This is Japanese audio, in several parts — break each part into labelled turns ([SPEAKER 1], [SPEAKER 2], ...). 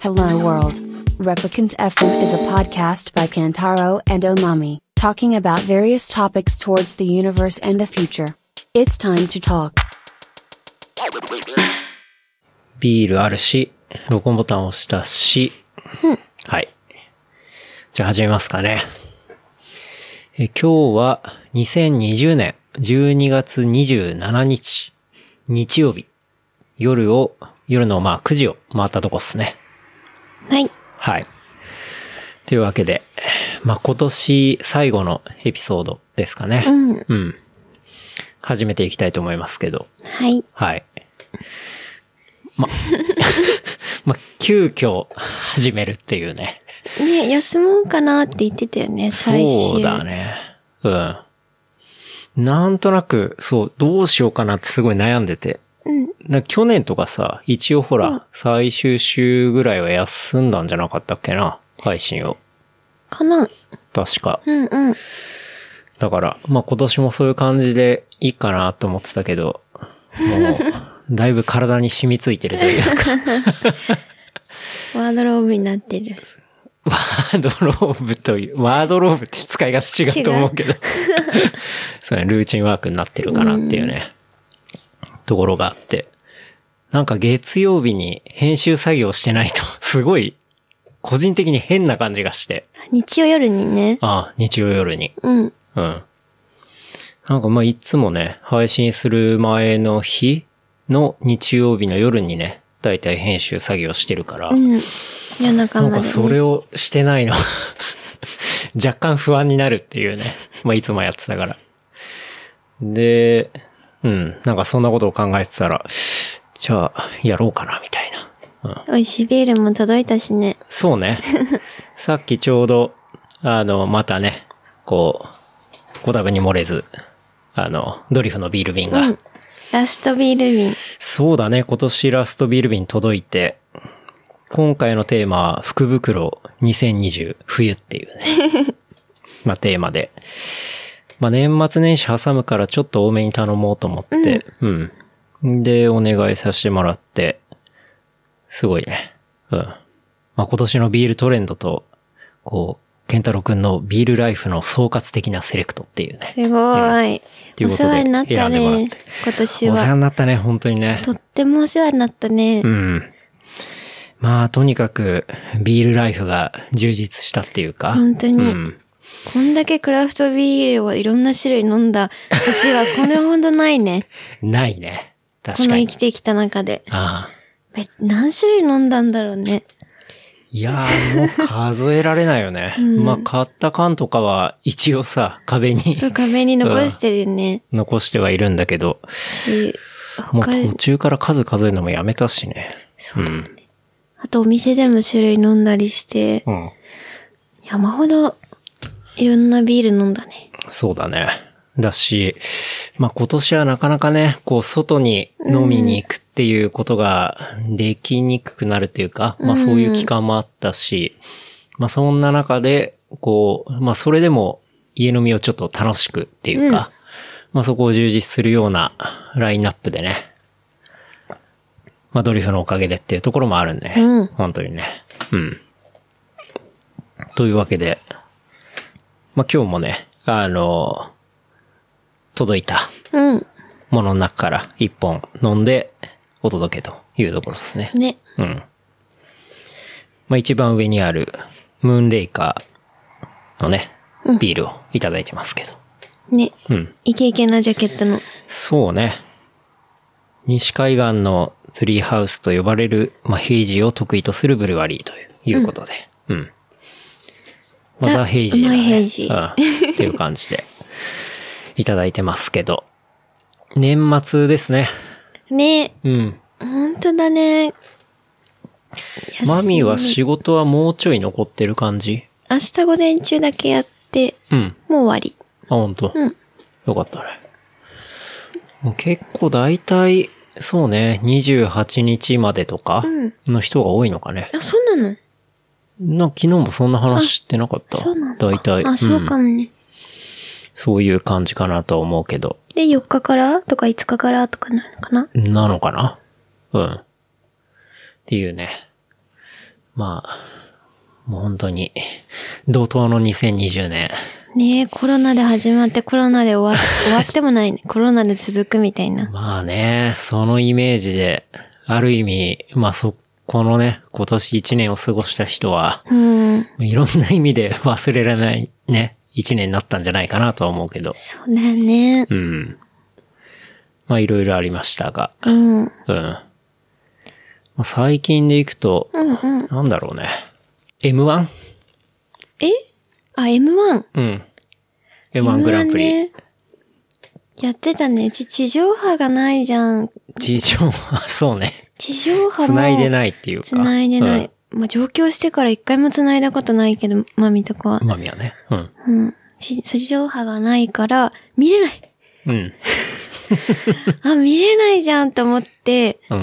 [SPEAKER 1] Hello World. Replicant FM is a podcast by Kantaro and Omami, talking about various topics towards the universe and the future. It's time to talk.
[SPEAKER 2] ビールあるし、録音ボタンを押したし、はい。じゃあ始めますかね。え今日は2020年12月27日、日曜日、夜を、夜のまあ9時を回ったとこっすね。
[SPEAKER 3] はい。
[SPEAKER 2] はい。というわけで、まあ今年最後のエピソードですかね。
[SPEAKER 3] うん。
[SPEAKER 2] うん。始めていきたいと思いますけど。
[SPEAKER 3] はい。
[SPEAKER 2] はい。 ま、ま、急遽始めるっていうね。
[SPEAKER 3] ね、休もうかなって言ってたよね、最終。
[SPEAKER 2] そうだ。ね。うん。なんとなく、そう、どうしようかなってすごい悩んでて。
[SPEAKER 3] うん。
[SPEAKER 2] な去年とかさ、一応ほら、最終週ぐらいは休んだんじゃなかったっけな配信を。
[SPEAKER 3] かな。
[SPEAKER 2] 確か。
[SPEAKER 3] うんうん。
[SPEAKER 2] だから、まあ、今年もそういう感じでいいかなと思ってたけど、もう、だいぶ体に染みついてるというか
[SPEAKER 3] ワードローブになってる。
[SPEAKER 2] ワードローブという、ワードローブって使い方違うと思うけど。そうね、ルーチンワークになってるかなっていうね、ところがあって。なんか月曜日に編集作業してないと、 すごい、個人的に変な感じがして。
[SPEAKER 3] 日曜夜にね。
[SPEAKER 2] ああ、日曜夜に。
[SPEAKER 3] うん。
[SPEAKER 2] うん。なんかまあいつもね、配信する前の日の日曜日の夜にね、だいたい編集作業してるから。
[SPEAKER 3] うん。夜中
[SPEAKER 2] なん
[SPEAKER 3] ま
[SPEAKER 2] か
[SPEAKER 3] で、ね。
[SPEAKER 2] それをしてないの。 若干不安になるっていうね。まあ、いつもやってたから。で、うん。なんかそんなことを考えてたら、じゃあ、やろうかな、みたいな。うん。
[SPEAKER 3] 美味しいビールも届いたしね。
[SPEAKER 2] そうね。さっきちょうど、あの、またね、こう、ご多分に漏れず、あの、ドリフのビール瓶が、
[SPEAKER 3] うん。ラストビール瓶。
[SPEAKER 2] そうだね、今年ラストビール瓶届いて、今回のテーマは、福袋2020冬っていうね、 まあテーマで。まあ年末年始挟むからちょっと多めに頼もうと思って、うん。で、お願いさせてもらって、すごいね。うん。まあ今年のビールトレンドと、こう、ケンタロウくんのビールライフの総括的なセレクトっていうね。
[SPEAKER 3] すごーい。
[SPEAKER 2] という
[SPEAKER 3] お
[SPEAKER 2] こと
[SPEAKER 3] 世
[SPEAKER 2] で
[SPEAKER 3] 話になった
[SPEAKER 2] 選んでもらっ
[SPEAKER 3] ね
[SPEAKER 2] て。
[SPEAKER 3] 今
[SPEAKER 2] お
[SPEAKER 3] 年
[SPEAKER 2] 世話
[SPEAKER 3] は。
[SPEAKER 2] になったね、本当にね。
[SPEAKER 3] とってもお世話になったね。
[SPEAKER 2] うん。まあ、とにかく、ビールライフが充実したっていうか。
[SPEAKER 3] 本当に
[SPEAKER 2] うん。
[SPEAKER 3] こんだけクラフトビールをいろんな種類飲んだ年はこれほどないね。
[SPEAKER 2] ないね。
[SPEAKER 3] こ
[SPEAKER 2] 確か
[SPEAKER 3] の
[SPEAKER 2] に。
[SPEAKER 3] 生きてきた中で。
[SPEAKER 2] ああ。
[SPEAKER 3] め何種類飲んだんだろうね。
[SPEAKER 2] いやー、もう数えられないよ ね。まあ、買った缶とかは、一応さ、壁に
[SPEAKER 3] そう、壁に残してるよね。
[SPEAKER 2] 残してはいるんだけど、
[SPEAKER 3] し
[SPEAKER 2] もう
[SPEAKER 3] 他
[SPEAKER 2] 途中から数数えるのもやめたしね。うん。
[SPEAKER 3] あとお店でも種類飲んだりして、
[SPEAKER 2] うん。
[SPEAKER 3] 山ほどいろんなビール飲んだね。
[SPEAKER 2] そうだね。だし、まあ、今年はなかなかね、こう、外に飲みに行くっていうことができにくくなるというか、まあ、そういう期間もあったし、まあ、そんな中で、こう、まあ、それでも家飲みをちょっと楽しくっていうか、まあ、そこを充実するようなラインナップでね、まあ、ドリフのおかげでっていうところもあるんで、
[SPEAKER 3] うん
[SPEAKER 2] 本当にね。うん。というわけで、まあ、今日もね、あの、届いた
[SPEAKER 3] うん。
[SPEAKER 2] ものの中から一本飲んでお届けというところですね。
[SPEAKER 3] ね。
[SPEAKER 2] うん。まあ、一番上にあるムーンレイカーのね、ビールをいただいてますけど。
[SPEAKER 3] ね。
[SPEAKER 2] うん。
[SPEAKER 3] イケイケなジャケットの。
[SPEAKER 2] そうね。西海岸のツリーハウスと呼ばれる、まあ、ヘイジーを得意とするブルワリーといういうことで。うん。まあ、
[SPEAKER 3] ザ
[SPEAKER 2] ザ・ヘイジー、ね。
[SPEAKER 3] うまいヘイジー
[SPEAKER 2] うん。っていう感じで、いただいてますけど。年末ですね。
[SPEAKER 3] ね。
[SPEAKER 2] うん。
[SPEAKER 3] ほんとだね。休み
[SPEAKER 2] マミは仕事はもうちょい残ってる感じ
[SPEAKER 3] 明日午前中だけやって、
[SPEAKER 2] うん。
[SPEAKER 3] もう終わり。
[SPEAKER 2] あ、本当。
[SPEAKER 3] うん
[SPEAKER 2] よかったね。もう結構大体、そうね、28日までとか
[SPEAKER 3] うん
[SPEAKER 2] の人が多いのかね。
[SPEAKER 3] あ、そうなの
[SPEAKER 2] な、昨日もそんな話してなかった。
[SPEAKER 3] そうなのか
[SPEAKER 2] 大体。
[SPEAKER 3] あ、そうか
[SPEAKER 2] ん
[SPEAKER 3] もね。
[SPEAKER 2] そういう感じかなとは思うけど。
[SPEAKER 3] で、4日からとか5日からとかなのかな
[SPEAKER 2] なのかなうん。っていうね。まあ、もう本当に、同等の2020年。
[SPEAKER 3] ねえ、コロナで始まってコ ロナで終わ、終わってもないね。コロナで続くみたいな。
[SPEAKER 2] まあね、そのイメージで、ある意味、まあそ、このね、今年1年を過ごした人は、
[SPEAKER 3] うん。
[SPEAKER 2] いろんな意味で 忘れられないね、1年になったんじゃないかなとは思うけど。
[SPEAKER 3] そうだね。
[SPEAKER 2] うん。まあいろいろありましたが、
[SPEAKER 3] うん。うん
[SPEAKER 2] うん。まあ、最近でいくと、
[SPEAKER 3] うん。
[SPEAKER 2] なんだろうね。M1?
[SPEAKER 3] えあ、M1。
[SPEAKER 2] うん。M1 グランプリ。
[SPEAKER 3] ねやってたね。うち地上波がないじゃん。
[SPEAKER 2] 事情は、そうね。
[SPEAKER 3] 地上波も。
[SPEAKER 2] 繋いで
[SPEAKER 3] い。
[SPEAKER 2] ないっていうか。
[SPEAKER 3] 繋いでない。まあ、上京してから一回も繋いだことないけど、マミとかは
[SPEAKER 2] うん。。まみはね。うん。
[SPEAKER 3] うん。地地上波がないから、見 れない。
[SPEAKER 2] うん。
[SPEAKER 3] あ、見れないじゃんと思って。
[SPEAKER 2] うん。い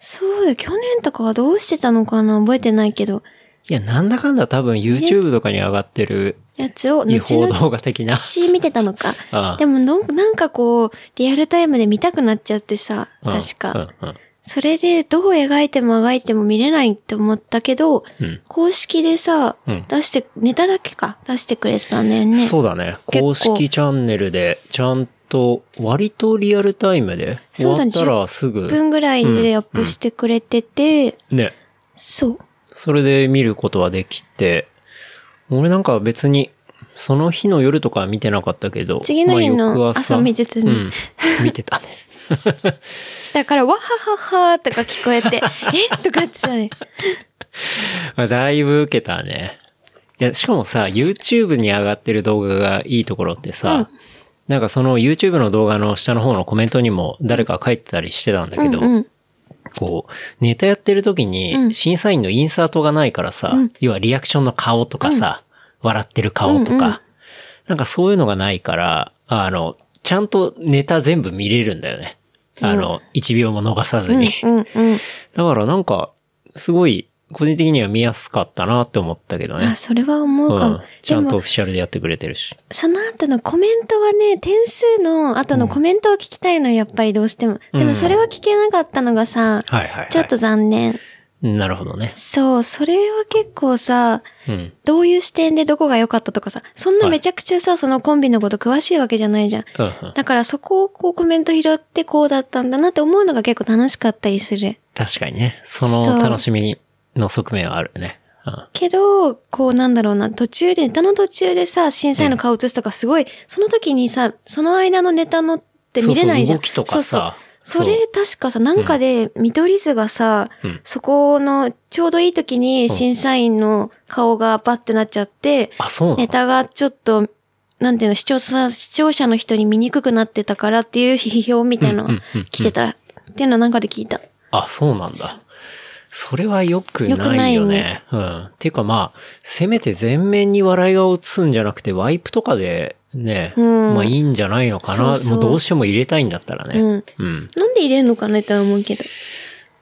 [SPEAKER 3] そうだ、去年とかはどうしてたのかな覚えてないけど。
[SPEAKER 2] や、なんだかんだ多分 YouTube とかに上がってる
[SPEAKER 3] やつを、
[SPEAKER 2] 違
[SPEAKER 3] 後
[SPEAKER 2] 法
[SPEAKER 3] 々
[SPEAKER 2] 動画的な。
[SPEAKER 3] 見てたのか。
[SPEAKER 2] ああ
[SPEAKER 3] でもの、なんかこう、リアルタイムで見たくなっちゃってさ、
[SPEAKER 2] うん
[SPEAKER 3] 確か。。
[SPEAKER 2] うんうん。
[SPEAKER 3] それで、どう描いても描いても見れないって思ったけど、
[SPEAKER 2] うん
[SPEAKER 3] 公式でさ、
[SPEAKER 2] うん
[SPEAKER 3] 出して、ネタだけか、出してくれてたんだよね。
[SPEAKER 2] そうだね。
[SPEAKER 3] 結構
[SPEAKER 2] 公式チャンネルで、ちゃんと、割とリアルタイムで、終
[SPEAKER 3] そう
[SPEAKER 2] わ
[SPEAKER 3] だ
[SPEAKER 2] っ
[SPEAKER 3] ね
[SPEAKER 2] たらす
[SPEAKER 3] 1
[SPEAKER 2] ぐ、
[SPEAKER 3] 分ぐらいでアップしてくれてて、
[SPEAKER 2] ね。
[SPEAKER 3] そう。
[SPEAKER 2] それで見ることはできて、俺なんか別に、その日の夜とかは見てなかったけど、
[SPEAKER 3] 次の日
[SPEAKER 2] ま
[SPEAKER 3] の
[SPEAKER 2] あ翌
[SPEAKER 3] 朝見てたね
[SPEAKER 2] うん。見てたね。
[SPEAKER 3] 下から、わはははーとか聞こ えて、えとかってさね。
[SPEAKER 2] まあだいぶ受けたね。いや、しかもさ、YouTube に上がってる動画がいいところってさ、なんかその YouTube の動画の下の方のコメントにも誰か書いてたりしてたんだけど、
[SPEAKER 3] うん。
[SPEAKER 2] こう、ネタやってる時
[SPEAKER 3] う
[SPEAKER 2] に
[SPEAKER 3] ん
[SPEAKER 2] 審査員のインサートがないからさ、要はリアクションの顔とかさ、笑ってる顔とか、
[SPEAKER 3] うんうん
[SPEAKER 2] なんかそういうのがないから、あの、ちゃんとネタ全部見れるんだよね。あの、1秒も逃さずに。
[SPEAKER 3] うん、うん。
[SPEAKER 2] だからなんか、すごい、個人的には見やすかったなって思ったけど
[SPEAKER 3] あ、
[SPEAKER 2] ね。
[SPEAKER 3] それは思うか
[SPEAKER 2] う
[SPEAKER 3] も。
[SPEAKER 2] ん。ちゃん
[SPEAKER 3] で
[SPEAKER 2] とオ
[SPEAKER 3] も、
[SPEAKER 2] フィシャルでやってくれてるし。
[SPEAKER 3] その後のコメントはね、点数の後のコメントを聞きたいの、やっぱりどうしても。で
[SPEAKER 2] う
[SPEAKER 3] も
[SPEAKER 2] ん
[SPEAKER 3] それは聞けなかったのがさ、
[SPEAKER 2] はいはい、はい。
[SPEAKER 3] ちょっと。残念。
[SPEAKER 2] なるほどね。
[SPEAKER 3] そう、それは結構さ、
[SPEAKER 2] うん。
[SPEAKER 3] どういう視点でどこが良かったとかさ、そんなめちゃくちゃさ、そのコンビのこと詳しいわけじゃないじゃん。
[SPEAKER 2] うんうん、
[SPEAKER 3] だからそこをこうコメント拾ってこうだったんだなって思うのが結構楽しかったりする。
[SPEAKER 2] 確かにね。そ
[SPEAKER 3] そ
[SPEAKER 2] の
[SPEAKER 3] う
[SPEAKER 2] 楽しみの側面はあるね。うん。
[SPEAKER 3] けど、こうなんだろうな、途中で、ネタの途中でさ、審査員の顔映すとかすごい、その時にさ、その間のネタのって見れないじゃん。
[SPEAKER 2] そうそう動きとかさ
[SPEAKER 3] そうそうそれ確かさ、なんかで、見取り図がさ、
[SPEAKER 2] うん
[SPEAKER 3] そこの、ちょうどいい時に審査員の顔がバッてなっちゃって、
[SPEAKER 2] あ、そうなの
[SPEAKER 3] ネタがちょっと、なんていうの、視聴者、視聴者の人に見にくくなってたからっていう批評みたいな
[SPEAKER 2] うん
[SPEAKER 3] のが
[SPEAKER 2] うんうんうん
[SPEAKER 3] 来てたら、っていうのなんかで聞いた。
[SPEAKER 2] あ、そうなんだ。それは良くないよね。うん。ていうかまあ、せめて全面に笑いが映すんじゃなくて、ワイプとかでね、
[SPEAKER 3] うん
[SPEAKER 2] まあいいんじゃないのかな。
[SPEAKER 3] そうそう
[SPEAKER 2] もうどうしても入れたいんだったらね。うん。
[SPEAKER 3] なんで入れるのかなって思うけど。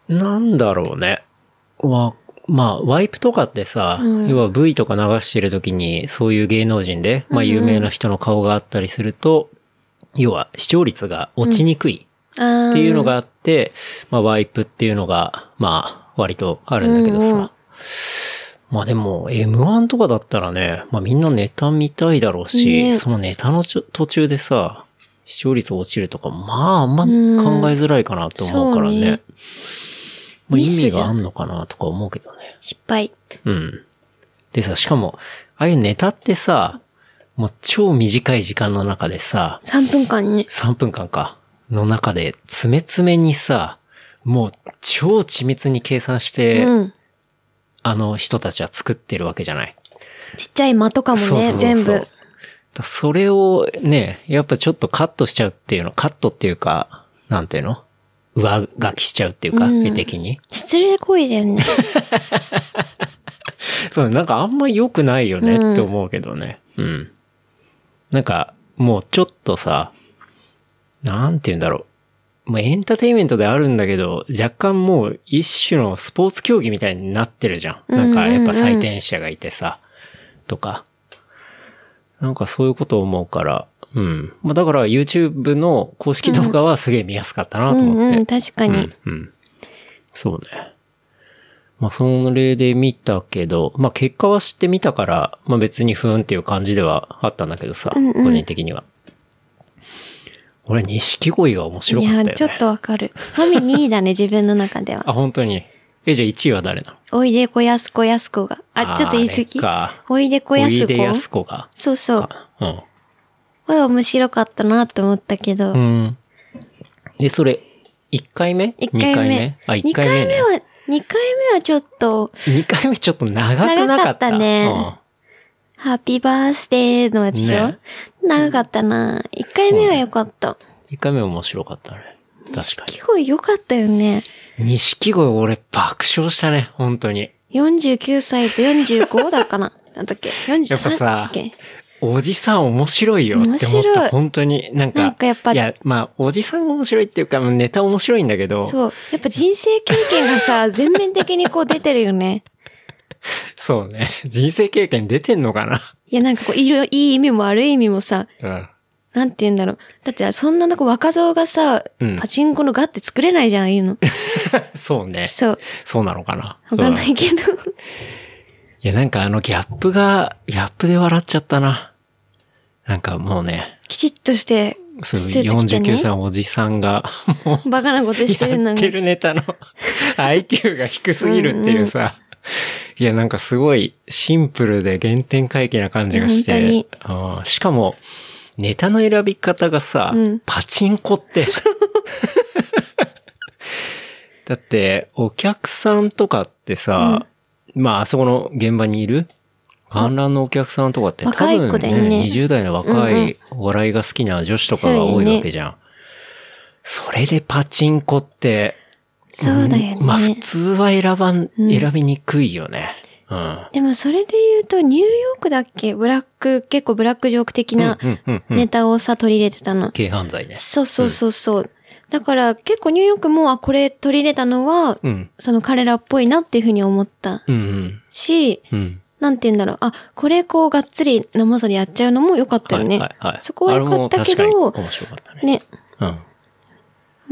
[SPEAKER 2] なんだろうね。わまあ、ワイプとかってさ、
[SPEAKER 3] うん
[SPEAKER 2] 要は V とか流してる時に、そういう芸能人で、まあ
[SPEAKER 3] うんうん
[SPEAKER 2] 有名な人の顔があったりすると、要は視聴率が落ちにくい。
[SPEAKER 3] あー
[SPEAKER 2] っていうのがあって、まあ、ワイプっていうのが、まあ、割とあるんだけどさ。
[SPEAKER 3] うんうん
[SPEAKER 2] まあでも、M1 とかだったらね、まあみんなネタ見たいだろうし、
[SPEAKER 3] ね
[SPEAKER 2] そのネタのちょ途中でさ、視聴率落ちるとか、まああんま考
[SPEAKER 3] うん
[SPEAKER 2] えづらいかなと思うからね。
[SPEAKER 3] そうね
[SPEAKER 2] まあ意
[SPEAKER 3] ミ
[SPEAKER 2] 味
[SPEAKER 3] スじゃん
[SPEAKER 2] があんのかなとか思うけどね。
[SPEAKER 3] 失敗。
[SPEAKER 2] うん。でさ、しかも、ああいうネタってさ、もう超短い時間の中でさ、
[SPEAKER 3] 3分間にね。
[SPEAKER 2] 3分間か。の中で、詰め詰めにさ、もう超緻密に計算して、
[SPEAKER 3] うん。
[SPEAKER 2] あの人たちは作ってるわけじゃない。
[SPEAKER 3] ちっちゃい間とかもね、
[SPEAKER 2] そうそうそう
[SPEAKER 3] 全
[SPEAKER 2] だ
[SPEAKER 3] 部
[SPEAKER 2] か。らそれをね、やっぱちょっとカットしちゃうっていうの、カットっていうか、なんていうの上書きしちゃうっていうか、
[SPEAKER 3] うん
[SPEAKER 2] 絵的に。
[SPEAKER 3] 失礼行為だ よね。
[SPEAKER 2] そう、なんかあんま良くないよ
[SPEAKER 3] う
[SPEAKER 2] ね
[SPEAKER 3] ん
[SPEAKER 2] って思うけどね。うん。なんか、もうちょっとさ、なんて言うんだろう。もうエンターテインメントであるんだけど、若干もう一種のスポーツ競技みたいになってるじゃん。なんかやっぱ採点者がいてさ、とか。なんかそういうことを思うから、うん。まあだから YouTube の公式動画はすげえ見やすかったな
[SPEAKER 3] う
[SPEAKER 2] と思って。
[SPEAKER 3] んうん、確かに。
[SPEAKER 2] うん、うん。そうね。まあ、それで見たけど、まあ、結果は知ってみたから、まあ、別に不運っていう感じではあったんだけどさ、
[SPEAKER 3] うんうん
[SPEAKER 2] 個人的には。俺、錦鯉が面白
[SPEAKER 3] い
[SPEAKER 2] かったよ
[SPEAKER 3] や、
[SPEAKER 2] ね。
[SPEAKER 3] ちょっとわかる。マミ2位だね、 自分の中で
[SPEAKER 2] あ、
[SPEAKER 3] は。
[SPEAKER 2] 本当に。え、じゃあ1位は誰なの
[SPEAKER 3] おいでこやすこやすこが。あ、ちょっと言い過ぎ
[SPEAKER 2] あれか。
[SPEAKER 3] おいでこや
[SPEAKER 2] お
[SPEAKER 3] す
[SPEAKER 2] いでやす
[SPEAKER 3] こ。
[SPEAKER 2] こが。
[SPEAKER 3] そうそう。
[SPEAKER 2] うん。
[SPEAKER 3] これ面白かったなと思ったけど。
[SPEAKER 2] うん。え、それ、1回目
[SPEAKER 3] 一
[SPEAKER 2] ?2 回目あ、1
[SPEAKER 3] 二
[SPEAKER 2] 回目
[SPEAKER 3] 回
[SPEAKER 2] ね
[SPEAKER 3] 目。は、二回目はちょっと、
[SPEAKER 2] 2回目ちょっと長くな
[SPEAKER 3] 長
[SPEAKER 2] か
[SPEAKER 3] か
[SPEAKER 2] っ。
[SPEAKER 3] ったたねハッピーバースデーのやつでしょ、
[SPEAKER 2] ね
[SPEAKER 3] 長かったな。一回目は良かっ
[SPEAKER 2] う
[SPEAKER 3] た。
[SPEAKER 2] ん。1回目面白かったね。確かに。
[SPEAKER 3] 結構良かったよね。
[SPEAKER 2] 錦鯉俺爆笑したね、本当に。
[SPEAKER 3] 49歳と45だ かな。なんだっけ ?43
[SPEAKER 2] やっぱ
[SPEAKER 3] だ
[SPEAKER 2] さ
[SPEAKER 3] っけ
[SPEAKER 2] おじさん面白いよって思っ
[SPEAKER 3] 面白
[SPEAKER 2] た。
[SPEAKER 3] い
[SPEAKER 2] 本当に。なんか。
[SPEAKER 3] なんかやっぱ
[SPEAKER 2] いや、まあ、おじさんが面白いっていうか、ネタ面白いんだけど。そう。
[SPEAKER 3] そう。やっぱ人生経験がさ、全面的にこう出てるよね。
[SPEAKER 2] ね。 人生経験出てんのかな。
[SPEAKER 3] いや、なんかこう、いろ、いい意味も悪い意味もさ、
[SPEAKER 2] うん。
[SPEAKER 3] なんて言うんだろう。だって、そんななんか若造がさ、
[SPEAKER 2] うん
[SPEAKER 3] パチンコのガって作れないじゃん、いいの。
[SPEAKER 2] そうね。
[SPEAKER 3] そう。
[SPEAKER 2] そうなのかな。
[SPEAKER 3] わかん
[SPEAKER 2] う
[SPEAKER 3] なんいけど。
[SPEAKER 2] いや、なんかあのギャップが、ギャップで笑っちゃったな。なんかもうね、
[SPEAKER 3] きちっとして、
[SPEAKER 2] そう
[SPEAKER 3] スーツ着て
[SPEAKER 2] 49
[SPEAKER 3] ね
[SPEAKER 2] 歳。のおじさんが、 もう、
[SPEAKER 3] バカなことしてる
[SPEAKER 2] や
[SPEAKER 3] の
[SPEAKER 2] って
[SPEAKER 3] に。
[SPEAKER 2] るネタの IQ が低すぎるっていうさ。いや、なんかすごいシンプルで原点回帰な感じがして。
[SPEAKER 3] いや
[SPEAKER 2] うんしかも、ネタの選び方がさ、
[SPEAKER 3] うん
[SPEAKER 2] パチンコ って。だって、お客さんとかってさ、まあ、あそこの現場にいる観覧のお客さんとかって多
[SPEAKER 3] 若い子
[SPEAKER 2] 分
[SPEAKER 3] だよね
[SPEAKER 2] ね、20代の若
[SPEAKER 3] うんう
[SPEAKER 2] い
[SPEAKER 3] ん
[SPEAKER 2] お笑いが好きな女子とかが多いわけじゃん。それでパチンコって、
[SPEAKER 3] そうだよね。
[SPEAKER 2] んまあ普通は選ばん、
[SPEAKER 3] うん
[SPEAKER 2] 選びにくいよね。うん。
[SPEAKER 3] でもそれで言うと、ニューヨークだっけブラック、結構ブラックジョーク的な
[SPEAKER 2] うんうんうん。
[SPEAKER 3] ネタをさ、取り入れてたの。
[SPEAKER 2] 軽犯罪ね。
[SPEAKER 3] そうそうそうそう。だから結構ニューヨークも、あ、これ取り入れたのは、
[SPEAKER 2] うん。
[SPEAKER 3] その彼らっぽいなっていうふうに思った
[SPEAKER 2] うんうん。
[SPEAKER 3] し、
[SPEAKER 2] うん。
[SPEAKER 3] なんて言うんだろう。あ、これこうがっつり生さでやっちゃうのも良かったよね。
[SPEAKER 2] はいはいはい。
[SPEAKER 3] そこは良かったけ
[SPEAKER 2] あれも確
[SPEAKER 3] ど
[SPEAKER 2] か、に面白かったね。
[SPEAKER 3] ね、
[SPEAKER 2] うん。
[SPEAKER 3] あ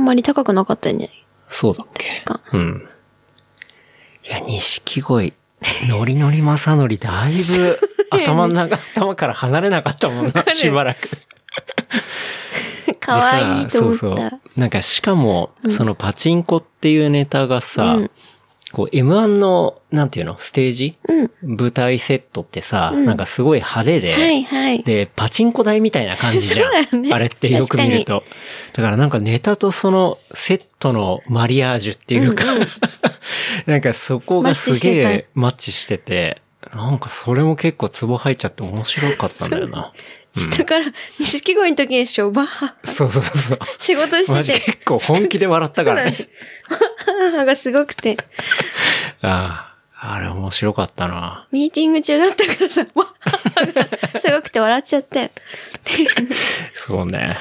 [SPEAKER 3] んまり高くなかったんじゃない
[SPEAKER 2] そうだっけ。
[SPEAKER 3] 確か。
[SPEAKER 2] うん。いや、錦鯉、ノリノリマサノリだいぶ、頭の中、頭から離れなかったもんな、
[SPEAKER 3] る
[SPEAKER 2] しばらく。
[SPEAKER 3] 可愛いと思った。
[SPEAKER 2] でさそうそう。なんかしかも、そのパチンコっていうネタがさ、
[SPEAKER 3] うん
[SPEAKER 2] こう M1 の、なんていうの、ステージ、
[SPEAKER 3] うん
[SPEAKER 2] 舞台セットってさ、
[SPEAKER 3] ん
[SPEAKER 2] なんかすごい派手で、
[SPEAKER 3] はいはい。
[SPEAKER 2] で、パチンコ台みたいな感じじゃ
[SPEAKER 3] そうだ
[SPEAKER 2] ん。
[SPEAKER 3] よね
[SPEAKER 2] あれってよく見ると。だからなんかネタとそのセットのマリアージュっていうか、 なんかそこがすげえマッチしてて、なんかそれも結構ツボ入っちゃって面白かったんだよな。
[SPEAKER 3] だから、錦鯉の時でしょ、バッハ。
[SPEAKER 2] そうそうそうそう。
[SPEAKER 3] 仕事
[SPEAKER 2] マ
[SPEAKER 3] し
[SPEAKER 2] ジ
[SPEAKER 3] てて、
[SPEAKER 2] 結構本気で笑ったからね。
[SPEAKER 3] 母がすごくて、
[SPEAKER 2] ああ、あれ面白かったな。
[SPEAKER 3] ミーティング中だったからさ、わ母がすごくて笑っちゃって。
[SPEAKER 2] そうね。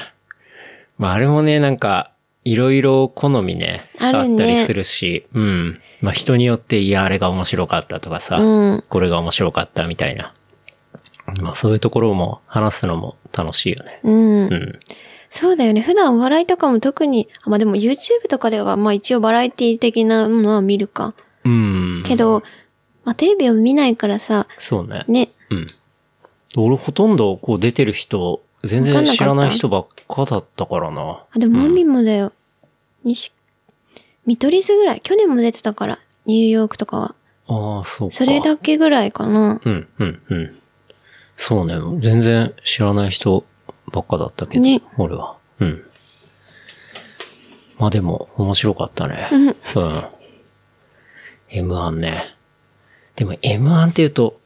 [SPEAKER 2] まああれもね、なんか、いろいろ好みね、
[SPEAKER 3] あ
[SPEAKER 2] あ
[SPEAKER 3] る
[SPEAKER 2] っ
[SPEAKER 3] ね
[SPEAKER 2] たりするし、うん。まあ人によって、いや、あれが面白かったとかさ、
[SPEAKER 3] うん
[SPEAKER 2] これが面白かったみたいな。まあそういうところも話すのも楽しいよね。
[SPEAKER 3] うん。
[SPEAKER 2] うん。
[SPEAKER 3] そうだよね。普段お笑いとかも特に、あまあでも YouTube とかでは、まあ一応バラエティ的なものは見るか。
[SPEAKER 2] うん。
[SPEAKER 3] けど、まあテレビを見ないからさ、
[SPEAKER 2] そうね。
[SPEAKER 3] ね、
[SPEAKER 2] うん。俺ほとんどこう出てる人、全然知らない人ばっかだったからな。
[SPEAKER 3] あ、でもマミもだよ。にし、見取り図ぐらい。去年も出てたから、ニューヨークとかは。
[SPEAKER 2] ああ、そうか。
[SPEAKER 3] それだけぐらいかな。
[SPEAKER 2] うん、うん、うん。そうね。全然知らない人ばっかだったけど、
[SPEAKER 3] ね
[SPEAKER 2] 俺は。うん。まあでも、面白かったね。
[SPEAKER 3] うん。
[SPEAKER 2] M1 ね。でも M1 って言うと、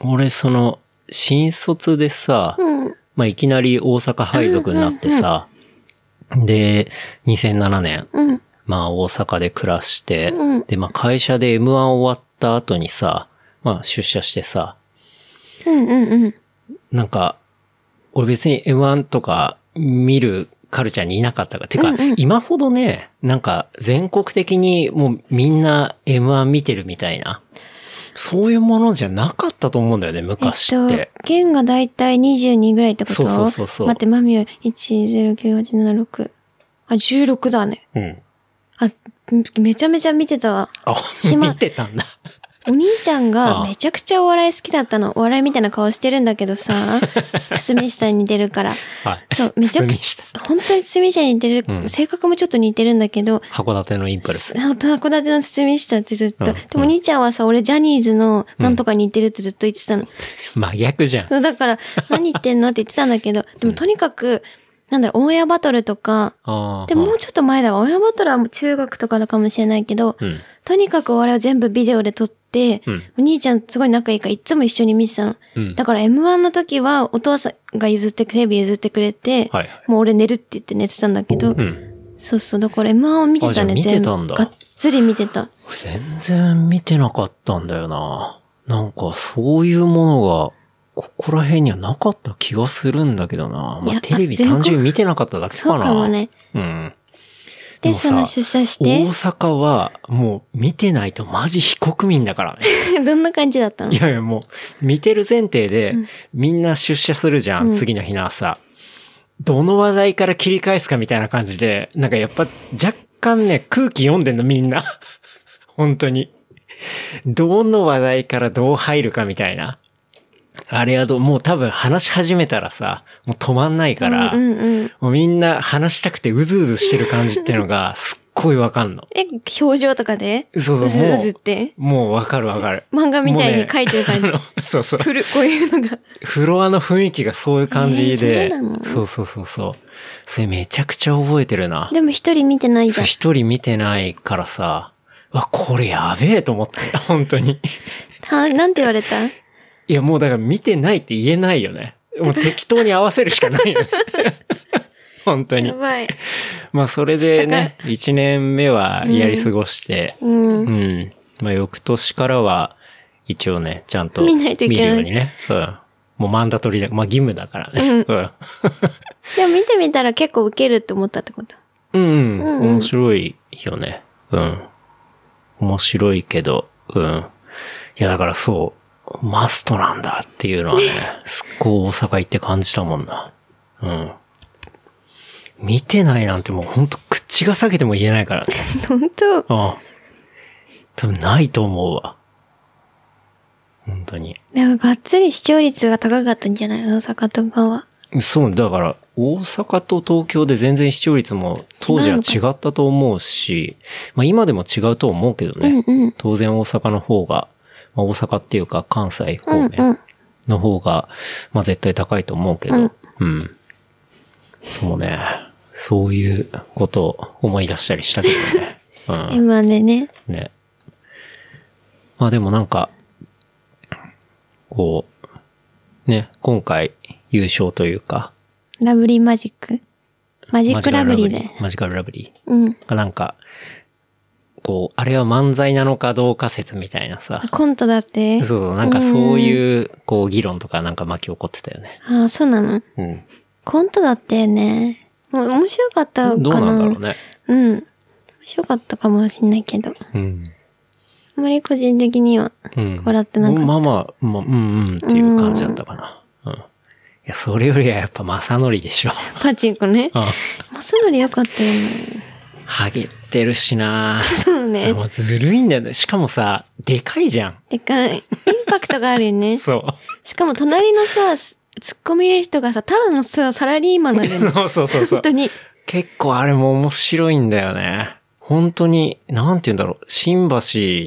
[SPEAKER 2] 俺その、新卒でさ、
[SPEAKER 3] うん。
[SPEAKER 2] まあいきなり大阪配属になってさ、で、2007年、
[SPEAKER 3] うん。
[SPEAKER 2] まあ大阪で暮らして、
[SPEAKER 3] うん
[SPEAKER 2] で、まあ会社で M1 終わった後にさ、まあ出社してさ、
[SPEAKER 3] うんうんうん。
[SPEAKER 2] なんか、俺別に M1 とか見るカルチャーにいなかったから。てか、今ほどね、なんか全国的にもうみんな M1 見てるみたいな。そういうものじゃなかったと思うんだよね、昔っ
[SPEAKER 3] え
[SPEAKER 2] て
[SPEAKER 3] っ。と、弦がだいたい22ぐらいってこと
[SPEAKER 2] そうそうそうそう
[SPEAKER 3] 待って、マミより、10986。あ、16だね。
[SPEAKER 2] うん。
[SPEAKER 3] あ、めちゃめちゃ見てたわ。
[SPEAKER 2] あ、
[SPEAKER 3] 暇
[SPEAKER 2] 見てたん だ。
[SPEAKER 3] お兄ちゃん
[SPEAKER 2] あ
[SPEAKER 3] が
[SPEAKER 2] あ
[SPEAKER 3] めちゃくちゃお笑い好きだったの。お笑いみたいな顔してるんだけ どさ、堤下に似てるから。
[SPEAKER 2] はい。
[SPEAKER 3] そう、めちゃく
[SPEAKER 2] 堤
[SPEAKER 3] ち
[SPEAKER 2] 下
[SPEAKER 3] ゃ、本当に堤下に似てる、
[SPEAKER 2] うん
[SPEAKER 3] 性格もちょっと似てるんだけど、
[SPEAKER 2] 函館のインパルス。
[SPEAKER 3] 函館の堤下ってずっと、
[SPEAKER 2] うん
[SPEAKER 3] でもお兄ちゃんはさ、俺ジャニーズのなんとかに似てるってずっと言ってたの。
[SPEAKER 2] 真逆じゃん。
[SPEAKER 3] そうだから、何言ってんのって言ってたんだけど、でもとにかく、なんだろう、オンエアバトルとか、
[SPEAKER 2] ああ。
[SPEAKER 3] でももうちょっと前だわ。オンエアバトルはもう中学とかだかもしれないけど、
[SPEAKER 2] うん。
[SPEAKER 3] とにかくお笑いを全部ビデオで撮って、
[SPEAKER 2] うん
[SPEAKER 3] お兄ちゃんすごい仲いいからいつも一緒に見てたの。
[SPEAKER 2] うん
[SPEAKER 3] だから M1 の時はお父さんが譲ってテレビ譲ってくれて、
[SPEAKER 2] はいはい
[SPEAKER 3] もう俺寝るって言って寝てたんだけど、
[SPEAKER 2] うん。
[SPEAKER 3] そうそう、だから M1 を見て
[SPEAKER 2] あじゃ
[SPEAKER 3] た
[SPEAKER 2] あ
[SPEAKER 3] ね、
[SPEAKER 2] 見てたんだ
[SPEAKER 3] がっつり見てた。
[SPEAKER 2] 俺全然見てなかったんだよな。なんか、そういうものが、ここら辺にはなかった気がするんだけどな。
[SPEAKER 3] い
[SPEAKER 2] まあ、
[SPEAKER 3] や
[SPEAKER 2] テレビ
[SPEAKER 3] あ全国
[SPEAKER 2] 単純に見てなかっただけかな。
[SPEAKER 3] そうかもね。
[SPEAKER 2] うん。
[SPEAKER 3] で、
[SPEAKER 2] もさ
[SPEAKER 3] その出社し
[SPEAKER 2] 大
[SPEAKER 3] て、
[SPEAKER 2] 阪は、もう見てないとマジ非国民だからね。
[SPEAKER 3] どんな感じだったの
[SPEAKER 2] いやいや、もう、見てる前提で、みんな出社するじゃん、
[SPEAKER 3] うん
[SPEAKER 2] 次の日の朝。どの話題から切り返すかみたいな感じで、なんかやっぱ若干ね、空気読んでんのみんな。 本当に。どの話題からどう入るかみたいな。あれはどう、もう多分話し始めたらさ、もう止まんないから、
[SPEAKER 3] うんうんうん。
[SPEAKER 2] もうみんな話したくてうずうずしてる感じっていうのがすっごいわかんの。
[SPEAKER 3] え、表情とかで
[SPEAKER 2] そうそう
[SPEAKER 3] ず
[SPEAKER 2] もう
[SPEAKER 3] うずって。
[SPEAKER 2] もうわかるわかる。
[SPEAKER 3] 漫画みたいに書いてる感じ
[SPEAKER 2] もうね。 あのそうそう。
[SPEAKER 3] ふる、こういうのが。
[SPEAKER 2] フロアの雰囲気がそういう感じで、
[SPEAKER 3] えーそうなの
[SPEAKER 2] そうそうそうそう。それめちゃくちゃ覚えてるな。
[SPEAKER 3] でも一人見てないじ
[SPEAKER 2] そう
[SPEAKER 3] ゃん。
[SPEAKER 2] 一人見てないからさ、わ、これやべえと思って、 本当に。
[SPEAKER 3] は、なんて言われた
[SPEAKER 2] いや、もうだから見てないって言えないよね。もう適当に合わせるしかないよね。 本当に
[SPEAKER 3] や。ばい。
[SPEAKER 2] まあそれでね、一年目はやり過ごして、
[SPEAKER 3] うん
[SPEAKER 2] う。ん。まあ、翌年からは、一応ね、ちゃんと
[SPEAKER 3] 見ないといけな
[SPEAKER 2] 見る
[SPEAKER 3] い
[SPEAKER 2] ようにね。うん。もうマンダトリーだ。まあ、義務だからね。うん。
[SPEAKER 3] でも見てみたら結構ウケるって思ったってこと。
[SPEAKER 2] うん、
[SPEAKER 3] うん
[SPEAKER 2] 面白いよね。うん。面白いけど、うん。いや、だからそう、マストなんだっていうのは ね、すっごい大阪行って感じたもんな。うん。見てないなんてもうほんと口が裂けても言えないからね。
[SPEAKER 3] 本当
[SPEAKER 2] うん。多分ないと思うわ。本当に。
[SPEAKER 3] でもがっつり視聴率が高かったんじゃない大阪とかは。
[SPEAKER 2] そう、だから、大阪と東京で全然視聴率も当時は違ったと思うし、まあ今でも違うと思うけどね。
[SPEAKER 3] うんうん
[SPEAKER 2] 当然大阪の方が、まあ、大阪っていうか関西
[SPEAKER 3] うん
[SPEAKER 2] 方
[SPEAKER 3] うん
[SPEAKER 2] 面。の方が、まあ絶対高いと思うけど、
[SPEAKER 3] うん
[SPEAKER 2] うん。そうね。そういうことを思い出したりしたけどね。 うん。
[SPEAKER 3] M1 でね。
[SPEAKER 2] ね。まあでもなんか、こう、ね、今回優勝というか、
[SPEAKER 3] ラブリーマジック。マジックラブリーで。。
[SPEAKER 2] マジカルラブリ
[SPEAKER 3] うん。
[SPEAKER 2] ー。なんか、こう、あれは漫才なのかどうか説みたいなさ。
[SPEAKER 3] コントだって。
[SPEAKER 2] そうそう、なんかそういう、こう、議論とかなんか巻き起こってたよね。
[SPEAKER 3] ああ、そうなの。
[SPEAKER 2] うん。
[SPEAKER 3] コントだったよね。もう面白かったかな。
[SPEAKER 2] どうなんだろうね。
[SPEAKER 3] うん。面白かったかもしんないけど。
[SPEAKER 2] うん。
[SPEAKER 3] あまり個人的には。
[SPEAKER 2] うん。
[SPEAKER 3] 笑ってなかった
[SPEAKER 2] まあまあ、まあ、うんうんっていう感じだったかな。うん。いや、それよりはやっぱ正則でしょ。
[SPEAKER 3] パチンコね
[SPEAKER 2] う。ん。
[SPEAKER 3] まさのり良かったよね。
[SPEAKER 2] ハゲってるしな
[SPEAKER 3] そうね。
[SPEAKER 2] もうずるいんだよね。しかもさ、でかいじゃん。
[SPEAKER 3] でかい。インパクトがあるよね。
[SPEAKER 2] そう。
[SPEAKER 3] しかも隣のさ、す突っ込み入れる人がさ、ただのさ、サラリーマンなんだよ ね。
[SPEAKER 2] そうそうそうそう
[SPEAKER 3] 本当。に。
[SPEAKER 2] 結構あれも面白いんだよね。本当に、なんて言うんだろう。新橋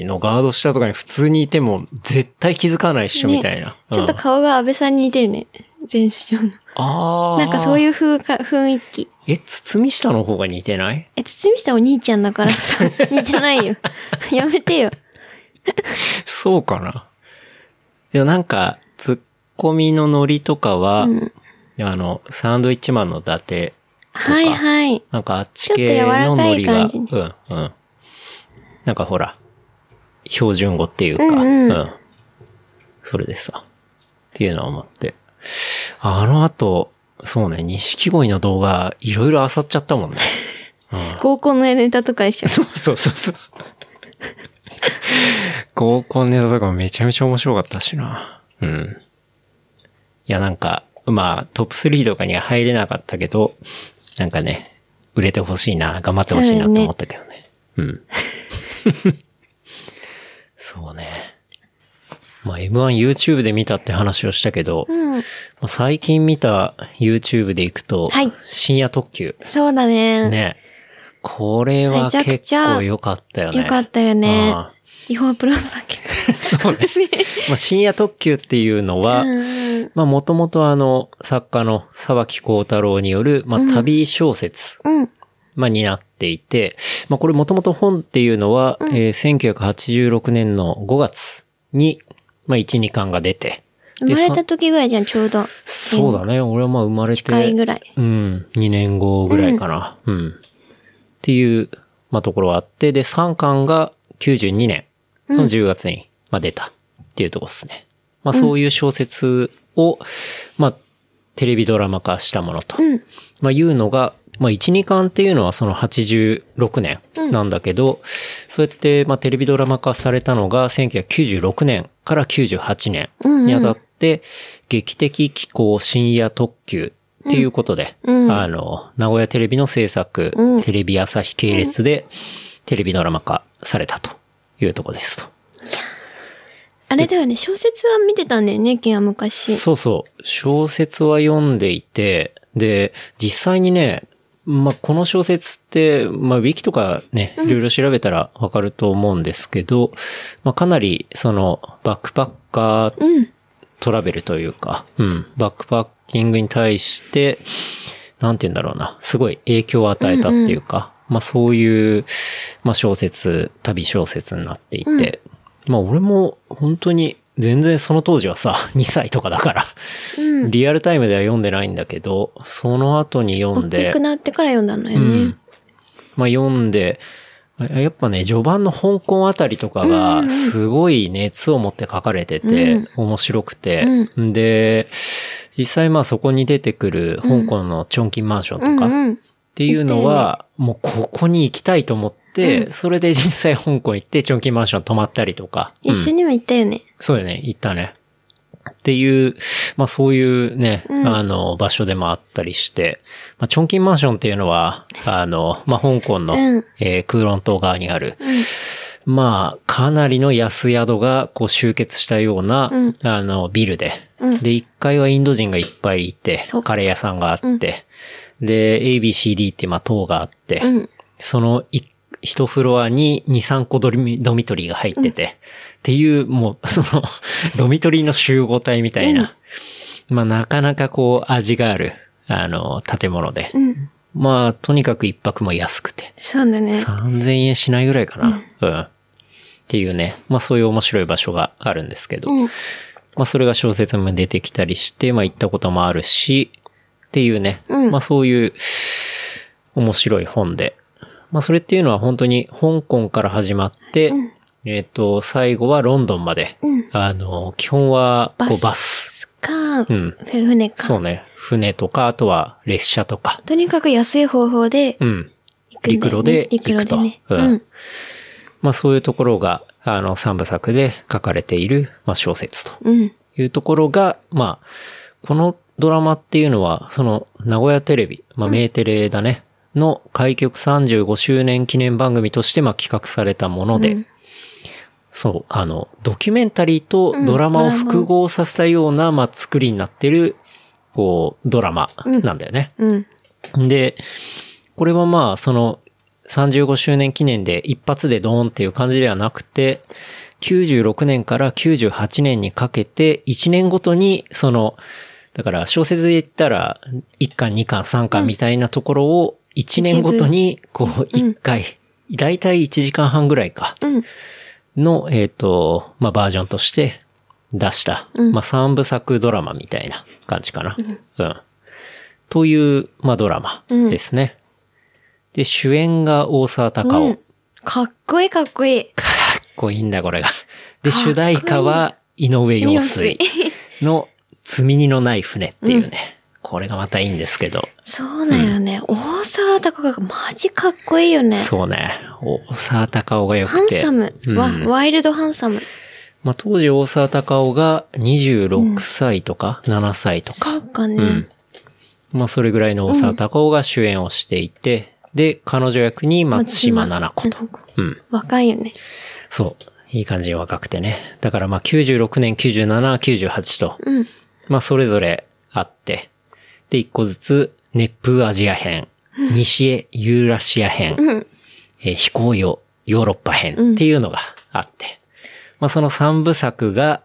[SPEAKER 2] のガード下とかに普通にいても絶対気づかないっしょ、
[SPEAKER 3] ね
[SPEAKER 2] みたいな。
[SPEAKER 3] ちょっと
[SPEAKER 2] うん
[SPEAKER 3] 顔が安倍さんに似てるね。前首相の。
[SPEAKER 2] ああ。。
[SPEAKER 3] なんかそういうう風か雰囲気。
[SPEAKER 2] え、堤下の方が似てない
[SPEAKER 3] え、堤下お兄ちゃんだからさ、似てないよ。 やめてよ。
[SPEAKER 2] そうかな。いや、なんか、ツッコミのノリとかは、
[SPEAKER 3] うん
[SPEAKER 2] あの、サンドイッチマンの伊達
[SPEAKER 3] はいはい。
[SPEAKER 2] なんかあっち系のノリが、
[SPEAKER 3] ち
[SPEAKER 2] う
[SPEAKER 3] ょっ
[SPEAKER 2] ん
[SPEAKER 3] と
[SPEAKER 2] うん。なんかほら、標準語っていうか、
[SPEAKER 3] うんうん
[SPEAKER 2] それでさ、っていうのを思って。あの後、そうね、錦鯉の動画、いろいろ漁っちゃったもんね。
[SPEAKER 3] 合コンのネタとか一緒。
[SPEAKER 2] そうそうそうそう。合コンネタとかもめちゃめちゃ面白かったしな。うん。いや、なんか、まあ、トップ3とかには入れなかったけど、なんかね、売れてほしいな、頑張ってほしいなって思ったけどね。うん。 そうね。まあ M1YouTube で見たって話をしたけど、
[SPEAKER 3] うん。
[SPEAKER 2] まあ最近見た YouTube で行くと、
[SPEAKER 3] はい
[SPEAKER 2] 深夜特急。
[SPEAKER 3] そうだね。
[SPEAKER 2] ね。これは
[SPEAKER 3] めちゃく
[SPEAKER 2] 結
[SPEAKER 3] ちゃ
[SPEAKER 2] 構良かったよね。
[SPEAKER 3] よかったよね
[SPEAKER 2] あ。
[SPEAKER 3] 違法アップロードだっけ
[SPEAKER 2] あ そうね。まあ深夜特急っていうのは、
[SPEAKER 3] うんうん。
[SPEAKER 2] まあもともとあの、作家の沢木幸太郎による、まあ旅小説
[SPEAKER 3] うん。
[SPEAKER 2] まあ、になっていて、まあ、これもともと本っていうのは、えー1986年の5月に、まあ、1、2巻が出て。
[SPEAKER 3] 生まれた
[SPEAKER 2] さ
[SPEAKER 3] 時ぐらいじゃん、ちょうど。
[SPEAKER 2] そうだね。俺はまあ、生まれて。
[SPEAKER 3] 近いぐらい。
[SPEAKER 2] うん。2年後ぐらいかな。うん。っていう、まあ、ところはあって、で、3巻が92年の10月に、まあ、出たっていうとこですね。まあ、そういう小説を、まあ、テレビドラマ化したものと。
[SPEAKER 3] うん。
[SPEAKER 2] まあ、いうのが、まあ、1、2巻っていうのはその86年なんだけど、そうやって、まあ、テレビドラマ化されたのが1996年から98年にあたって、劇的気候深夜特急っていうことで、
[SPEAKER 3] うん
[SPEAKER 2] あの、名古屋テレビの制作、
[SPEAKER 3] うん
[SPEAKER 2] テレビ朝日系列で、テレビドラマ化されたというとこですと。
[SPEAKER 3] あれだよね、小説は見てたんだよね、ケンは昔。
[SPEAKER 2] そうそう。小説は読んでいて、で、実際にね、まあ、この小説って、まあ、ウィキとかね、いろいろ調べたらわかると思うんですけど、まあ、かなり、その、バックパッカー
[SPEAKER 3] うん。
[SPEAKER 2] トラベルというか、うん、バックパッキングに対して、なんて言うんだろうな、すごい影響を与えたっていうか、まあそういう、まあ小説、旅小説になっていて、まあ俺も本当に全然その当時はさ、2歳 とかだから、
[SPEAKER 3] うん。
[SPEAKER 2] リアルタイムでは読んでないんだけど、その後に読ん
[SPEAKER 3] 大
[SPEAKER 2] で、
[SPEAKER 3] きくなってから読んだの
[SPEAKER 2] う
[SPEAKER 3] よね
[SPEAKER 2] ん。まあ、読んで、あやっぱね、序盤の香港あたりとかが、すごい熱を持って書かれてて、
[SPEAKER 3] うん
[SPEAKER 2] 面白くて、で、実際まあそこに出てくる香港のチョンキンマンションと
[SPEAKER 3] うん
[SPEAKER 2] か、
[SPEAKER 3] うん。
[SPEAKER 2] っていうのは、もうここに行きたいと思って、それで実際香港行って、チョンキンマンション泊まったりとか。
[SPEAKER 3] 一緒にも行ったよね。
[SPEAKER 2] そうだね、行ったね。っていう、まあそういうね、
[SPEAKER 3] うん
[SPEAKER 2] あの、場所でもあったりして、まあ、チョンキンマンションっていうのは、あの、まあ香港の、
[SPEAKER 3] うん
[SPEAKER 2] えー空論島側にある、
[SPEAKER 3] うん。
[SPEAKER 2] まあ、かなりの安宿がこう集結したような、
[SPEAKER 3] うん
[SPEAKER 2] あの、ビルで。
[SPEAKER 3] うん
[SPEAKER 2] で、1階はインド人がいっぱいいて
[SPEAKER 3] そう、
[SPEAKER 2] カレー屋さんがあって、で、ABCD ってまあ塔があって、
[SPEAKER 3] うん。
[SPEAKER 2] そのい一フロアに2、3個ドリミドミトリーが入ってて、っていう、もう、その、 ドミトリーの集合体みたいな、まあ、なかなかこう、味がある、あの、建物で。
[SPEAKER 3] うん。
[SPEAKER 2] まあ、とにかく一泊も安くて、
[SPEAKER 3] そうだね。
[SPEAKER 2] 3000円しないぐらいかな。うん。っていうね、まあ、そういう面白い場所があるんですけど、
[SPEAKER 3] うん。
[SPEAKER 2] まあ、それが小説にも出てきたりして、まあ、行ったこともあるし、っていうね。
[SPEAKER 3] うん
[SPEAKER 2] まあ、そういう、面白い本で。まあ、それっていうのは本当に、香港から始まって、えっ、と、最後はロンドンまで。
[SPEAKER 3] うん
[SPEAKER 2] あの、基本は、こ
[SPEAKER 3] バ
[SPEAKER 2] う、
[SPEAKER 3] ス。
[SPEAKER 2] バス。
[SPEAKER 3] か、
[SPEAKER 2] うん
[SPEAKER 3] 船か。
[SPEAKER 2] そうね。船とか、あとは列車とか。
[SPEAKER 3] とにかく安い方法で
[SPEAKER 2] うん。
[SPEAKER 3] 行くんだよね、
[SPEAKER 2] 陸路で行くと
[SPEAKER 3] 陸路でね。
[SPEAKER 2] う
[SPEAKER 3] うんん。
[SPEAKER 2] まあ、そういうところが、あの、三部作で書かれている、まあ、小説と。
[SPEAKER 3] うん。
[SPEAKER 2] いうところが、まあ、このドラマっていうのは、その、名古屋テレビ、まあ、名テレだね、の開局35周年記念番組として、まあ、企画されたもので、
[SPEAKER 3] うん
[SPEAKER 2] そう、あの、ドキュメンタリーと
[SPEAKER 3] うん
[SPEAKER 2] ドラマ
[SPEAKER 3] ド
[SPEAKER 2] を
[SPEAKER 3] ラマ
[SPEAKER 2] 複合させたような、まあ、作りになってる、こう、ドラマなんだよね。
[SPEAKER 3] うん。
[SPEAKER 2] で、これはまあ、その、35周年記念で一発でドーンっていう感じではなくて、96年から98年にかけて、1年ごとに、その、だから小説で言ったら、1巻、2巻、3巻みたいなところを、1年ごとに、こう、1回、大体1時間半ぐらいか、
[SPEAKER 3] うん。
[SPEAKER 2] の、えっ、と、まあ、バージョンとして出した、
[SPEAKER 3] うん
[SPEAKER 2] まあ、3部作ドラマみたいな感じかな。うん。という、まあ、ドラマですね。で、主演が大沢たかお。
[SPEAKER 3] うんかっこいいかっこいい。
[SPEAKER 2] かっこいいんだ、これが。で、
[SPEAKER 3] かっこいい
[SPEAKER 2] 主題歌は井上陽水
[SPEAKER 3] 陽
[SPEAKER 2] の積み荷のない船っていうね。これがまたいいんですけど。
[SPEAKER 3] そうだよね。大沢たかがマジかっこいいよね。
[SPEAKER 2] そうね。大沢たかおが良
[SPEAKER 3] ハ
[SPEAKER 2] く
[SPEAKER 3] ン
[SPEAKER 2] て。
[SPEAKER 3] サム。
[SPEAKER 2] うん
[SPEAKER 3] わワイルドハンサム。
[SPEAKER 2] まあ、当時大沢たかおが26歳とか7歳とか。
[SPEAKER 3] そうか
[SPEAKER 2] う
[SPEAKER 3] ね
[SPEAKER 2] ん。。まあ、それぐらいの大沢たかおが主演をしていて、で、彼女役に松島菜々子と。
[SPEAKER 3] と。
[SPEAKER 2] うん。
[SPEAKER 3] 若いよね。
[SPEAKER 2] そう。いい感じに若くてね。だからまあ96年、97、98と、
[SPEAKER 3] うん。
[SPEAKER 2] まあそれぞれあって、で、一個ずつ、熱風アジア編、西へユーラシア編、
[SPEAKER 3] うん。
[SPEAKER 2] えー飛行用ヨーロッパ編っていうのがあって、まあその三部作が、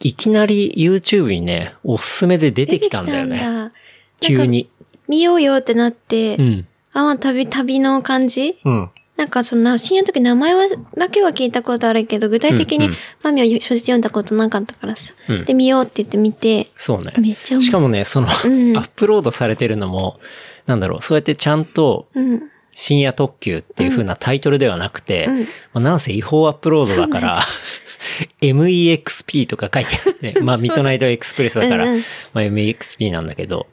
[SPEAKER 2] いきなり YouTube にね、おすすめで出てきたんだよ
[SPEAKER 3] 出てきた
[SPEAKER 2] ね。
[SPEAKER 3] んだ
[SPEAKER 2] 急。
[SPEAKER 3] なんか
[SPEAKER 2] に。
[SPEAKER 3] 見ようよってなって
[SPEAKER 2] う、ん。
[SPEAKER 3] あ、まあ旅、旅の感じ
[SPEAKER 2] うん。
[SPEAKER 3] なんかその、深夜の時名前は、だけは聞いたことあるけど、具体的
[SPEAKER 2] う
[SPEAKER 3] に
[SPEAKER 2] んうん、
[SPEAKER 3] マミは小説読んだことなかったからさ
[SPEAKER 2] うん。
[SPEAKER 3] で、見ようって言って見て、
[SPEAKER 2] そうね。
[SPEAKER 3] めっちゃ面白い
[SPEAKER 2] しかもね、その、
[SPEAKER 3] ん
[SPEAKER 2] アップロードされてるのも、なんだろう、そうやってちゃんと、
[SPEAKER 3] うん。
[SPEAKER 2] 深夜特急っていう風なタイトルではなくて、
[SPEAKER 3] うん
[SPEAKER 2] まあ、なんせ違法アップロードだから、MEXP とか書いてあって、 まあ、ミッドナイトエクスプレスだから、
[SPEAKER 3] うんうん
[SPEAKER 2] まあ、MEXP なんだけど、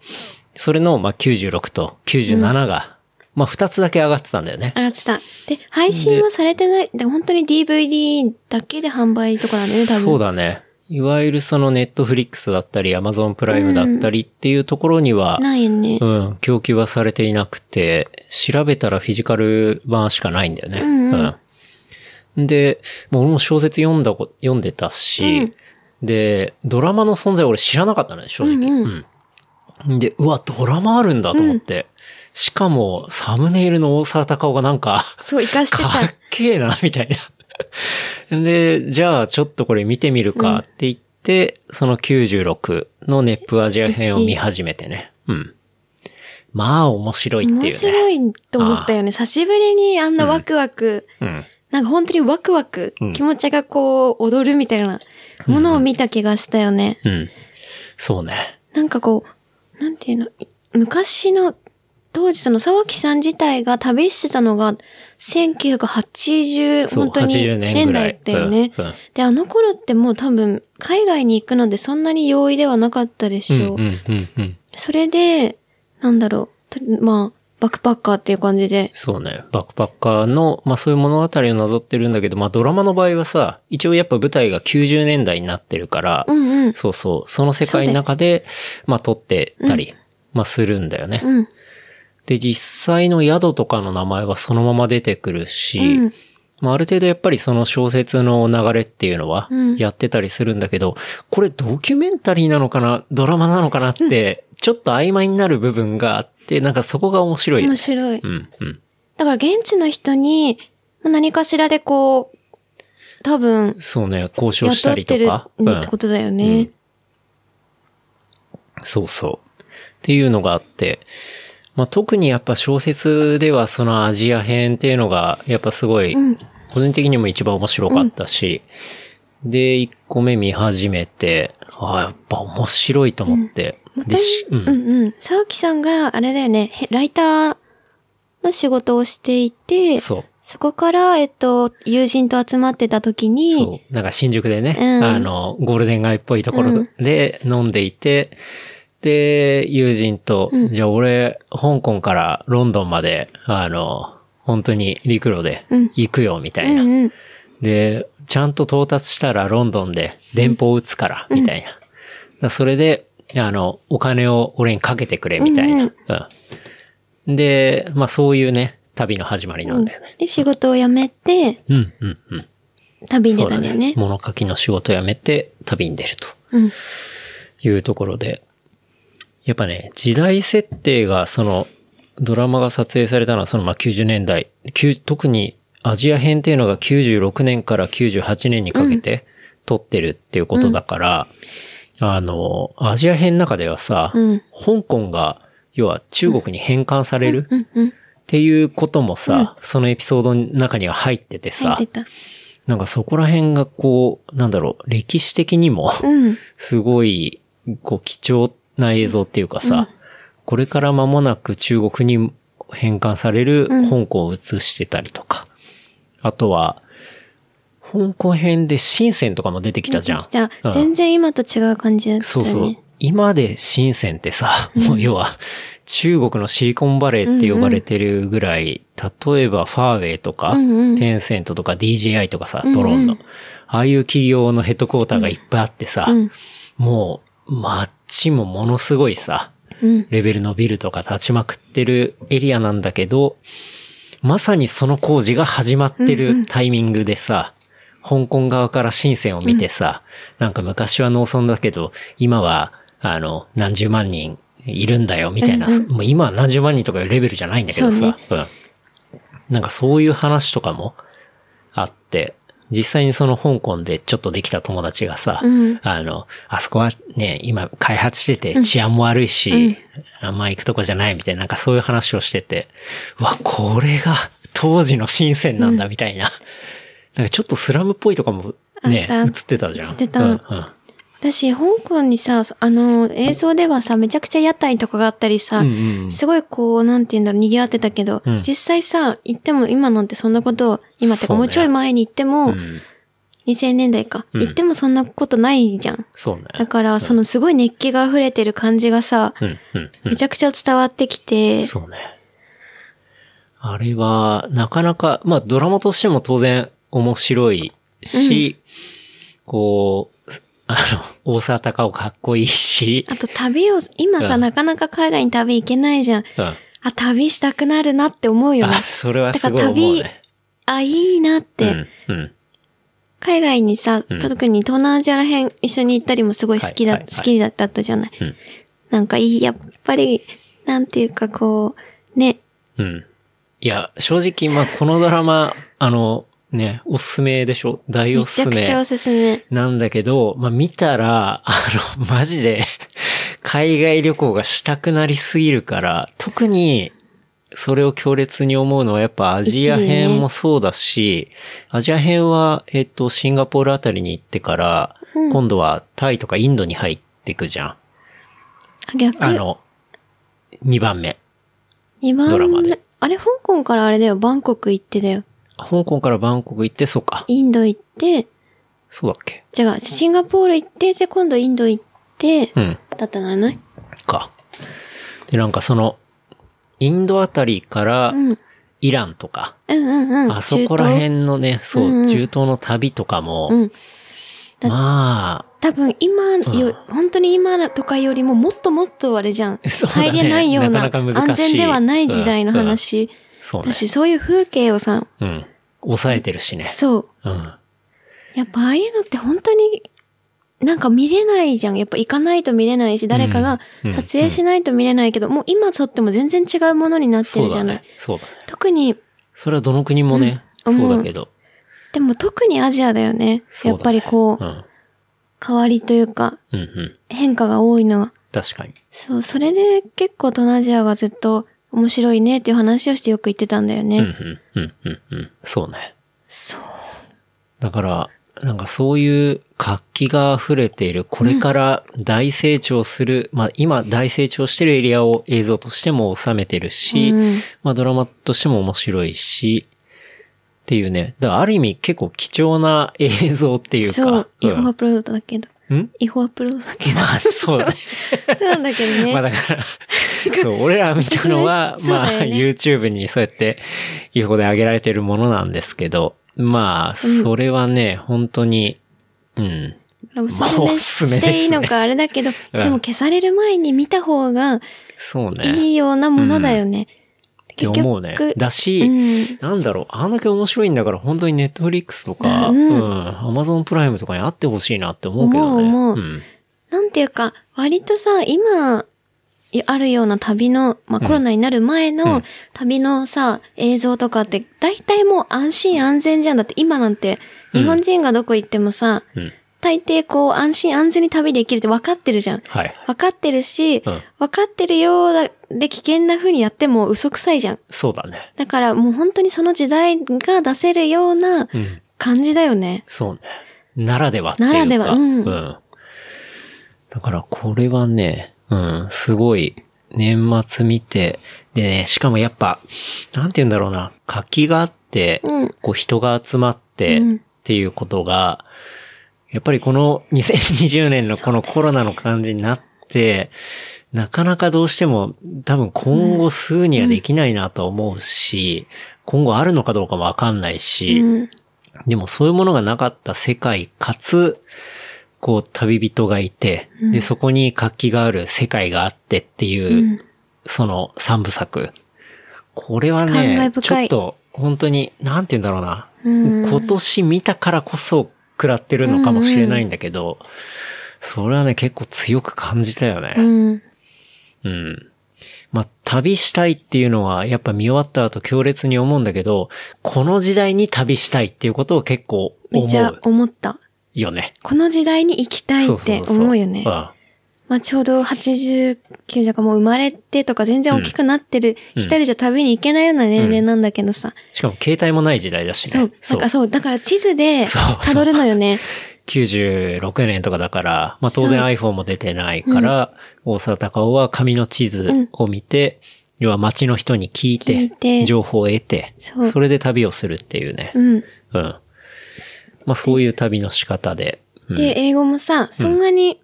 [SPEAKER 2] それの、まあ、96と97が、まあ、2つだけ上がってたんだよね。
[SPEAKER 3] 上がってた。で、配信はされてない、で、本当に DVD だけで販売とかなんだよね、多分。
[SPEAKER 2] そうだね。いわゆるそのネットフリックスだったり、アマゾンプライムだったりっていうところには、
[SPEAKER 3] ないよね
[SPEAKER 2] う。ん、供給はされていなくて、調べたらフィジカル版しかないんだよね。
[SPEAKER 3] んうん
[SPEAKER 2] うんで、もう俺も小説読んだこ、読んでたし、で、ドラマの存在俺知らなかったのよ、正直。
[SPEAKER 3] うん
[SPEAKER 2] うんで、うわ、ドラマあるんだと思って。しかも、サムネイルの大沢たかおがなんか、
[SPEAKER 3] そう、活かして。
[SPEAKER 2] かったけえな、みたいな。で、じゃあちょっとこれ見てみるかって言って、その96のネップアジア編を見始めてね。うん。まあ面白いっていうね。
[SPEAKER 3] 面白いと思ったよね。久しぶりにあんなワクワク、
[SPEAKER 2] うん。
[SPEAKER 3] なんか本当にワクワク、
[SPEAKER 2] うん
[SPEAKER 3] 気持ちがこう、踊るみたいなものを見た気がしたよね。
[SPEAKER 2] うん。そうね。
[SPEAKER 3] なんかこう、なんていうの、い昔の、当時その沢木さん自体が旅してたのが、1980、
[SPEAKER 2] そう
[SPEAKER 3] 本当に
[SPEAKER 2] 80年
[SPEAKER 3] 年
[SPEAKER 2] ぐら
[SPEAKER 3] 代
[SPEAKER 2] い
[SPEAKER 3] だよね。
[SPEAKER 2] うんうん
[SPEAKER 3] で、あの頃ってもう多分、海外に行くのでそんなに容易ではなかったで
[SPEAKER 2] う
[SPEAKER 3] し
[SPEAKER 2] ん
[SPEAKER 3] ょう。
[SPEAKER 2] うんうんうん。
[SPEAKER 3] それで、なんだろうと、まあ、バックパッカーっていう感じで、
[SPEAKER 2] そうね。バックパッカーの、まあそういう物語をなぞってるんだけど、まあドラマの場合はさ、一応やっぱ舞台が90年代になってるから、
[SPEAKER 3] うんうん、
[SPEAKER 2] そうそう、その世界の中で、まあ撮ってたり、まあするんだよね。
[SPEAKER 3] うん、
[SPEAKER 2] で、実際の宿とかの名前はそのまま出てくるし、
[SPEAKER 3] うん
[SPEAKER 2] まあ、ある程度やっぱりその小説の流れっていうのは
[SPEAKER 3] うん
[SPEAKER 2] やってたりするんだけど、これドキュメンタリーなのかなドラマなのかなって、ちょっと曖昧になる部分があって、なんかそこが面白い。
[SPEAKER 3] 面白い。
[SPEAKER 2] うん、うん。
[SPEAKER 3] だから現地の人に、まあ何かしらでこう、多分、
[SPEAKER 2] そうね、交渉し
[SPEAKER 3] 雇
[SPEAKER 2] た
[SPEAKER 3] っ
[SPEAKER 2] りと
[SPEAKER 3] てる
[SPEAKER 2] か。
[SPEAKER 3] ってことだよね。
[SPEAKER 2] そうそう。っていうのがあって、まあ、特にやっぱ小説ではそのアジア編っていうのが、やっぱすごい、個人的にも一番面白かったし、で、1個目見始めて、ああ、やっぱ面白いと思って。でし、う、
[SPEAKER 3] うんんうん。沢木さんが、あれだよね、へライターの仕事をしていて、そ
[SPEAKER 2] そう。
[SPEAKER 3] こから、えっと、友人と集まってた時に、
[SPEAKER 2] そう。なんか新宿でね、
[SPEAKER 3] うん
[SPEAKER 2] あの、ゴールデン街っぽいところで飲んでいて、で、友人と、じゃあ俺、香港からロンドンまで、あの、本当に陸路で
[SPEAKER 3] うん
[SPEAKER 2] 行くよ、みたいな。
[SPEAKER 3] うんうん。
[SPEAKER 2] で、ちゃんと到達したらロンドンで電報を打つから、みたいな。だからそれで、あの、お金を俺にかけてくれ、みたいな。
[SPEAKER 3] う
[SPEAKER 2] うんん、で、まあそういうね、旅の始まりなんだよね。
[SPEAKER 3] で、仕事を辞めて、
[SPEAKER 2] うん、うん、うん。
[SPEAKER 3] 旅に出
[SPEAKER 2] そう
[SPEAKER 3] た
[SPEAKER 2] だ
[SPEAKER 3] んだよね。
[SPEAKER 2] 物書きの仕事辞めて旅に出ると
[SPEAKER 3] うん。
[SPEAKER 2] いうところで。やっぱね、時代設定がその、ドラマが撮影されたのはそのまあ90年代。きゅう特にアジア編っていうのが96年から98年にかけて撮ってるっていうことだから、あの、アジア編の中ではさ、
[SPEAKER 3] うん
[SPEAKER 2] 香港が、要は中国に返還される
[SPEAKER 3] うんうん。
[SPEAKER 2] っていうこともさ、そのエピソードの中には入ってて
[SPEAKER 3] 入
[SPEAKER 2] さ
[SPEAKER 3] っ、てた。
[SPEAKER 2] なんかそこら辺がこう、なんだろう、歴史的にも、
[SPEAKER 3] うん。
[SPEAKER 2] すごい、こう、貴重な映像っていうかさ、これから間もなく中国に返還される香港を映してたりとか、あとは、香港編で深センとかも出てきたじゃん。
[SPEAKER 3] 来た
[SPEAKER 2] うん
[SPEAKER 3] 全然今と違う感じだったね。
[SPEAKER 2] そうそう。今で深センってさ、もう要は、中国のシリコンバレーって呼ばれてるぐらい、例えばファーウェイとか、
[SPEAKER 3] うんうん
[SPEAKER 2] テンセントとか DJI とかさ、ドローンの、ああいう企業のヘッドクォーターがいっぱいあってさ、
[SPEAKER 3] うん
[SPEAKER 2] もう、街もものすごいさ、
[SPEAKER 3] うん
[SPEAKER 2] レベルのビルとか立ちまくってるエリアなんだけど、まさにその工事が始まってるタイミングでさ、香港側から深センを見てさ、なんか昔は農村だけど、今は、あの、何十万人いるんだよ、みたいな、
[SPEAKER 3] うんうん
[SPEAKER 2] もう今は何十万人とかいうレベルじゃないんだけどさ、
[SPEAKER 3] そうね
[SPEAKER 2] うんなんかそういう話とかもあって、実際にその香港でちょっとできた友達がさ、
[SPEAKER 3] うん
[SPEAKER 2] あの、あそこはね、今開発してて治安も悪いし、あんま行くとこじゃないみたいな、なんかそういう話をしてて、うわ、これが当時の深センなんだみたいな、なんかちょっとスラムっぽいとかもね、
[SPEAKER 3] あ
[SPEAKER 2] 映
[SPEAKER 3] っ
[SPEAKER 2] ったてたじゃん。
[SPEAKER 3] 映ってた
[SPEAKER 2] うんうん
[SPEAKER 3] だし、香港にさ、あの、映像ではさ、めちゃくちゃ屋台とかがあったりさ、
[SPEAKER 2] うんうんうん
[SPEAKER 3] すごいこう、なんて言うんだろう、賑わってたけど、
[SPEAKER 2] うん
[SPEAKER 3] 実際さ、行っても今なんてそんなことを、今ってか
[SPEAKER 2] そうね
[SPEAKER 3] もうちょい前に行っても、
[SPEAKER 2] うん
[SPEAKER 3] 2000年代か、
[SPEAKER 2] うん
[SPEAKER 3] 行ってもそんなことないじゃん。
[SPEAKER 2] そうね。
[SPEAKER 3] だから、そのすごい熱気が溢れてる感じがさ、
[SPEAKER 2] うん、うん、うん
[SPEAKER 3] め。ちゃくちゃ伝わってきて、
[SPEAKER 2] そうね。あれは、なかなか、まあドラマとしても当然面白いし、こう、あの、大沢たかおかっこいいし、
[SPEAKER 3] あと旅を、今さ、
[SPEAKER 2] うん
[SPEAKER 3] なかなか海外に旅行けないじゃん。
[SPEAKER 2] うん。
[SPEAKER 3] あ、旅したくなるなって思うよね
[SPEAKER 2] あ、。それはすごい思うね。
[SPEAKER 3] あ、いいなって。
[SPEAKER 2] うん、うん。
[SPEAKER 3] 海外にさ、
[SPEAKER 2] うん
[SPEAKER 3] 特に東南アジアら辺一緒に行ったりもすごい好きだ、
[SPEAKER 2] はいはいはい
[SPEAKER 3] 好きだったじゃない。
[SPEAKER 2] うん
[SPEAKER 3] なんかいい、やっぱり、なんていうかこう、ね、
[SPEAKER 2] うん。いや、正直、まあ、このドラマ、あの、ね、おすすめでしょ大
[SPEAKER 3] め
[SPEAKER 2] お
[SPEAKER 3] ち
[SPEAKER 2] す
[SPEAKER 3] ゃ
[SPEAKER 2] す
[SPEAKER 3] くちゃお
[SPEAKER 2] め。
[SPEAKER 3] すすめ。
[SPEAKER 2] なんだけど、まあ、見たら、あの、 マジで、海外旅行がしたくなりすぎるから、特に、それを強烈に思うのはやっぱアジア編もそうだし、アジア編は、えっと、シンガポールあたりに行ってから、
[SPEAKER 3] うん
[SPEAKER 2] 今度はタイとかインドに入ってくじゃん。
[SPEAKER 3] あ、逆、
[SPEAKER 2] あの、2番目。
[SPEAKER 3] 2
[SPEAKER 2] ドラマ
[SPEAKER 3] 番目
[SPEAKER 2] で。
[SPEAKER 3] あれ、香港からあれだよ、バンコク行ってだよ。
[SPEAKER 2] 香港からバンコク行って、そうか。
[SPEAKER 3] インド行って、
[SPEAKER 2] そうだっけ
[SPEAKER 3] 違う、シンガポール行って、で、今度インド行って、
[SPEAKER 2] うん。
[SPEAKER 3] だったのね。
[SPEAKER 2] か。で、なんかその、インドあたりから
[SPEAKER 3] うん。うん
[SPEAKER 2] イランとか、
[SPEAKER 3] うんうん。
[SPEAKER 2] あそこら
[SPEAKER 3] 中東
[SPEAKER 2] 辺のね、そう、
[SPEAKER 3] うんうん
[SPEAKER 2] 中東の旅とかも、
[SPEAKER 3] うん。
[SPEAKER 2] ま
[SPEAKER 3] 多分今よ、
[SPEAKER 2] うん
[SPEAKER 3] 本当に今とかよりももっともっとあれじゃん。
[SPEAKER 2] そうだね
[SPEAKER 3] 入れないような
[SPEAKER 2] なかなか難しい
[SPEAKER 3] 安全ではない時代の話。
[SPEAKER 2] あ、そうね
[SPEAKER 3] だ。し、そういう風景をさ、
[SPEAKER 2] うん。抑えてるしね。
[SPEAKER 3] そう。
[SPEAKER 2] うん。
[SPEAKER 3] やっぱああいうのって本当になんか見れないじゃん。やっぱ行かないと見れないし、誰かが
[SPEAKER 2] うん
[SPEAKER 3] 撮影しないと見れないけど、もう今撮っても全然違うものになって
[SPEAKER 2] そ
[SPEAKER 3] る
[SPEAKER 2] う
[SPEAKER 3] じ
[SPEAKER 2] だ
[SPEAKER 3] ゃない。
[SPEAKER 2] ね。そうだね。
[SPEAKER 3] 特に、
[SPEAKER 2] それはどの国もね、
[SPEAKER 3] うん
[SPEAKER 2] そうだけど。
[SPEAKER 3] でも特にアジアだよね。
[SPEAKER 2] そうだね
[SPEAKER 3] やっぱりこ
[SPEAKER 2] う
[SPEAKER 3] う、
[SPEAKER 2] ん。
[SPEAKER 3] 変わりというか、
[SPEAKER 2] うんうん。
[SPEAKER 3] 変化が多いのが。
[SPEAKER 2] 確かに。
[SPEAKER 3] そう、それで結構東南アジアがずっと面白いねっていう話をしてよく言ってたんだよね。
[SPEAKER 2] うんうんうんうんうん。そうね。
[SPEAKER 3] そう。
[SPEAKER 2] だから、なんかそういう活気が溢れている、これから大成長する、まあ今大成長してるエリアを映像としても収めてるし、
[SPEAKER 3] うん
[SPEAKER 2] まあドラマとしても面白いし、っていうね。だからある意味結構貴重な映像っていうか。
[SPEAKER 3] そう。違法
[SPEAKER 2] ん
[SPEAKER 3] アップロードだけど。
[SPEAKER 2] ん
[SPEAKER 3] 違法アップロードだけ
[SPEAKER 2] まあ そうだね。
[SPEAKER 3] ど。なんだけどね。
[SPEAKER 2] まあだから、そう、俺ら見たのは、
[SPEAKER 3] それ
[SPEAKER 2] まあ
[SPEAKER 3] そうだよね
[SPEAKER 2] YouTube にそうやって違法で上げられてるものなんですけど、まあ、それはね、本当に、うん、
[SPEAKER 3] おす
[SPEAKER 2] まあおす
[SPEAKER 3] す
[SPEAKER 2] す
[SPEAKER 3] め
[SPEAKER 2] め
[SPEAKER 3] し
[SPEAKER 2] ですね
[SPEAKER 3] ていいのかあれだけど、
[SPEAKER 2] うん
[SPEAKER 3] でも消される前に見た方が
[SPEAKER 2] そうね。
[SPEAKER 3] いいようなものだよね。
[SPEAKER 2] って
[SPEAKER 3] 結局
[SPEAKER 2] 思うね。だし、
[SPEAKER 3] うん
[SPEAKER 2] なんだろう、あんだけ面白いんだから、本当にネットフリックスとか、
[SPEAKER 3] う
[SPEAKER 2] うんん、アマゾンプライムとかにあってほしいなって思うけどね。。
[SPEAKER 3] 思う思うんなんていうか、割とさ、今、いあるような旅の、まあ、コロナになる前
[SPEAKER 2] う
[SPEAKER 3] の
[SPEAKER 2] ん
[SPEAKER 3] 旅のさ、映像とかって、大体もう安心安全じゃんだって、今なんて、
[SPEAKER 2] うん
[SPEAKER 3] 日本人がどこ行ってもさ、
[SPEAKER 2] うん。
[SPEAKER 3] 大抵こう安心安全に旅できるって分かってるじゃん。
[SPEAKER 2] はい。
[SPEAKER 3] 分かってるし、
[SPEAKER 2] うん
[SPEAKER 3] 分かってるようだで危険な風にやっても嘘くさいじゃん。
[SPEAKER 2] そうだね。
[SPEAKER 3] だからもう本当にその時代が出せるような
[SPEAKER 2] うん。
[SPEAKER 3] 感じだよね。
[SPEAKER 2] そうね。ならではっていうか。
[SPEAKER 3] ならではうん
[SPEAKER 2] だから、これはね、うん、すごい、年末見て、でね、しかもやっぱ、なんて言うんだろうな、活気があって、
[SPEAKER 3] うん
[SPEAKER 2] こう人が集まって、
[SPEAKER 3] うん
[SPEAKER 2] っていうことが、やっぱりこの2020年のこのコロナの感じになって、なかなかどうしても多分今後すぐにはできないなとは思うし、今後あるのかどうかもわかんないし、
[SPEAKER 3] うん。
[SPEAKER 2] でもそういうものがなかった世界かつ、こう旅人がいて、で、そこに活気がある世界があってっていう、その三部作。これはねちょ
[SPEAKER 3] 感、慨深
[SPEAKER 2] っ
[SPEAKER 3] い
[SPEAKER 2] と本当に、なんて言うんだろうな。
[SPEAKER 3] うん
[SPEAKER 2] 今年見たからこそ食らってるのかもしれないんだけど、それはね、結構強く感じたよね。
[SPEAKER 3] うん。
[SPEAKER 2] うん。まあ、旅したいっていうのは、やっぱ見終わった後強烈に思うんだけど、この時代に旅したいっていうことを結構
[SPEAKER 3] め
[SPEAKER 2] 思
[SPEAKER 3] っちゃ
[SPEAKER 2] う
[SPEAKER 3] 思った。
[SPEAKER 2] よね。
[SPEAKER 3] この時代に行きたい
[SPEAKER 2] そう
[SPEAKER 3] っ
[SPEAKER 2] そう
[SPEAKER 3] て
[SPEAKER 2] そう
[SPEAKER 3] 思うよね。
[SPEAKER 2] ん
[SPEAKER 3] まあちょうど89じゃかもう生まれてとか全然大きくなってる、
[SPEAKER 2] うん
[SPEAKER 3] 一人じゃ旅に行けないような年齢なんだけどさ。
[SPEAKER 2] しかも携帯もない時代だし
[SPEAKER 3] そ
[SPEAKER 2] ね
[SPEAKER 3] う。。なんかそう、だから地図で
[SPEAKER 2] そうそう
[SPEAKER 3] 辿るのよ ね。
[SPEAKER 2] 96年とかだから、まあ当然
[SPEAKER 3] そ
[SPEAKER 2] iPhone
[SPEAKER 3] う
[SPEAKER 2] も出てないから、大沢たかおは紙の地図を見て、要は街の人に聞いて、
[SPEAKER 3] 聞いて
[SPEAKER 2] 情報を得て
[SPEAKER 3] そう
[SPEAKER 2] それで旅をするっていうね。
[SPEAKER 3] うん。
[SPEAKER 2] うん。まあそういう旅の仕方で。うん
[SPEAKER 3] で、英語もさ、そんなに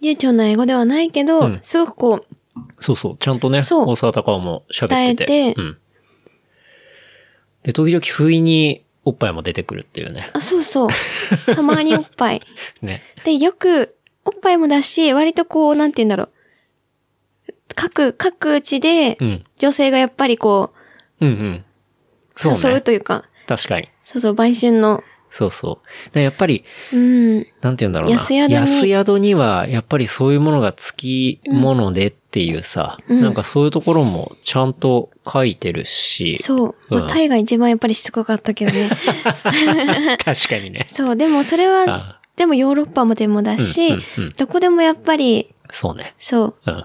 [SPEAKER 3] 流暢な英語ではないけど、
[SPEAKER 2] うん
[SPEAKER 3] すごくこう、
[SPEAKER 2] そうそう、ちゃんとね、
[SPEAKER 3] そう
[SPEAKER 2] 大沢たかおも喋ってて。
[SPEAKER 3] 伝えて
[SPEAKER 2] うん。で、時々不意におっぱいも出てくるっていうね。
[SPEAKER 3] あ、そう そう。たまにおっぱい。
[SPEAKER 2] ね。
[SPEAKER 3] で、よく、おっぱいもだし、割とこう、なんて言うんだろう。各、各地で
[SPEAKER 2] う、ん。
[SPEAKER 3] 女性がやっぱりこう、
[SPEAKER 2] うんうん。そう
[SPEAKER 3] 誘う
[SPEAKER 2] ね。
[SPEAKER 3] というか、
[SPEAKER 2] 確かに。
[SPEAKER 3] そうそう、売春の、
[SPEAKER 2] そうそう。で、やっぱり、
[SPEAKER 3] うん、
[SPEAKER 2] なんて言うんだろうな。
[SPEAKER 3] 安宿に
[SPEAKER 2] 安宿には、やっぱりそういうものが付き物でっていうさ、
[SPEAKER 3] うん
[SPEAKER 2] なんかそういうところもちゃんと書いてるし。
[SPEAKER 3] そう。ま
[SPEAKER 2] ん
[SPEAKER 3] あ、タイが一番やっぱりしつこかったけど ね。
[SPEAKER 2] 確かにね。
[SPEAKER 3] そう、でもそれは、
[SPEAKER 2] あ
[SPEAKER 3] でもヨーロッパもでもだし、
[SPEAKER 2] うんうんうん
[SPEAKER 3] どこでもやっぱり、
[SPEAKER 2] そうね。
[SPEAKER 3] そう、
[SPEAKER 2] うん。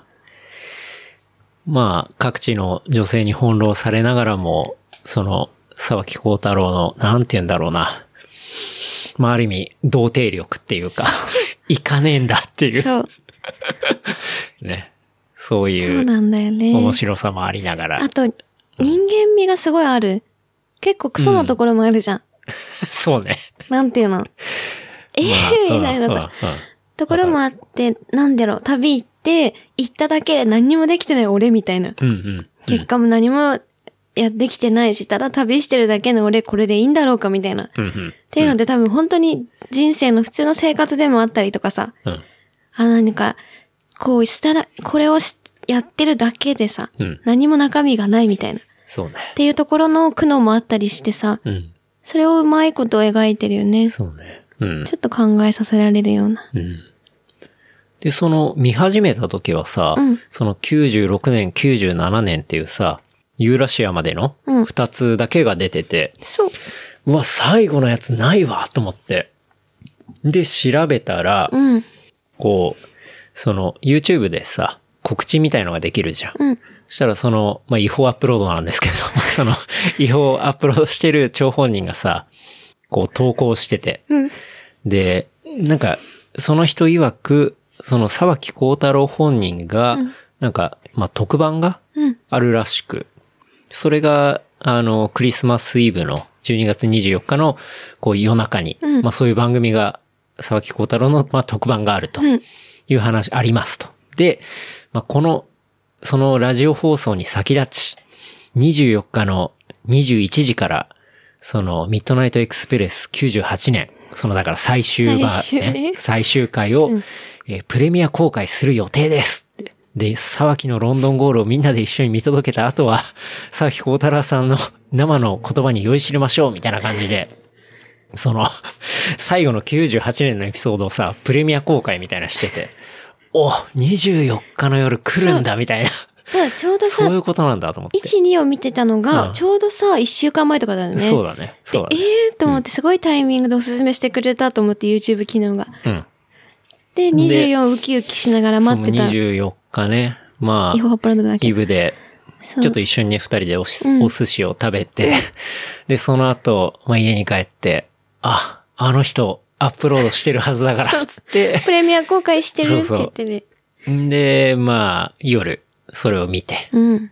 [SPEAKER 2] まあ、各地の女性に翻弄されながらも、その、沢木幸太郎の、なんて言うんだろうな。まあ、ある意味、童貞力っていうか、いかねえんだっていう、
[SPEAKER 3] そう、
[SPEAKER 2] ね。そう
[SPEAKER 3] そ
[SPEAKER 2] いうう、
[SPEAKER 3] なんだよね。
[SPEAKER 2] 面白さもありながら
[SPEAKER 3] あ。と、人間味がすごいある。結構クソなところもあるじゃん。
[SPEAKER 2] そうね。
[SPEAKER 3] なんていうの。ええみたいな
[SPEAKER 2] うん
[SPEAKER 3] さ、
[SPEAKER 2] うんうん
[SPEAKER 3] ところもあって、なんだろう、旅行って、行っただけで何にもできてない俺みたいな。
[SPEAKER 2] うんうん。
[SPEAKER 3] 結果も何も、や、できてないし、ただ旅してるだけの俺これでいいんだろうかみたいな。っ
[SPEAKER 2] うんうん。
[SPEAKER 3] ていうので多分本当に人生の普通の生活でもあったりとかさ、
[SPEAKER 2] うん。
[SPEAKER 3] あ、何か、こうしたら、これをしやってるだけでさ、
[SPEAKER 2] うん
[SPEAKER 3] 何も中身がないみたいな。っ
[SPEAKER 2] そうね。
[SPEAKER 3] ていうところの苦悩もあったりしてさ、
[SPEAKER 2] うん。
[SPEAKER 3] それをうまいこと描いてるよね。ちょ
[SPEAKER 2] そうね。うん。
[SPEAKER 3] っと考えさせられるような。
[SPEAKER 2] うんで、その見始めた時はさ、
[SPEAKER 3] うん
[SPEAKER 2] その96年、97年っていうさ、ユーラシアまでの
[SPEAKER 3] うん
[SPEAKER 2] 二つだけが出てて、
[SPEAKER 3] そう。
[SPEAKER 2] うわ、最後のやつないわと思って。で、調べたら、
[SPEAKER 3] うん。
[SPEAKER 2] こう、その YouTube でさ、告知みたいのができるじゃん。
[SPEAKER 3] うん。
[SPEAKER 2] そしたらその、まあ、違法アップロードなんですけど、 その、違法アップロードしてる張本人がさ、こう投稿してて、
[SPEAKER 3] うん。
[SPEAKER 2] で、なんか、その人曰く、その沢木幸太郎本人が、なんか、まあ、特番が
[SPEAKER 3] うん。
[SPEAKER 2] あるらしく、それが、あの、クリスマスイブの12月24日の、こう、夜中に、
[SPEAKER 3] うん
[SPEAKER 2] まあ、そういう番組が、沢木幸太郎の、まあ、特番があると
[SPEAKER 3] うん。
[SPEAKER 2] いう話、ありますと。で、まあ、この、そのラジオ放送に先立ち、24日の21時から、その、ミッドナイトエクスプレス98年、そのだから最終版、ね、
[SPEAKER 3] 最終ね
[SPEAKER 2] 最終回を、
[SPEAKER 3] うん
[SPEAKER 2] えープレミア公開する予定ですって。で、沢木のロンドンゴールをみんなで一緒に見届けた後は、 沢木幸太郎さんの 生の言葉に酔いしれましょうみたいな感じで、その、 最後の98年のエピソードをさ、プレミア公開みたいなしてて、お、24日の夜来るんだみたいな、
[SPEAKER 3] さあ、ちょうど
[SPEAKER 2] そ
[SPEAKER 3] さ
[SPEAKER 2] うい、うことなんだと思って。
[SPEAKER 3] 1、2を見てたの
[SPEAKER 2] うん
[SPEAKER 3] が、ちょうどさ、1週間前とかだよね。
[SPEAKER 2] そうだね。そうだ
[SPEAKER 3] で
[SPEAKER 2] ね。
[SPEAKER 3] えーと思って、すごいタイミングでおすすめしてくれたと思って、YouTube 機能が。
[SPEAKER 2] うん。
[SPEAKER 3] で、24ウキウキしながら
[SPEAKER 2] その
[SPEAKER 3] 待ってた。違
[SPEAKER 2] 24日ね、ま
[SPEAKER 3] 法
[SPEAKER 2] あ、
[SPEAKER 3] アップロードだけ
[SPEAKER 2] イ。ブで、
[SPEAKER 3] そう
[SPEAKER 2] ちょっと一緒にね、二人でおし
[SPEAKER 3] うん
[SPEAKER 2] お寿司を食べて、 で、その後、まあ、家に帰って、あ、あの人、アップロードしてるはずだ から、つって、
[SPEAKER 3] プレミア公開してるって
[SPEAKER 2] そうそう
[SPEAKER 3] 言ってね。
[SPEAKER 2] んで、まあ、夜、それを見て、っ
[SPEAKER 3] うん。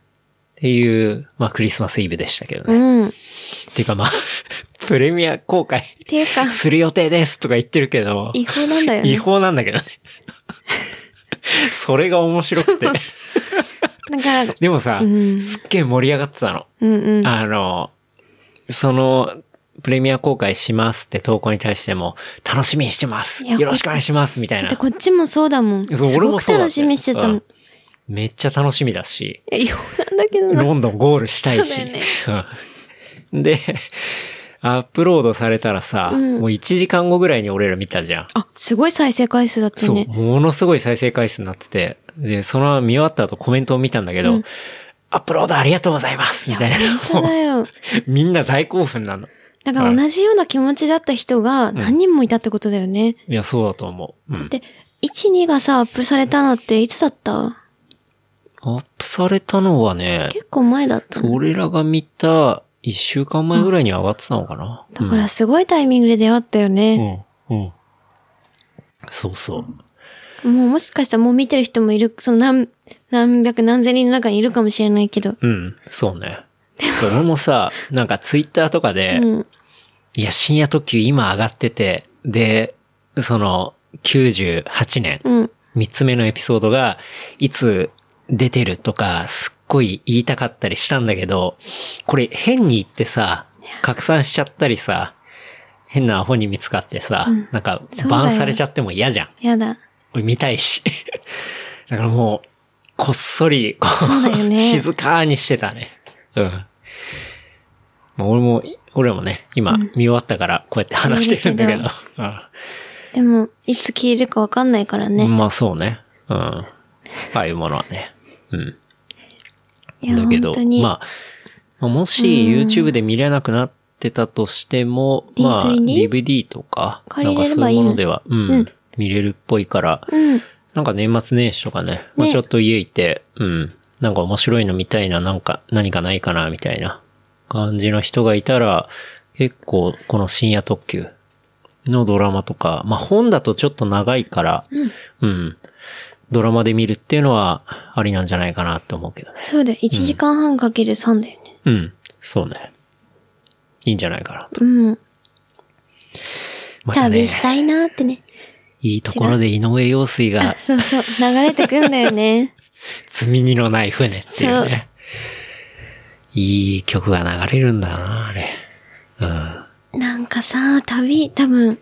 [SPEAKER 2] ていう、まあ、クリスマスイブでしたけどね。
[SPEAKER 3] うん。っ
[SPEAKER 2] っていうかまあ、 プレミア公開
[SPEAKER 3] ていうか、
[SPEAKER 2] する予定ですとか言ってるけど、
[SPEAKER 3] 違法なんだよ
[SPEAKER 2] 違
[SPEAKER 3] ね。
[SPEAKER 2] 法なんだけ どね。それが面白くて。
[SPEAKER 3] だから、
[SPEAKER 2] でもさ、
[SPEAKER 3] うん
[SPEAKER 2] すっげえ盛り上がってたの。
[SPEAKER 3] うんうん。
[SPEAKER 2] あの、その、プレミア公開しますって投稿に対しても、楽しみにしてます
[SPEAKER 3] いや
[SPEAKER 2] よろしくお願いしますみたい
[SPEAKER 3] だっ
[SPEAKER 2] な
[SPEAKER 3] て。こっちもそうだもん。
[SPEAKER 2] そう、俺も
[SPEAKER 3] す
[SPEAKER 2] そうだ
[SPEAKER 3] ごく楽しみにしてたもん。
[SPEAKER 2] うんめっちゃ楽しみだし、
[SPEAKER 3] いや、違法なんだけどな。
[SPEAKER 2] ロンドンゴールしたいし。
[SPEAKER 3] そうだよね
[SPEAKER 2] うんで、アップロードされたらさ、
[SPEAKER 3] うん
[SPEAKER 2] もう1時間後ぐらいに俺ら見たじゃん。
[SPEAKER 3] あ、すごい再生回数だった
[SPEAKER 2] そう、
[SPEAKER 3] ね。
[SPEAKER 2] ものすごい再生回数になってて、で、そのまま見終わった後コメントを見たんだけど、アップロードありがとうございますみたいな。
[SPEAKER 3] 本当だよ。
[SPEAKER 2] みんな大興奮なの。
[SPEAKER 3] だから同じような気持ちだった人が何人もいたってことだよね。
[SPEAKER 2] いや、そうだと思う。うん。
[SPEAKER 3] で、1、2がさ、アップされたのっていつだった
[SPEAKER 2] アップされたのはね、
[SPEAKER 3] 結構前だった
[SPEAKER 2] そ。俺らが見た1週間前ぐらいには上がってたのかな。
[SPEAKER 3] だからすごいタイミングで出会ったよね。
[SPEAKER 2] うん。うん。そうそう。
[SPEAKER 3] もうもしかしたらもう見てる人もいる、その何、何百何千人の中にいるかもしれないけど。
[SPEAKER 2] うん、そうね。俺もさ、なんかツイッターとかで、
[SPEAKER 3] うん。
[SPEAKER 2] いや、深夜特急今上がってて、で、その、98年、
[SPEAKER 3] うん。
[SPEAKER 2] 3つ目のエピソードが、いつ出てるとか、すっごい言いたかったりしたんだけど、これ変に言ってさ、拡散しちゃったりさ、変なアホに見つかってさ、
[SPEAKER 3] ん
[SPEAKER 2] なんか
[SPEAKER 3] そうだよ
[SPEAKER 2] バンされちゃっても嫌じゃん。
[SPEAKER 3] やだ。
[SPEAKER 2] 俺見たいし。 だからもう、こっそり、こう
[SPEAKER 3] そうだよね
[SPEAKER 2] 静かにしてたね。うん。まあ、俺も、俺らもね、今、見終わったから、こうやって話してるんだけど。
[SPEAKER 3] 見えるでも、いつ消えるかわかんないから
[SPEAKER 2] う
[SPEAKER 3] ね。
[SPEAKER 2] んまあそうね。うん。ああいうものはね。うん。
[SPEAKER 3] いや、
[SPEAKER 2] だけど
[SPEAKER 3] 本当、に。
[SPEAKER 2] まあ、まあもし YouTube で見れなくなってたとしても、まあ
[SPEAKER 3] DVD
[SPEAKER 2] DVD とか、な
[SPEAKER 3] 借
[SPEAKER 2] ん
[SPEAKER 3] り
[SPEAKER 2] か
[SPEAKER 3] れれ
[SPEAKER 2] そう
[SPEAKER 3] ば
[SPEAKER 2] い
[SPEAKER 3] いうい
[SPEAKER 2] も
[SPEAKER 3] の
[SPEAKER 2] のでは、うん、
[SPEAKER 3] うん
[SPEAKER 2] 見れるっぽいから、
[SPEAKER 3] うん。
[SPEAKER 2] なんか年末年始とかね、まあ、
[SPEAKER 3] ね
[SPEAKER 2] ちょっと家行って、うん、なんか面白いの見たいな、なんか何かないかな、みたいな感じの人がいたら、結構この深夜特急のドラマとか、まあ本だとちょっと長いから、うん、ドラマで見るっていうのはありなんじゃないかなって思うけどね。
[SPEAKER 3] そうだよ。1時間半かける3だよね。
[SPEAKER 2] うん、そうね。いいんじゃないかなと。
[SPEAKER 3] うん。
[SPEAKER 2] またね
[SPEAKER 3] 旅、したいなってね。
[SPEAKER 2] いいところで井上陽水が
[SPEAKER 3] そうそう。流れてくんだよ ね。
[SPEAKER 2] 積み荷のない船っていうね。いい曲が流れるんだな、あれ。うん。
[SPEAKER 3] なんかさ、旅、多分、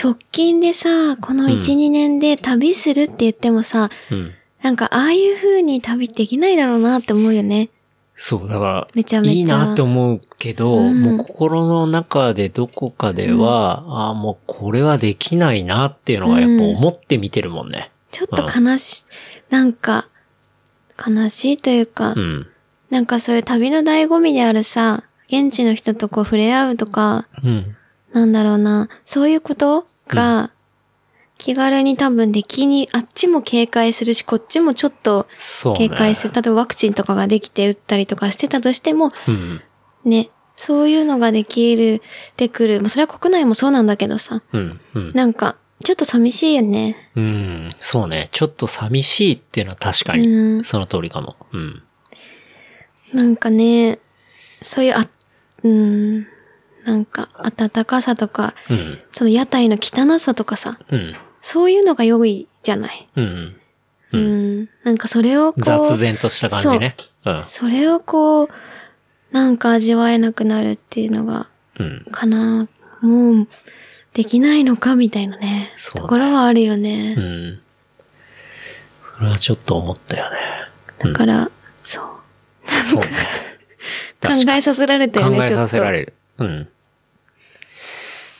[SPEAKER 3] 直近でさ、この1、2年で旅するって言ってもさ、
[SPEAKER 2] うん。
[SPEAKER 3] なんかああいう風に旅できないだろうなって思うよね。
[SPEAKER 2] そう、だから、
[SPEAKER 3] めちゃめちゃ
[SPEAKER 2] いいなって思うけど、
[SPEAKER 3] うん
[SPEAKER 2] もう心の中でどこかでは、ああ、もうこれはできないなっていうのはやっぱ思って見てるもんね。
[SPEAKER 3] ちょっと悲し、なんか、悲しいというか、
[SPEAKER 2] うん。
[SPEAKER 3] なんかそういう旅の醍醐味であるさ、現地の人とこう触れ合うとか、
[SPEAKER 2] うん。
[SPEAKER 3] なんだろうな、そういうことが、気軽に多分できに、あっちも警戒するし、こっちもちょっと
[SPEAKER 2] そうね。
[SPEAKER 3] 警戒する。例えばワクチンとかができて打ったりとかしてたとしても、
[SPEAKER 2] うん。
[SPEAKER 3] ね、そういうのができる、てくる。まあ、それは国内もそうなんだけどさ、
[SPEAKER 2] うん。うん。
[SPEAKER 3] なんか、ちょっと寂しいよね。
[SPEAKER 2] うん。そうね。ちょっと寂しいっていうのは確かに、
[SPEAKER 3] うん
[SPEAKER 2] その通りかも。うん。
[SPEAKER 3] なんかね、そういう、あ、うん、なんか、暖かさとか、
[SPEAKER 2] うん。
[SPEAKER 3] その屋台の汚さとかさ、
[SPEAKER 2] うん。
[SPEAKER 3] そういうのが良いじゃない。
[SPEAKER 2] うん。
[SPEAKER 3] うん、なんかそれをこう、
[SPEAKER 2] 雑然とした感じね。うん。
[SPEAKER 3] それをこう、なんか味わえなくなるっていうのが、
[SPEAKER 2] うん。
[SPEAKER 3] かな、もう、できないのかみたいなね、
[SPEAKER 2] そうね
[SPEAKER 3] ところはあるよね。
[SPEAKER 2] うん。それはちょっと思ったよね。
[SPEAKER 3] だから、そう。
[SPEAKER 2] そうね。
[SPEAKER 3] 考
[SPEAKER 2] 確か
[SPEAKER 3] えさせられたよね、
[SPEAKER 2] に
[SPEAKER 3] ち
[SPEAKER 2] 考え
[SPEAKER 3] ょっ
[SPEAKER 2] さ
[SPEAKER 3] と。
[SPEAKER 2] せられる。うん。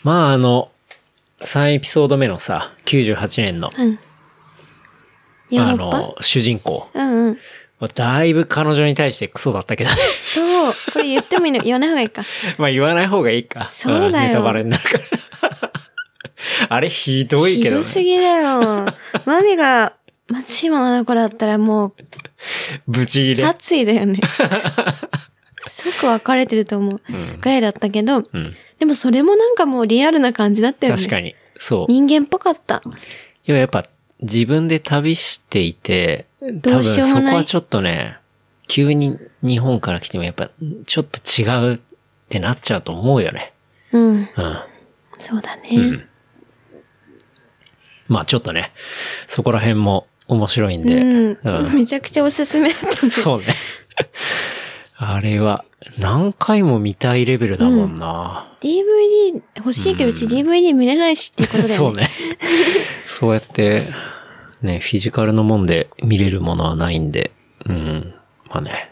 [SPEAKER 2] まあ、あの、3エピソード目のさ、98年の、
[SPEAKER 3] うん。ヨー
[SPEAKER 2] あ
[SPEAKER 3] ロッパ
[SPEAKER 2] の、主人公。
[SPEAKER 3] うんうん。
[SPEAKER 2] だいぶ彼女に対してクソだったけどね。
[SPEAKER 3] そう。これ言ってもいいの言わない方がいいか。
[SPEAKER 2] まあ言わない方がいいか。
[SPEAKER 3] そうだ
[SPEAKER 2] ん
[SPEAKER 3] よ
[SPEAKER 2] ネタバレになるから。 あれひどい
[SPEAKER 3] ひ
[SPEAKER 2] けど
[SPEAKER 3] ど
[SPEAKER 2] ね。
[SPEAKER 3] すぎだ よ。マミが、松島のあの子だったらも
[SPEAKER 2] ブチ
[SPEAKER 3] う、
[SPEAKER 2] ギレ。
[SPEAKER 3] 殺意だよね。即別れてると思う。ぐらいだったけど、
[SPEAKER 2] うん。
[SPEAKER 3] でもそれもなんかもうリアルな感じだったよね。
[SPEAKER 2] 確かに。そう。
[SPEAKER 3] 人間っぽかった。
[SPEAKER 2] いや、やっぱ、自分で旅していて、多
[SPEAKER 3] ど
[SPEAKER 2] 分
[SPEAKER 3] うしよう
[SPEAKER 2] そ
[SPEAKER 3] もない
[SPEAKER 2] こはちょっとね、急に日本から来てもやっぱ、ちょっと違うってなっちゃうと思うよね。
[SPEAKER 3] うん。
[SPEAKER 2] うん。
[SPEAKER 3] そうだね。
[SPEAKER 2] まあちょっとね、そこら辺も面白いんで、
[SPEAKER 3] うん。
[SPEAKER 2] うん
[SPEAKER 3] めちゃくちゃおすすめだったね。
[SPEAKER 2] そうね。 あれは、何回も見たいレベルだもんな。
[SPEAKER 3] DVD 欲しいけどうち DVD 見れないしっていうことで、
[SPEAKER 2] そう。 ね。そうやって、ね、フィジカルのもんで見れるものはないんで、うん。まあね、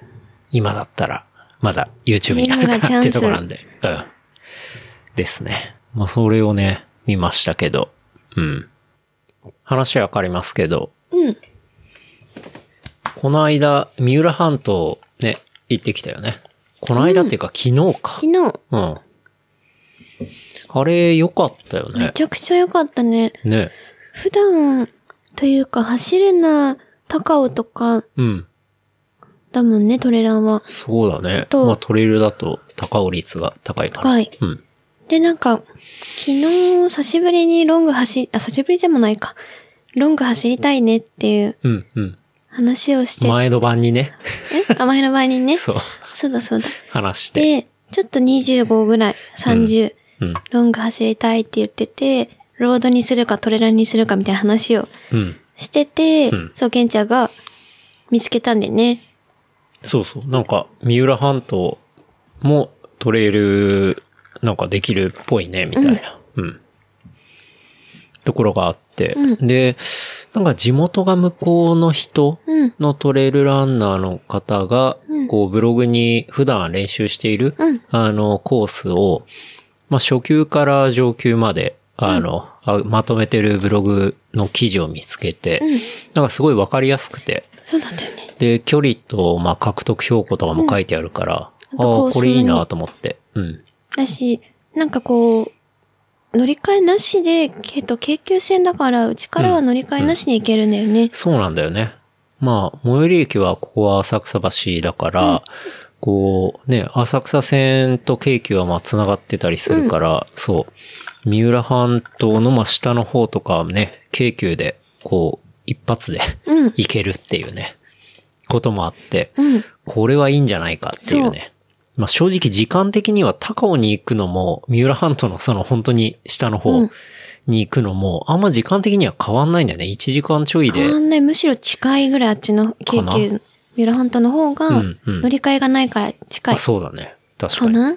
[SPEAKER 2] 今だったら、まだ YouTube にあるか
[SPEAKER 3] 今がチャ
[SPEAKER 2] ら
[SPEAKER 3] ン
[SPEAKER 2] って
[SPEAKER 3] ス
[SPEAKER 2] とこなんで。うん。ですね。まあそれをね、見ましたけど、うん。話は変わりますけど、
[SPEAKER 3] うん。
[SPEAKER 2] この間、三浦半島ね、行ってきたよね。この間っていうか、昨日か。
[SPEAKER 3] 昨日、
[SPEAKER 2] うん。あれ、良かったよ
[SPEAKER 3] め
[SPEAKER 2] ね。
[SPEAKER 3] ちゃくちゃ良かったね。
[SPEAKER 2] ね。
[SPEAKER 3] 普段、というか走れな高尾とか
[SPEAKER 2] うん。
[SPEAKER 3] だもんね、トレランは。
[SPEAKER 2] そうだね。
[SPEAKER 3] と
[SPEAKER 2] まあ、トレイルだと高尾率が高いから。
[SPEAKER 3] 高い
[SPEAKER 2] うん。
[SPEAKER 3] で、なんか、昨日、久しぶりにロング走り、あ、久しぶりでもないか。ロング走りたいねっていう
[SPEAKER 2] うん、うん。
[SPEAKER 3] 話をして、
[SPEAKER 2] 前の晩にね、
[SPEAKER 3] え甘えの前にね。
[SPEAKER 2] そう、
[SPEAKER 3] そうだそうだ。
[SPEAKER 2] 話して。
[SPEAKER 3] で、ちょっと25ぐらい、30、
[SPEAKER 2] うん、
[SPEAKER 3] ロング走りたいって言ってて、ロードにするかトレランにするかみたいな話を
[SPEAKER 2] うん。
[SPEAKER 3] してて、
[SPEAKER 2] うん
[SPEAKER 3] そう、ケンちゃんが見つけたんでね。
[SPEAKER 2] そうそう。なんか、三浦半島もトレイル、なんかできるっぽいね、みたいな。うん。ところがあって、
[SPEAKER 3] う
[SPEAKER 2] で、なんか地元が向こうの人
[SPEAKER 3] うん、
[SPEAKER 2] のトレイルランナーの方が、
[SPEAKER 3] うん
[SPEAKER 2] こうブログに普段練習している、
[SPEAKER 3] うん
[SPEAKER 2] あの、コースを、まあ、初級から上級まで、あの、あまとめてるブログの記事を見つけて、
[SPEAKER 3] うん。
[SPEAKER 2] なんかすごいわかりやすくて、
[SPEAKER 3] そうだったよね。
[SPEAKER 2] で、距離と、まあ、獲得標高とかも書いてあるから、
[SPEAKER 3] うんあ
[SPEAKER 2] あ
[SPEAKER 3] とコー
[SPEAKER 2] あ、
[SPEAKER 3] ス
[SPEAKER 2] これいいなと思って。うん。
[SPEAKER 3] だし、なんかこう、乗り換えなしで、けど、京急線だから、うちからは乗り換えなしに行けるんだよね。
[SPEAKER 2] そうなんだよね。まあ、最寄り駅はここは浅草橋だから、こう、ね、浅草線と京急はまあ、繋がってたりするから、そう。三浦半島のまあ、下の方とかはね、京急で、こう、一発で
[SPEAKER 3] うん。
[SPEAKER 2] 行けるっていうね、こともあって、
[SPEAKER 3] うん。
[SPEAKER 2] これはいいんじゃないかっていうね。まあ正直時間的には高尾に行くのも、三浦半島のその本当に下の
[SPEAKER 3] う
[SPEAKER 2] 方
[SPEAKER 3] ん
[SPEAKER 2] に行くのも、あんま時間的には変わんないんだよね。1時間ちょいで
[SPEAKER 3] 変。わんない。むしろ近いぐらいあっちの京
[SPEAKER 2] か
[SPEAKER 3] 急
[SPEAKER 2] な、
[SPEAKER 3] 三浦半島の方が、
[SPEAKER 2] うんうん
[SPEAKER 3] 乗り換えがないから近い。
[SPEAKER 2] あ、そうだね。確
[SPEAKER 3] か
[SPEAKER 2] かに。
[SPEAKER 3] な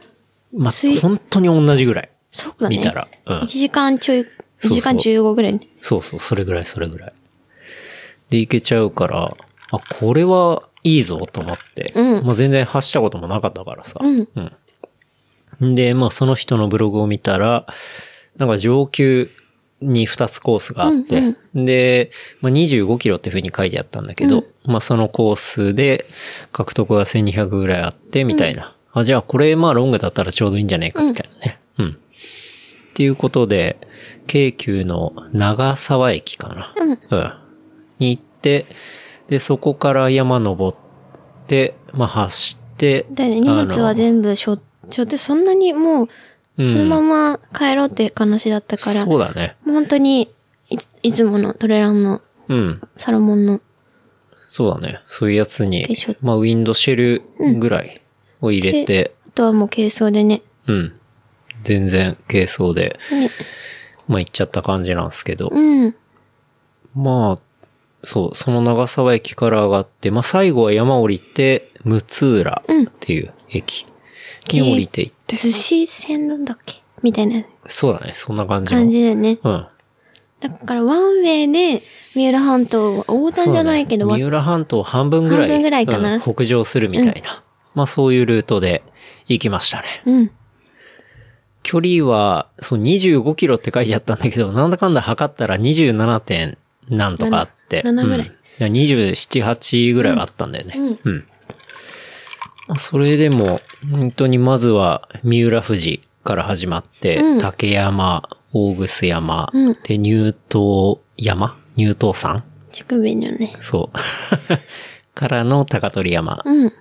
[SPEAKER 2] ま
[SPEAKER 3] つい
[SPEAKER 2] あ本当に同じぐらい。
[SPEAKER 3] そうだね。
[SPEAKER 2] 見たらうん
[SPEAKER 3] 1時間ちょい、1
[SPEAKER 2] そう
[SPEAKER 3] 時間15ぐらいね。
[SPEAKER 2] そうそう、それぐらい、それぐらい。で、行けちゃうから、あ、これはいいぞと思って。
[SPEAKER 3] うん
[SPEAKER 2] まあ全然走ったこともなかったからさ。
[SPEAKER 3] うん。
[SPEAKER 2] うん。で、まあその人のブログを見たら、なんか上級に2つコースがあって、
[SPEAKER 3] うん
[SPEAKER 2] で、まあ、25キロっていう風に書いてあったんだけど、まあそのコースで獲得が1200ぐらいあって、みたいな。あ、じゃあこれまあロングだったらちょうどいいんじゃねえか、みたいなね。うん。っていうことで、京急の長沢駅かな。
[SPEAKER 3] うん
[SPEAKER 2] に行って、で、そこから山登って、まあ走って、
[SPEAKER 3] だよね、荷物は
[SPEAKER 2] あの
[SPEAKER 3] 全部しょ、しょって、そんなにもう、そのまま帰ろうって話だったから、も
[SPEAKER 2] そうだね。
[SPEAKER 3] う本当にい、いつものトレランの、
[SPEAKER 2] うん。
[SPEAKER 3] サロモンの、
[SPEAKER 2] そうだね。そういうやつに
[SPEAKER 3] でしょ、
[SPEAKER 2] まあ、ウィンドシェルぐらいを入れて、
[SPEAKER 3] あとはもう軽装でね。
[SPEAKER 2] うん。全然軽装で、
[SPEAKER 3] ね
[SPEAKER 2] まあ、行っちゃった感じなんですけど、
[SPEAKER 3] うん。
[SPEAKER 2] まあ、そう、その長沢駅から上がって、まあ、最後は山降りて、六浦っていう駅に降りていって、
[SPEAKER 3] 寿司線なんだっけみたいな
[SPEAKER 2] そうだね。そんな感じの
[SPEAKER 3] 感じだよね。
[SPEAKER 2] うん。
[SPEAKER 3] だから、ワンウェイで、三浦半島は横断じゃないけど、
[SPEAKER 2] そうだ
[SPEAKER 3] わ
[SPEAKER 2] ね三浦半島半分ぐらい。
[SPEAKER 3] 半分ぐらいかな
[SPEAKER 2] うん北上するみたいな。まあ、そういうルートで行きましたね。
[SPEAKER 3] うん。
[SPEAKER 2] 距離は、そう、25キロって書いてあったんだけど、なんだかんだ測ったら27点なんとかあって。
[SPEAKER 3] 7ぐらい
[SPEAKER 2] うんだから27、8ぐらいはあったんだよね。
[SPEAKER 3] うん
[SPEAKER 2] うん。まあそれでも、本当にまずは、三浦富士から始まって、
[SPEAKER 3] うん
[SPEAKER 2] 竹山、大楠山、
[SPEAKER 3] うん
[SPEAKER 2] で、入東山入東山
[SPEAKER 3] 乳首のね。
[SPEAKER 2] そう。 からの高取山っ
[SPEAKER 3] うん。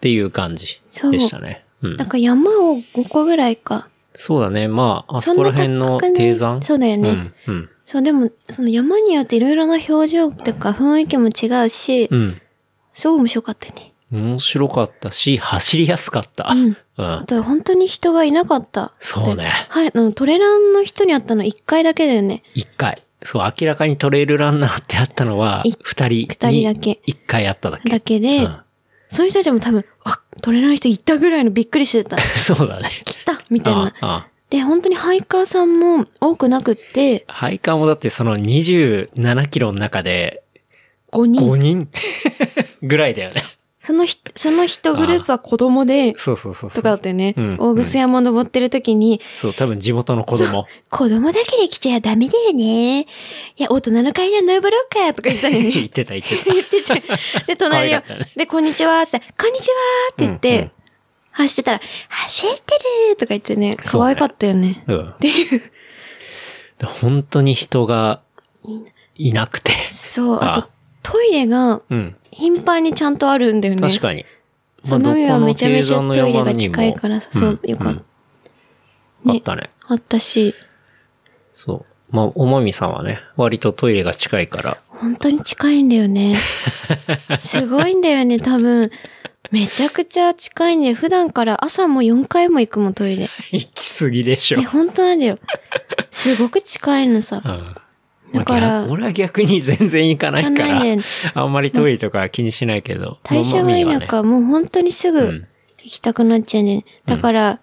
[SPEAKER 2] ていう感じでしたね。うん
[SPEAKER 3] だ。から山を5個ぐらいか。
[SPEAKER 2] そうだね。まあ、あそ
[SPEAKER 3] そん
[SPEAKER 2] こ
[SPEAKER 3] な
[SPEAKER 2] ら辺の
[SPEAKER 3] 高くない
[SPEAKER 2] 低山
[SPEAKER 3] そうだよね。
[SPEAKER 2] うん。うん。
[SPEAKER 3] そう、でも、その山によっていろいろな表情っていうか雰囲気も違うし、
[SPEAKER 2] うん。
[SPEAKER 3] すごい面白かったね。
[SPEAKER 2] 面白かったし、走りやすかった。
[SPEAKER 3] うん
[SPEAKER 2] う
[SPEAKER 3] あ
[SPEAKER 2] ん。
[SPEAKER 3] と、本当に人がいなかった。
[SPEAKER 2] そうね
[SPEAKER 3] はい、あの、トレランの人に会ったの1回だけだよね。、
[SPEAKER 2] 一回。そう、明らかにトレイルランナーってあったのはい二人に。
[SPEAKER 3] 二人だけ
[SPEAKER 2] 一回あっただけ。
[SPEAKER 3] だけで、
[SPEAKER 2] うん
[SPEAKER 3] そういう人たちも多分、あ、取れない人いたぐらいのびっくりしてた。
[SPEAKER 2] そうだね。
[SPEAKER 3] 来たみたいな。
[SPEAKER 2] ああ
[SPEAKER 3] で、本当にハイカーさんも多くなくって、
[SPEAKER 2] 配管もだってその27キロの中で
[SPEAKER 3] 5
[SPEAKER 2] 5
[SPEAKER 3] 人。
[SPEAKER 2] 人 ぐらいだよね。
[SPEAKER 3] そのひ、その人グループは子供で、
[SPEAKER 2] そうそうそうそ
[SPEAKER 3] と
[SPEAKER 2] う。
[SPEAKER 3] かだったよね。
[SPEAKER 2] うん
[SPEAKER 3] 大楠山登ってる時に、
[SPEAKER 2] そう、多分地元の子 供。
[SPEAKER 3] 子供だけで来ちゃダメだよね。いや、大人の階段登ろうか、とか言ってたよね。
[SPEAKER 2] 言ってた言ってた。
[SPEAKER 3] で、隣
[SPEAKER 2] 可愛
[SPEAKER 3] を
[SPEAKER 2] かったね、
[SPEAKER 3] で、こんにちは、って言ったらこんにちはって言って、
[SPEAKER 2] うんうん
[SPEAKER 3] 走ってたら、走ってるとか言ってね、
[SPEAKER 2] そうね
[SPEAKER 3] 可愛かったよね。
[SPEAKER 2] うん。っていう。本当に人がいなくて。
[SPEAKER 3] そう、
[SPEAKER 2] あ
[SPEAKER 3] あと、トイレが
[SPEAKER 2] うん。
[SPEAKER 3] 頻繁にちゃんとあるんだよね。
[SPEAKER 2] 確かに。
[SPEAKER 3] その海はめちゃめちゃ
[SPEAKER 2] どこの
[SPEAKER 3] ト
[SPEAKER 2] 低
[SPEAKER 3] イレ
[SPEAKER 2] 山
[SPEAKER 3] が
[SPEAKER 2] にも
[SPEAKER 3] 近いからさ、そう、よかっ
[SPEAKER 2] ん
[SPEAKER 3] た。
[SPEAKER 2] うんあ
[SPEAKER 3] ね
[SPEAKER 2] ったね。
[SPEAKER 3] あったし、
[SPEAKER 2] そう。まあ、おまみさんはね、割とトイレが近いから。
[SPEAKER 3] 本当に近いんだ よね。すごいんだよね、多分。めちゃくちゃ近いんで、普段から朝も4回も行くもん、トイレ。
[SPEAKER 2] 行き過ぎでしょ
[SPEAKER 3] え、。本当なんだよ。すごく近いのさ
[SPEAKER 2] う。ん。
[SPEAKER 3] だから
[SPEAKER 2] まあ俺は逆に全然行かないか
[SPEAKER 3] 行からないね、
[SPEAKER 2] あんまりトイレとか気にしないけど。
[SPEAKER 3] 代謝がいいのか、もう本当にす
[SPEAKER 2] うん
[SPEAKER 3] ぐ行きたくなっちゃうね。だから、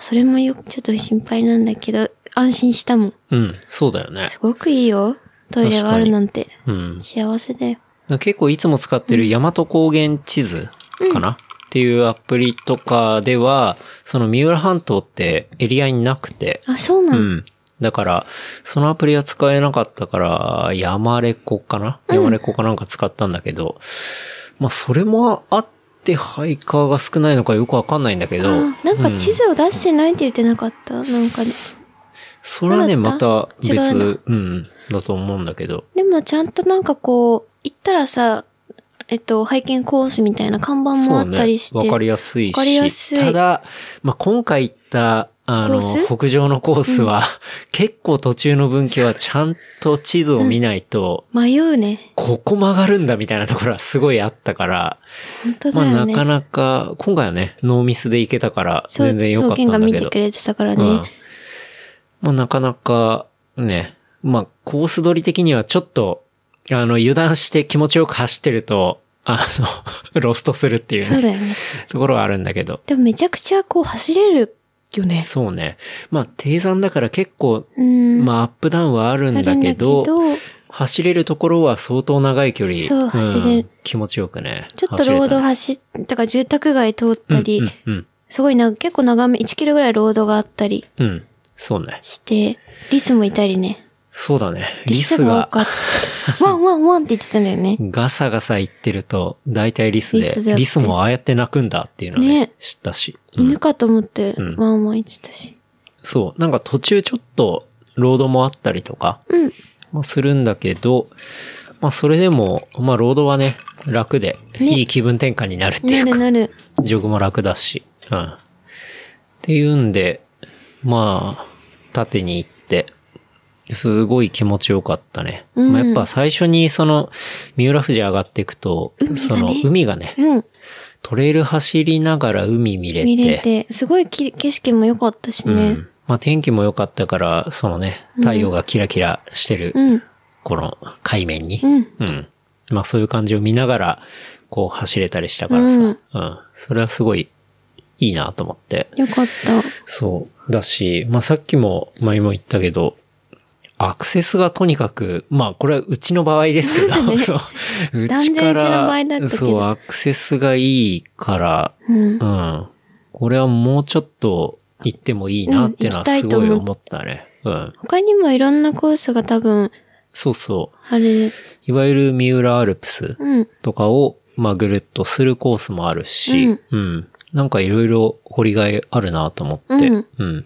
[SPEAKER 3] それもよくちょっと心配なんだけど、安心したもん。
[SPEAKER 2] ママにはね。うん、そうだよね。
[SPEAKER 3] すごくいいよ。トイレがあるなんて。
[SPEAKER 2] うん。
[SPEAKER 3] 幸せだよ。
[SPEAKER 2] 結構いつも使ってる大和高原地図かな、っていうアプリとかでは、その三浦半島ってエリアになくて、
[SPEAKER 3] あ、そうな
[SPEAKER 2] う
[SPEAKER 3] の
[SPEAKER 2] ん。だから、そのアプリは使えなかったから、山レコかな山レコかなんか使ったんだけど、まあそれもあってハイカーが少ないのかよくわかんないんだけど、
[SPEAKER 3] あなんか地図を出してないって言ってなかったなんかね。
[SPEAKER 2] それはね、
[SPEAKER 3] どうだ
[SPEAKER 2] ま
[SPEAKER 3] った
[SPEAKER 2] た別、
[SPEAKER 3] 違う
[SPEAKER 2] うん、だと思うんだけど。
[SPEAKER 3] でもちゃんとなんかこう、行ったらさ、えっと、拝見コースみたいな看板もあったりして。
[SPEAKER 2] そうねわかりやすいし。
[SPEAKER 3] わかりやすい
[SPEAKER 2] ただ、まあ、今回行った、あの
[SPEAKER 3] コー、ス
[SPEAKER 2] 北上のコースは、 結構途中の分岐はちゃんと地図を見ないと、
[SPEAKER 3] 迷うね。
[SPEAKER 2] ここ曲がるんだみたいなところはすごいあったから、
[SPEAKER 3] 本当
[SPEAKER 2] ま
[SPEAKER 3] だ
[SPEAKER 2] あ、
[SPEAKER 3] よ
[SPEAKER 2] な
[SPEAKER 3] ね。
[SPEAKER 2] かなか、今回はね、ノーミスで行けたから、
[SPEAKER 3] そう
[SPEAKER 2] 全然良かったん
[SPEAKER 3] そう
[SPEAKER 2] だ
[SPEAKER 3] 剣が見
[SPEAKER 2] け
[SPEAKER 3] て
[SPEAKER 2] ど
[SPEAKER 3] く。れてたから
[SPEAKER 2] う
[SPEAKER 3] ね。
[SPEAKER 2] ん。まあ、なかなか、ね、まあ、コース取り的にはちょっと、あの、油断して気持ちよく走ってると、あの、 ロストするっていう
[SPEAKER 3] そう
[SPEAKER 2] ね、
[SPEAKER 3] だよね。
[SPEAKER 2] ところはあるんだけど。
[SPEAKER 3] でもめちゃくちゃこう走れるよね。
[SPEAKER 2] そうね。まあ、低山だから結構、
[SPEAKER 3] うん。
[SPEAKER 2] まあ、アップダウンはある
[SPEAKER 3] あ
[SPEAKER 2] んだけ
[SPEAKER 3] る
[SPEAKER 2] ど
[SPEAKER 3] ん、だけ
[SPEAKER 2] 走れるところは相当長い距離。
[SPEAKER 3] そうん走れる
[SPEAKER 2] 気持ちよくね。
[SPEAKER 3] ちょっとロード
[SPEAKER 2] 走
[SPEAKER 3] 走ったから住宅街通ったり、
[SPEAKER 2] れたねうん、
[SPEAKER 3] すごいな、結構長め、1キロぐらいロードがあったり
[SPEAKER 2] うん、うん。そうね。
[SPEAKER 3] して、リスもいたりね。
[SPEAKER 2] そうだね。リ
[SPEAKER 3] リ
[SPEAKER 2] ス
[SPEAKER 3] ス
[SPEAKER 2] が
[SPEAKER 3] が多かった。ワンワンワンって言ってたんだよね。
[SPEAKER 2] ガサガサ言ってると、大体リスで、
[SPEAKER 3] リ
[SPEAKER 2] リ
[SPEAKER 3] ス
[SPEAKER 2] ス
[SPEAKER 3] だって
[SPEAKER 2] もああやって泣くんだっていうのね、
[SPEAKER 3] ね
[SPEAKER 2] 知ったし、うん
[SPEAKER 3] 犬かと思って、
[SPEAKER 2] ん
[SPEAKER 3] ワンワン言ってたし。
[SPEAKER 2] そう。なんか途中ちょっと、ロードもあったりとか、
[SPEAKER 3] うん。
[SPEAKER 2] まあ、するんだけど、まあそれでも、まあロードはね、楽で、
[SPEAKER 3] ね
[SPEAKER 2] いい気分転換になるってい
[SPEAKER 3] な
[SPEAKER 2] うか、
[SPEAKER 3] るなる。
[SPEAKER 2] ジョグも楽だし、うん。っていうんで、まあ、縦に行って、すごい気持ちよかったね。
[SPEAKER 3] うん
[SPEAKER 2] まあやっぱ最初にその、三浦富士上がっていくと、その海がね、
[SPEAKER 3] うん。
[SPEAKER 2] トレイル走りながら海見れて。
[SPEAKER 3] 見れて、すごいき景色も良かったし
[SPEAKER 2] う
[SPEAKER 3] ね。
[SPEAKER 2] ん。まあ天気も良かったから、そのね、太陽がキラキラしてる、
[SPEAKER 3] うん。
[SPEAKER 2] この海面に、
[SPEAKER 3] うん。
[SPEAKER 2] うん。まあそういう感じを見ながら、こう走れたりしたからさ、う
[SPEAKER 3] うんん、
[SPEAKER 2] それはすごいいいなと思って。
[SPEAKER 3] 良かった。
[SPEAKER 2] そう。だし、まあさっきも前も言ったけど、アクセスがとにかく、まあこれはうちの場合 ですけど、そう。う
[SPEAKER 3] 断
[SPEAKER 2] ち
[SPEAKER 3] 然
[SPEAKER 2] か
[SPEAKER 3] うちの場合だったけ
[SPEAKER 2] ら、
[SPEAKER 3] ど
[SPEAKER 2] そう、アクセスがいいから、
[SPEAKER 3] うん
[SPEAKER 2] う。ん。これはもうちょっと行ってもいいなっていうのは
[SPEAKER 3] うん
[SPEAKER 2] す
[SPEAKER 3] 行きたいと
[SPEAKER 2] ごい
[SPEAKER 3] 思う
[SPEAKER 2] 思ったね。うん。
[SPEAKER 3] 他にもいろんなコースが多分、
[SPEAKER 2] そうそ
[SPEAKER 3] あれ、
[SPEAKER 2] う。いわゆる三浦アルプス
[SPEAKER 3] うん。
[SPEAKER 2] とかを、まあ、ぐるっとするコースもあるし、うん。なんかいろいろ掘りがいあるなと思って、
[SPEAKER 3] うん
[SPEAKER 2] うん。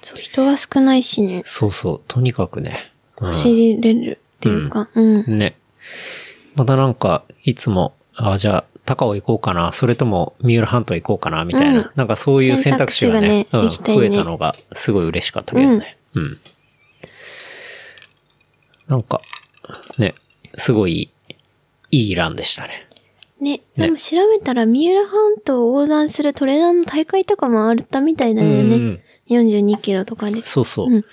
[SPEAKER 3] そう、人が少ないしね。
[SPEAKER 2] そうそう。とにかくね。うん
[SPEAKER 3] 走れるっていうか、うん。
[SPEAKER 2] ね。またなんか、いつも、あ、じゃあ、高尾行こうかな、それとも三浦半島行こうかな、みたいな。
[SPEAKER 3] うん
[SPEAKER 2] なんかそういう選択肢がね
[SPEAKER 3] 選択肢が
[SPEAKER 2] う
[SPEAKER 3] ね
[SPEAKER 2] ん、
[SPEAKER 3] できたよ
[SPEAKER 2] 増
[SPEAKER 3] ね
[SPEAKER 2] えたのがすごい嬉しかったけどね。うん。なんか、ね、すごい、いいランでしたね。
[SPEAKER 3] ね、でも調べたら三浦半島を横断するトレランの大会とかもあったみたいだよね。
[SPEAKER 2] うん
[SPEAKER 3] 42キロとかで。
[SPEAKER 2] そうそう。
[SPEAKER 3] うん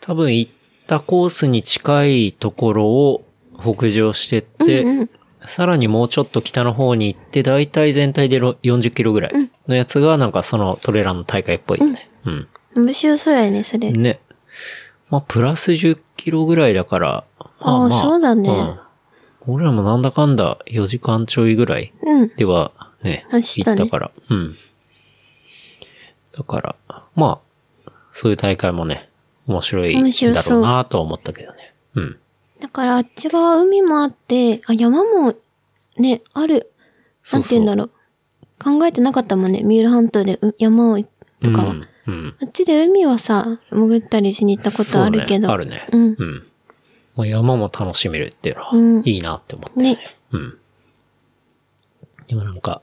[SPEAKER 2] 多分行ったコースに近いところを北上してって、
[SPEAKER 3] うんうん
[SPEAKER 2] さらにもうちょっと北の方に行って、だいたい全体でろ40キロぐらいのやつが、なんかそのトレーラーの大会っぽいよね。うん。
[SPEAKER 3] 面白そうやね、それ。
[SPEAKER 2] ね。まあ、プラス10キロぐらいだから、まあ、ま
[SPEAKER 3] あーそうだね
[SPEAKER 2] うん。俺らもなんだかんだ4時間ちょいぐらい
[SPEAKER 3] うん。
[SPEAKER 2] ではね、
[SPEAKER 3] 走った
[SPEAKER 2] 行
[SPEAKER 3] ね
[SPEAKER 2] ったから。うん。だから、まあ、そういう大会もね、面白い
[SPEAKER 3] 面
[SPEAKER 2] ん
[SPEAKER 3] 白
[SPEAKER 2] だ
[SPEAKER 3] そ
[SPEAKER 2] ろ
[SPEAKER 3] う
[SPEAKER 2] うなとは思ったけどね。うん。
[SPEAKER 3] だからあっち側海もあって、あ、山もね、ある。
[SPEAKER 2] そ
[SPEAKER 3] な
[SPEAKER 2] う
[SPEAKER 3] んて
[SPEAKER 2] そう
[SPEAKER 3] 言うんだろう。考えてなかったもんね。三浦半島でう山を、と
[SPEAKER 2] う
[SPEAKER 3] かは。
[SPEAKER 2] ん。うん。
[SPEAKER 3] あっちで海はさ、潜ったりしに行ったことあるけど。
[SPEAKER 2] そうねあるね。
[SPEAKER 3] うん。
[SPEAKER 2] うん。まあ、山も楽しめるっていうのは、
[SPEAKER 3] うん
[SPEAKER 2] いいなって思ったよね。
[SPEAKER 3] ね。
[SPEAKER 2] うん。でもなんか、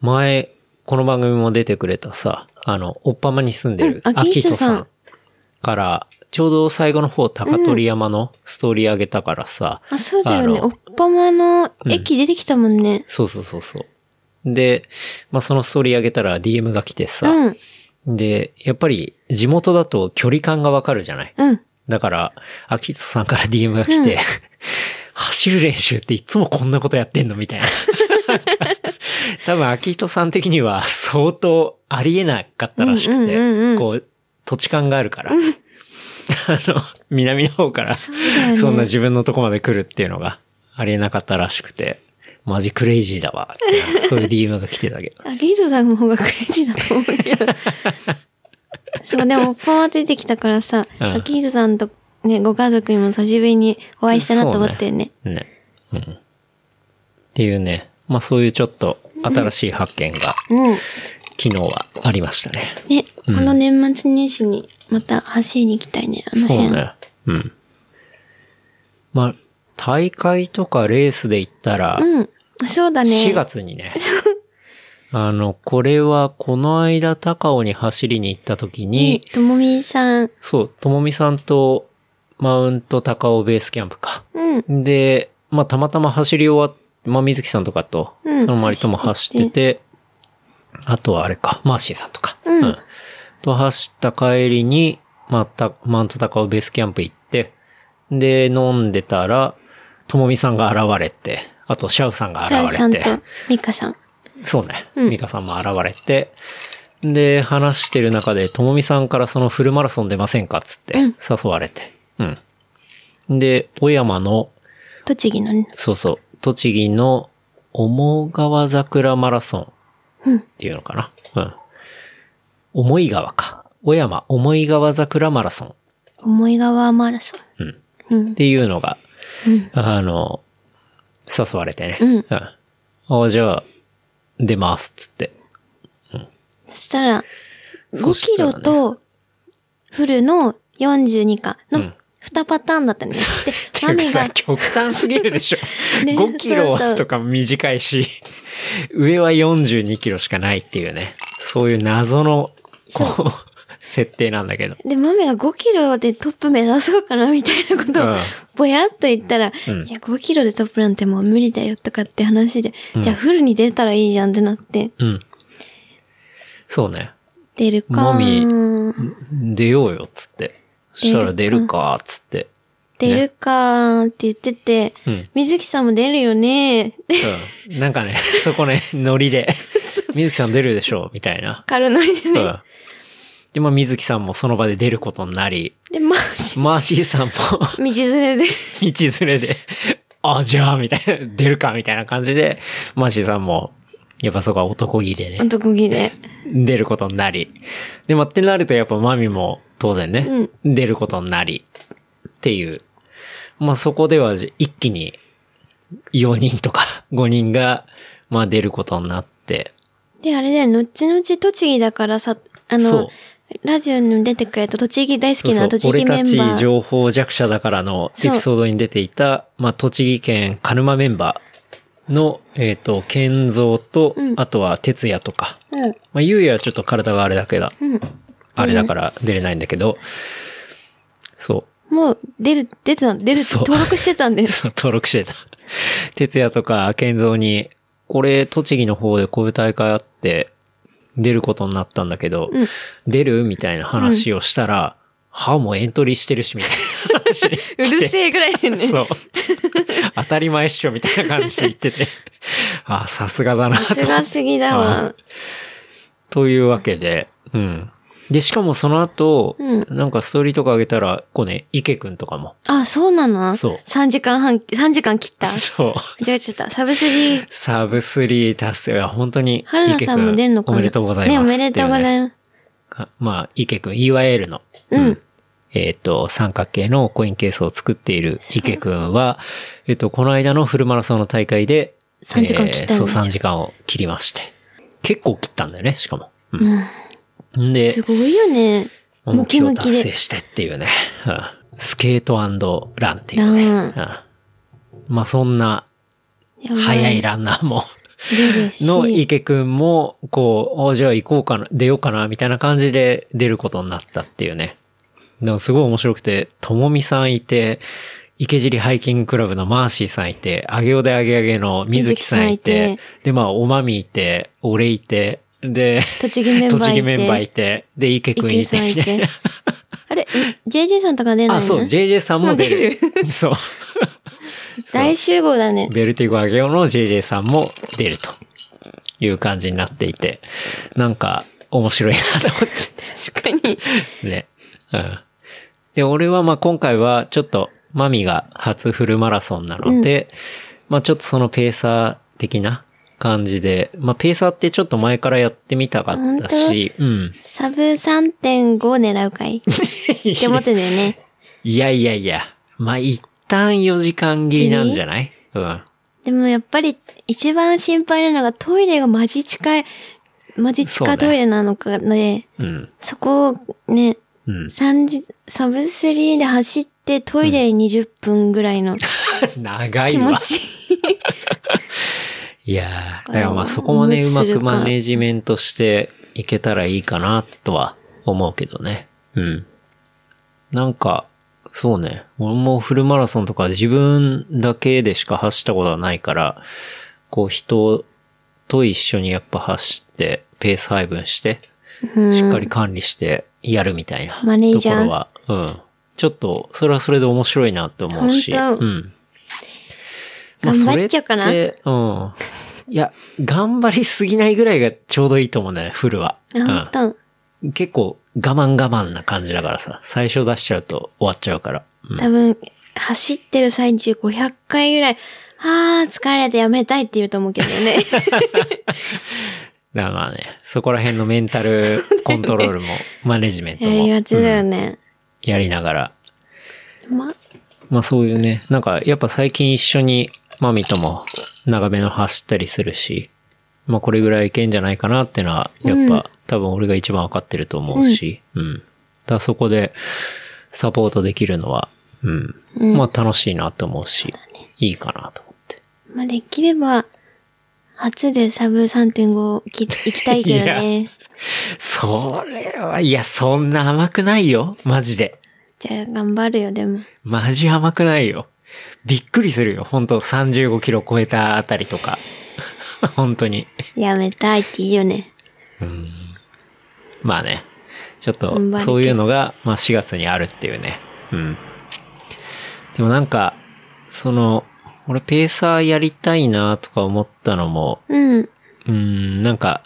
[SPEAKER 2] 前、この番組も出てくれたさ、あの、おっぱまに住んでる、
[SPEAKER 3] うん
[SPEAKER 2] 秋人
[SPEAKER 3] 秋人
[SPEAKER 2] さ
[SPEAKER 3] さん
[SPEAKER 2] んから、ちょうど最後の方、高取山のストーリー上げたからさ、
[SPEAKER 3] あ、そうだよね。
[SPEAKER 2] あの
[SPEAKER 3] おっぱまの駅出てきたもんね。
[SPEAKER 2] そうそうそうそう。で、まあ、そのストーリー上げたら DM が来て
[SPEAKER 3] う
[SPEAKER 2] さ、
[SPEAKER 3] ん。
[SPEAKER 2] で、やっぱり地元だと距離感がわかるじゃない
[SPEAKER 3] うん。
[SPEAKER 2] だから、秋人さんから DM が来て、 走る練習っていつもこんなことやってんのみた いな。多分、秋人さん的には相当ありえなかったらしくて、
[SPEAKER 3] うんうんうんうん
[SPEAKER 2] こう、土地勘があるから、 あの、南の方から、
[SPEAKER 3] だよね
[SPEAKER 2] そんな自分のとこまで来るっていうのがありえなかったらしくて、マジクレイジーだわって、そういう DM が来てたけど。
[SPEAKER 3] あ、リーズさんの方がクレイジーだと思う けど。そう、でも、おっぱま出てきたからさ、
[SPEAKER 2] うん
[SPEAKER 3] アキーズさんとね、ご家族にも久しぶりにお会いしたなと思ってよね。
[SPEAKER 2] ね。うん。っていうね、まあそういうちょっと新しい発見が、
[SPEAKER 3] うん。
[SPEAKER 2] 昨日はありましたね。
[SPEAKER 3] ね、この年末年始にまた走りに行きたいね、あの
[SPEAKER 2] そう
[SPEAKER 3] 辺。
[SPEAKER 2] ね。うん。まあ、大会とかレースで言ったら、
[SPEAKER 3] うん。そうだね。
[SPEAKER 2] 4月に ね、あの、これはこの間高尾に走りに行った時
[SPEAKER 3] に
[SPEAKER 2] に、、
[SPEAKER 3] ともみさん。
[SPEAKER 2] そう、ともみさんとマウント高尾ベースキャンプか。
[SPEAKER 3] うん。
[SPEAKER 2] で、まあ、たまたま走り終わっ、まあ、水木さんとかと、そ
[SPEAKER 3] うん
[SPEAKER 2] の周りとも走ってて、あとはあれか、マーシーさんとか、
[SPEAKER 3] うん
[SPEAKER 2] と走った帰りに、また、マウント高尾ベースキャンプ行って、で、飲んでたら、ともみさんが現れて、あと、シャウさんが
[SPEAKER 3] シャウ
[SPEAKER 2] 現
[SPEAKER 3] さん
[SPEAKER 2] れ
[SPEAKER 3] と
[SPEAKER 2] て、
[SPEAKER 3] ミカさん。
[SPEAKER 2] そうね。
[SPEAKER 3] うん
[SPEAKER 2] ミカさんも現れて、で、話してる中で、ともみさんからそのフルマラソン出ませんかっつって、
[SPEAKER 3] うん
[SPEAKER 2] 誘われて。うん。で、小山の、
[SPEAKER 3] 栃木のね。
[SPEAKER 2] そうそう。栃木の重川桜マラソ
[SPEAKER 3] う
[SPEAKER 2] ン
[SPEAKER 3] ん
[SPEAKER 2] っていうのかな。うん。重井川か。小山重井川桜マラソン
[SPEAKER 3] 思い川マラソ
[SPEAKER 2] うん
[SPEAKER 3] ン。うん
[SPEAKER 2] っ。ていうのが、
[SPEAKER 3] うん
[SPEAKER 2] あの、誘われてね。
[SPEAKER 3] うん
[SPEAKER 2] あじゃあ、出ますっつって。
[SPEAKER 3] そしたら、
[SPEAKER 2] そ
[SPEAKER 3] 5
[SPEAKER 2] し
[SPEAKER 3] キ
[SPEAKER 2] たら
[SPEAKER 3] ロ
[SPEAKER 2] ね
[SPEAKER 3] と、フルの42か
[SPEAKER 2] う
[SPEAKER 3] の
[SPEAKER 2] ん
[SPEAKER 3] 2パターンだったんです。で、マ
[SPEAKER 2] ってい
[SPEAKER 3] ミ
[SPEAKER 2] うかさ
[SPEAKER 3] が、
[SPEAKER 2] 極端すぎるでしょ。
[SPEAKER 3] ね
[SPEAKER 2] 5キロ
[SPEAKER 3] そうそう
[SPEAKER 2] とか短いし、上は42キロしかないっていうね。そういう謎の、こう、 設定なんだけど。
[SPEAKER 3] で、マミが5キロでトップ目指そうかなみたいなこと
[SPEAKER 2] う
[SPEAKER 3] を
[SPEAKER 2] ん、
[SPEAKER 3] ぼやっと言ったら、
[SPEAKER 2] うん
[SPEAKER 3] いや、5キロでトップなんてもう無理だよとかって話で、じゃあフルに出たらいいじゃんってなって、
[SPEAKER 2] うん。そうね。
[SPEAKER 3] 出るか。
[SPEAKER 2] マミ出ようよ、っつって。そしたら出るか、っつって。
[SPEAKER 3] 出るかーって言ってて、
[SPEAKER 2] うん
[SPEAKER 3] 水木さんも出るよねーって、
[SPEAKER 2] うん。なんかね、そこね、ノリで。水木さん出るでしょう、みたいな。
[SPEAKER 3] 軽乗りで
[SPEAKER 2] う
[SPEAKER 3] ね。
[SPEAKER 2] ん。で、まあ、水木さんもその場で出ることになり、
[SPEAKER 3] で、マジ、
[SPEAKER 2] マーシーさんも
[SPEAKER 3] 道連れ で。
[SPEAKER 2] 道連れで、 あ、じゃあ、みたいな、出るか、みたいな感じで、マーシーさんも、やっぱそこは男気でね、
[SPEAKER 3] 男気で。
[SPEAKER 2] 出ることになり。で、まあ、ってなるとやっぱマミも当然ね、出ることになり。っていう。まあ、そこではじ一気に4人とか 5人が、まあ、出ることになって。
[SPEAKER 3] で、あれだよ、後々栃木だからさ、あ
[SPEAKER 2] そう
[SPEAKER 3] の、ラジオに出てくれた栃木大好き
[SPEAKER 2] そ
[SPEAKER 3] な
[SPEAKER 2] うそ
[SPEAKER 3] 栃
[SPEAKER 2] う
[SPEAKER 3] 木
[SPEAKER 2] 俺
[SPEAKER 3] メ
[SPEAKER 2] た
[SPEAKER 3] ンバ
[SPEAKER 2] ち
[SPEAKER 3] ー。
[SPEAKER 2] 情報弱者だからのエピソードに出ていた、まあ、栃木県鹿沼メンバーの、えっ、と、健三と、
[SPEAKER 3] うん
[SPEAKER 2] あとは哲也とか。
[SPEAKER 3] うん。
[SPEAKER 2] まあ、ゆうやはちょっと体があれだけだ。
[SPEAKER 3] うん。
[SPEAKER 2] あれだから出れないんだけど、そう。
[SPEAKER 3] もう、出る、出てた、出る、
[SPEAKER 2] そう
[SPEAKER 3] 登録してた んです。
[SPEAKER 2] そう、登録してた。哲也とか健三に、これ、栃木の方でこういう大会あって、出ることになったんだけど、
[SPEAKER 3] うん
[SPEAKER 2] 出るみたいな話をしたら、は、もうエントリーしてるし、みたいな話に
[SPEAKER 3] うるせえぐらいでね。
[SPEAKER 2] そう。当たり前っしょみたいな感じで言ってて。あ、さすがだなと
[SPEAKER 3] さすがすぎだわ。
[SPEAKER 2] というわけで、うん。で、しかもその後、
[SPEAKER 3] うん
[SPEAKER 2] なんかストーリーとか上げたら、こうね、池くんとかも。
[SPEAKER 3] あ、そうなの
[SPEAKER 2] そう
[SPEAKER 3] 3時間半、3時間切った。
[SPEAKER 2] そう。
[SPEAKER 3] じゃあちょっと、サブスリー、
[SPEAKER 2] サブスリー達成。いや、本当に。
[SPEAKER 3] 春菜さんも出んのか
[SPEAKER 2] 池くお
[SPEAKER 3] な
[SPEAKER 2] めでとうございます。
[SPEAKER 3] ね、おめでとうござ
[SPEAKER 2] って
[SPEAKER 3] います。
[SPEAKER 2] うねまあ、池くん、いわゆるの。
[SPEAKER 3] うん。
[SPEAKER 2] えっ、と、三角形のコインケースを作っている池くんは、えっ、と、この間のフルマラソンの大会で、
[SPEAKER 3] 3時間切った
[SPEAKER 2] えー
[SPEAKER 3] よ
[SPEAKER 2] そう、
[SPEAKER 3] ね
[SPEAKER 2] 3時間を切りまして。結構切ったんだよね、しかも。う
[SPEAKER 3] うん。、
[SPEAKER 2] ん。です
[SPEAKER 3] ごいよね。ム
[SPEAKER 2] 目
[SPEAKER 3] キ
[SPEAKER 2] 標
[SPEAKER 3] ムキ
[SPEAKER 2] 達成
[SPEAKER 3] で。
[SPEAKER 2] してっていうね。うんスケートランっていうね。うんまあそんな、
[SPEAKER 3] やば
[SPEAKER 2] 速い。ランナーも、
[SPEAKER 3] 出るし。
[SPEAKER 2] の池くんも、こう、おじゃあ行こうかな、出ようかな、みたいな感じで出ることになったっていうね。でもすごい面白くて、ともみさんいて、池尻ハイキングクラブのマーシーさんいて、あげおであげあげの水木さんい
[SPEAKER 3] 水木さん
[SPEAKER 2] て
[SPEAKER 3] いて、
[SPEAKER 2] で、まあ、おまみいて、俺いて、で、
[SPEAKER 3] 栃木メンバーいて。
[SPEAKER 2] 栃木メンバーいて、で、池くんい
[SPEAKER 3] 池
[SPEAKER 2] て
[SPEAKER 3] さんい
[SPEAKER 2] みたい
[SPEAKER 3] て
[SPEAKER 2] な。。
[SPEAKER 3] あれ、JJ さんとか出ないの
[SPEAKER 2] あ、そう、JJ さんも出る。そう。
[SPEAKER 3] 大集合だね。
[SPEAKER 2] ベルティゴアゲオの JJ さんも出るという感じになっていて、なんか面白いなと思っ
[SPEAKER 3] 確かに。
[SPEAKER 2] てね。うん。で、俺はまあ今回はちょっとマミが初フルマラソンなので、まあちょっとそのペーサー的な感じで、まあペーサーってちょっと前からやってみたかったし、うん。
[SPEAKER 3] サブ3.5狙うかいって思ってんだよね。
[SPEAKER 2] いやいやいや、まあ一旦4時間切りなんじゃないうん。
[SPEAKER 3] でもやっぱり一番心配なのがトイレがマジ近い、マジ
[SPEAKER 2] そうね
[SPEAKER 3] 近トイレなのかね、
[SPEAKER 2] うん。
[SPEAKER 3] そこをね、
[SPEAKER 2] うん。
[SPEAKER 3] 三時、サブスリーで走ってトイレ20分ぐらいの
[SPEAKER 2] 長い
[SPEAKER 3] 気持
[SPEAKER 2] わ。
[SPEAKER 3] ち。
[SPEAKER 2] いやー、だ
[SPEAKER 3] こ
[SPEAKER 2] か
[SPEAKER 3] れ
[SPEAKER 2] らまあそこもね、
[SPEAKER 3] ど
[SPEAKER 2] う
[SPEAKER 3] う
[SPEAKER 2] ます
[SPEAKER 3] る
[SPEAKER 2] く
[SPEAKER 3] か
[SPEAKER 2] マネジメントしていけたらいいかなとは思うけどね。うん。なんか、そうね。俺もフルマラソンとか自分だけでしか走ったことはないから、こう人と一緒にやっぱ走って、ペース配分して、
[SPEAKER 3] うん
[SPEAKER 2] しっかり管理してやるみたいなところは、
[SPEAKER 3] マネージャー
[SPEAKER 2] うん。ちょっと、それはそれで面白いなって思うし。
[SPEAKER 3] 本当
[SPEAKER 2] うん。
[SPEAKER 3] 頑張っちゃうかな
[SPEAKER 2] それってうん。いや、頑張りすぎないぐらいがちょうどいいと思うんだよね、フルは。
[SPEAKER 3] 本
[SPEAKER 2] う
[SPEAKER 3] 当、
[SPEAKER 2] ん。結構、我慢我慢な感じだからさ。最初出しちゃうと終わっちゃうから。うん
[SPEAKER 3] 多分、走ってる最中500回ぐらい、あー、疲れてやめたいって言うと思うけどね。
[SPEAKER 2] だからまあね、そこら辺のメンタルコントロール も、マネジメント
[SPEAKER 3] や
[SPEAKER 2] も。
[SPEAKER 3] りがちだよ
[SPEAKER 2] うん
[SPEAKER 3] ね。
[SPEAKER 2] やりながら
[SPEAKER 3] ま、
[SPEAKER 2] まあそういうね、なんかやっぱ最近一緒にマミとも長めの走ったりするし、まあこれぐらいいけんじゃないかなってのは、やっぱ、
[SPEAKER 3] うん
[SPEAKER 2] 多分俺が一番わかってると思うし、うん。だからそこでサポートできるのは、うん。
[SPEAKER 3] うん
[SPEAKER 2] まあ楽しいなと思うし、いいかなと思って。
[SPEAKER 3] まあ、できれば、初でサブ3.5き行きたいけどね。
[SPEAKER 2] それは、いや、そんな甘くないよ。マジで。
[SPEAKER 3] じゃあ、頑張るよ、でも。
[SPEAKER 2] マジ甘くないよ。びっくりするよ。本当35キロ超えたあたりとか。 本当に。
[SPEAKER 3] やめたいっていいよね。
[SPEAKER 2] まあね。ちょっ
[SPEAKER 3] 頑張るけ
[SPEAKER 2] と、
[SPEAKER 3] ど
[SPEAKER 2] そういうのが、まあ4月にあるっていうね。うん。でもなんか、その、俺ペーサーやりたいなとか思ったのも、
[SPEAKER 3] うん。
[SPEAKER 2] うん、なんか、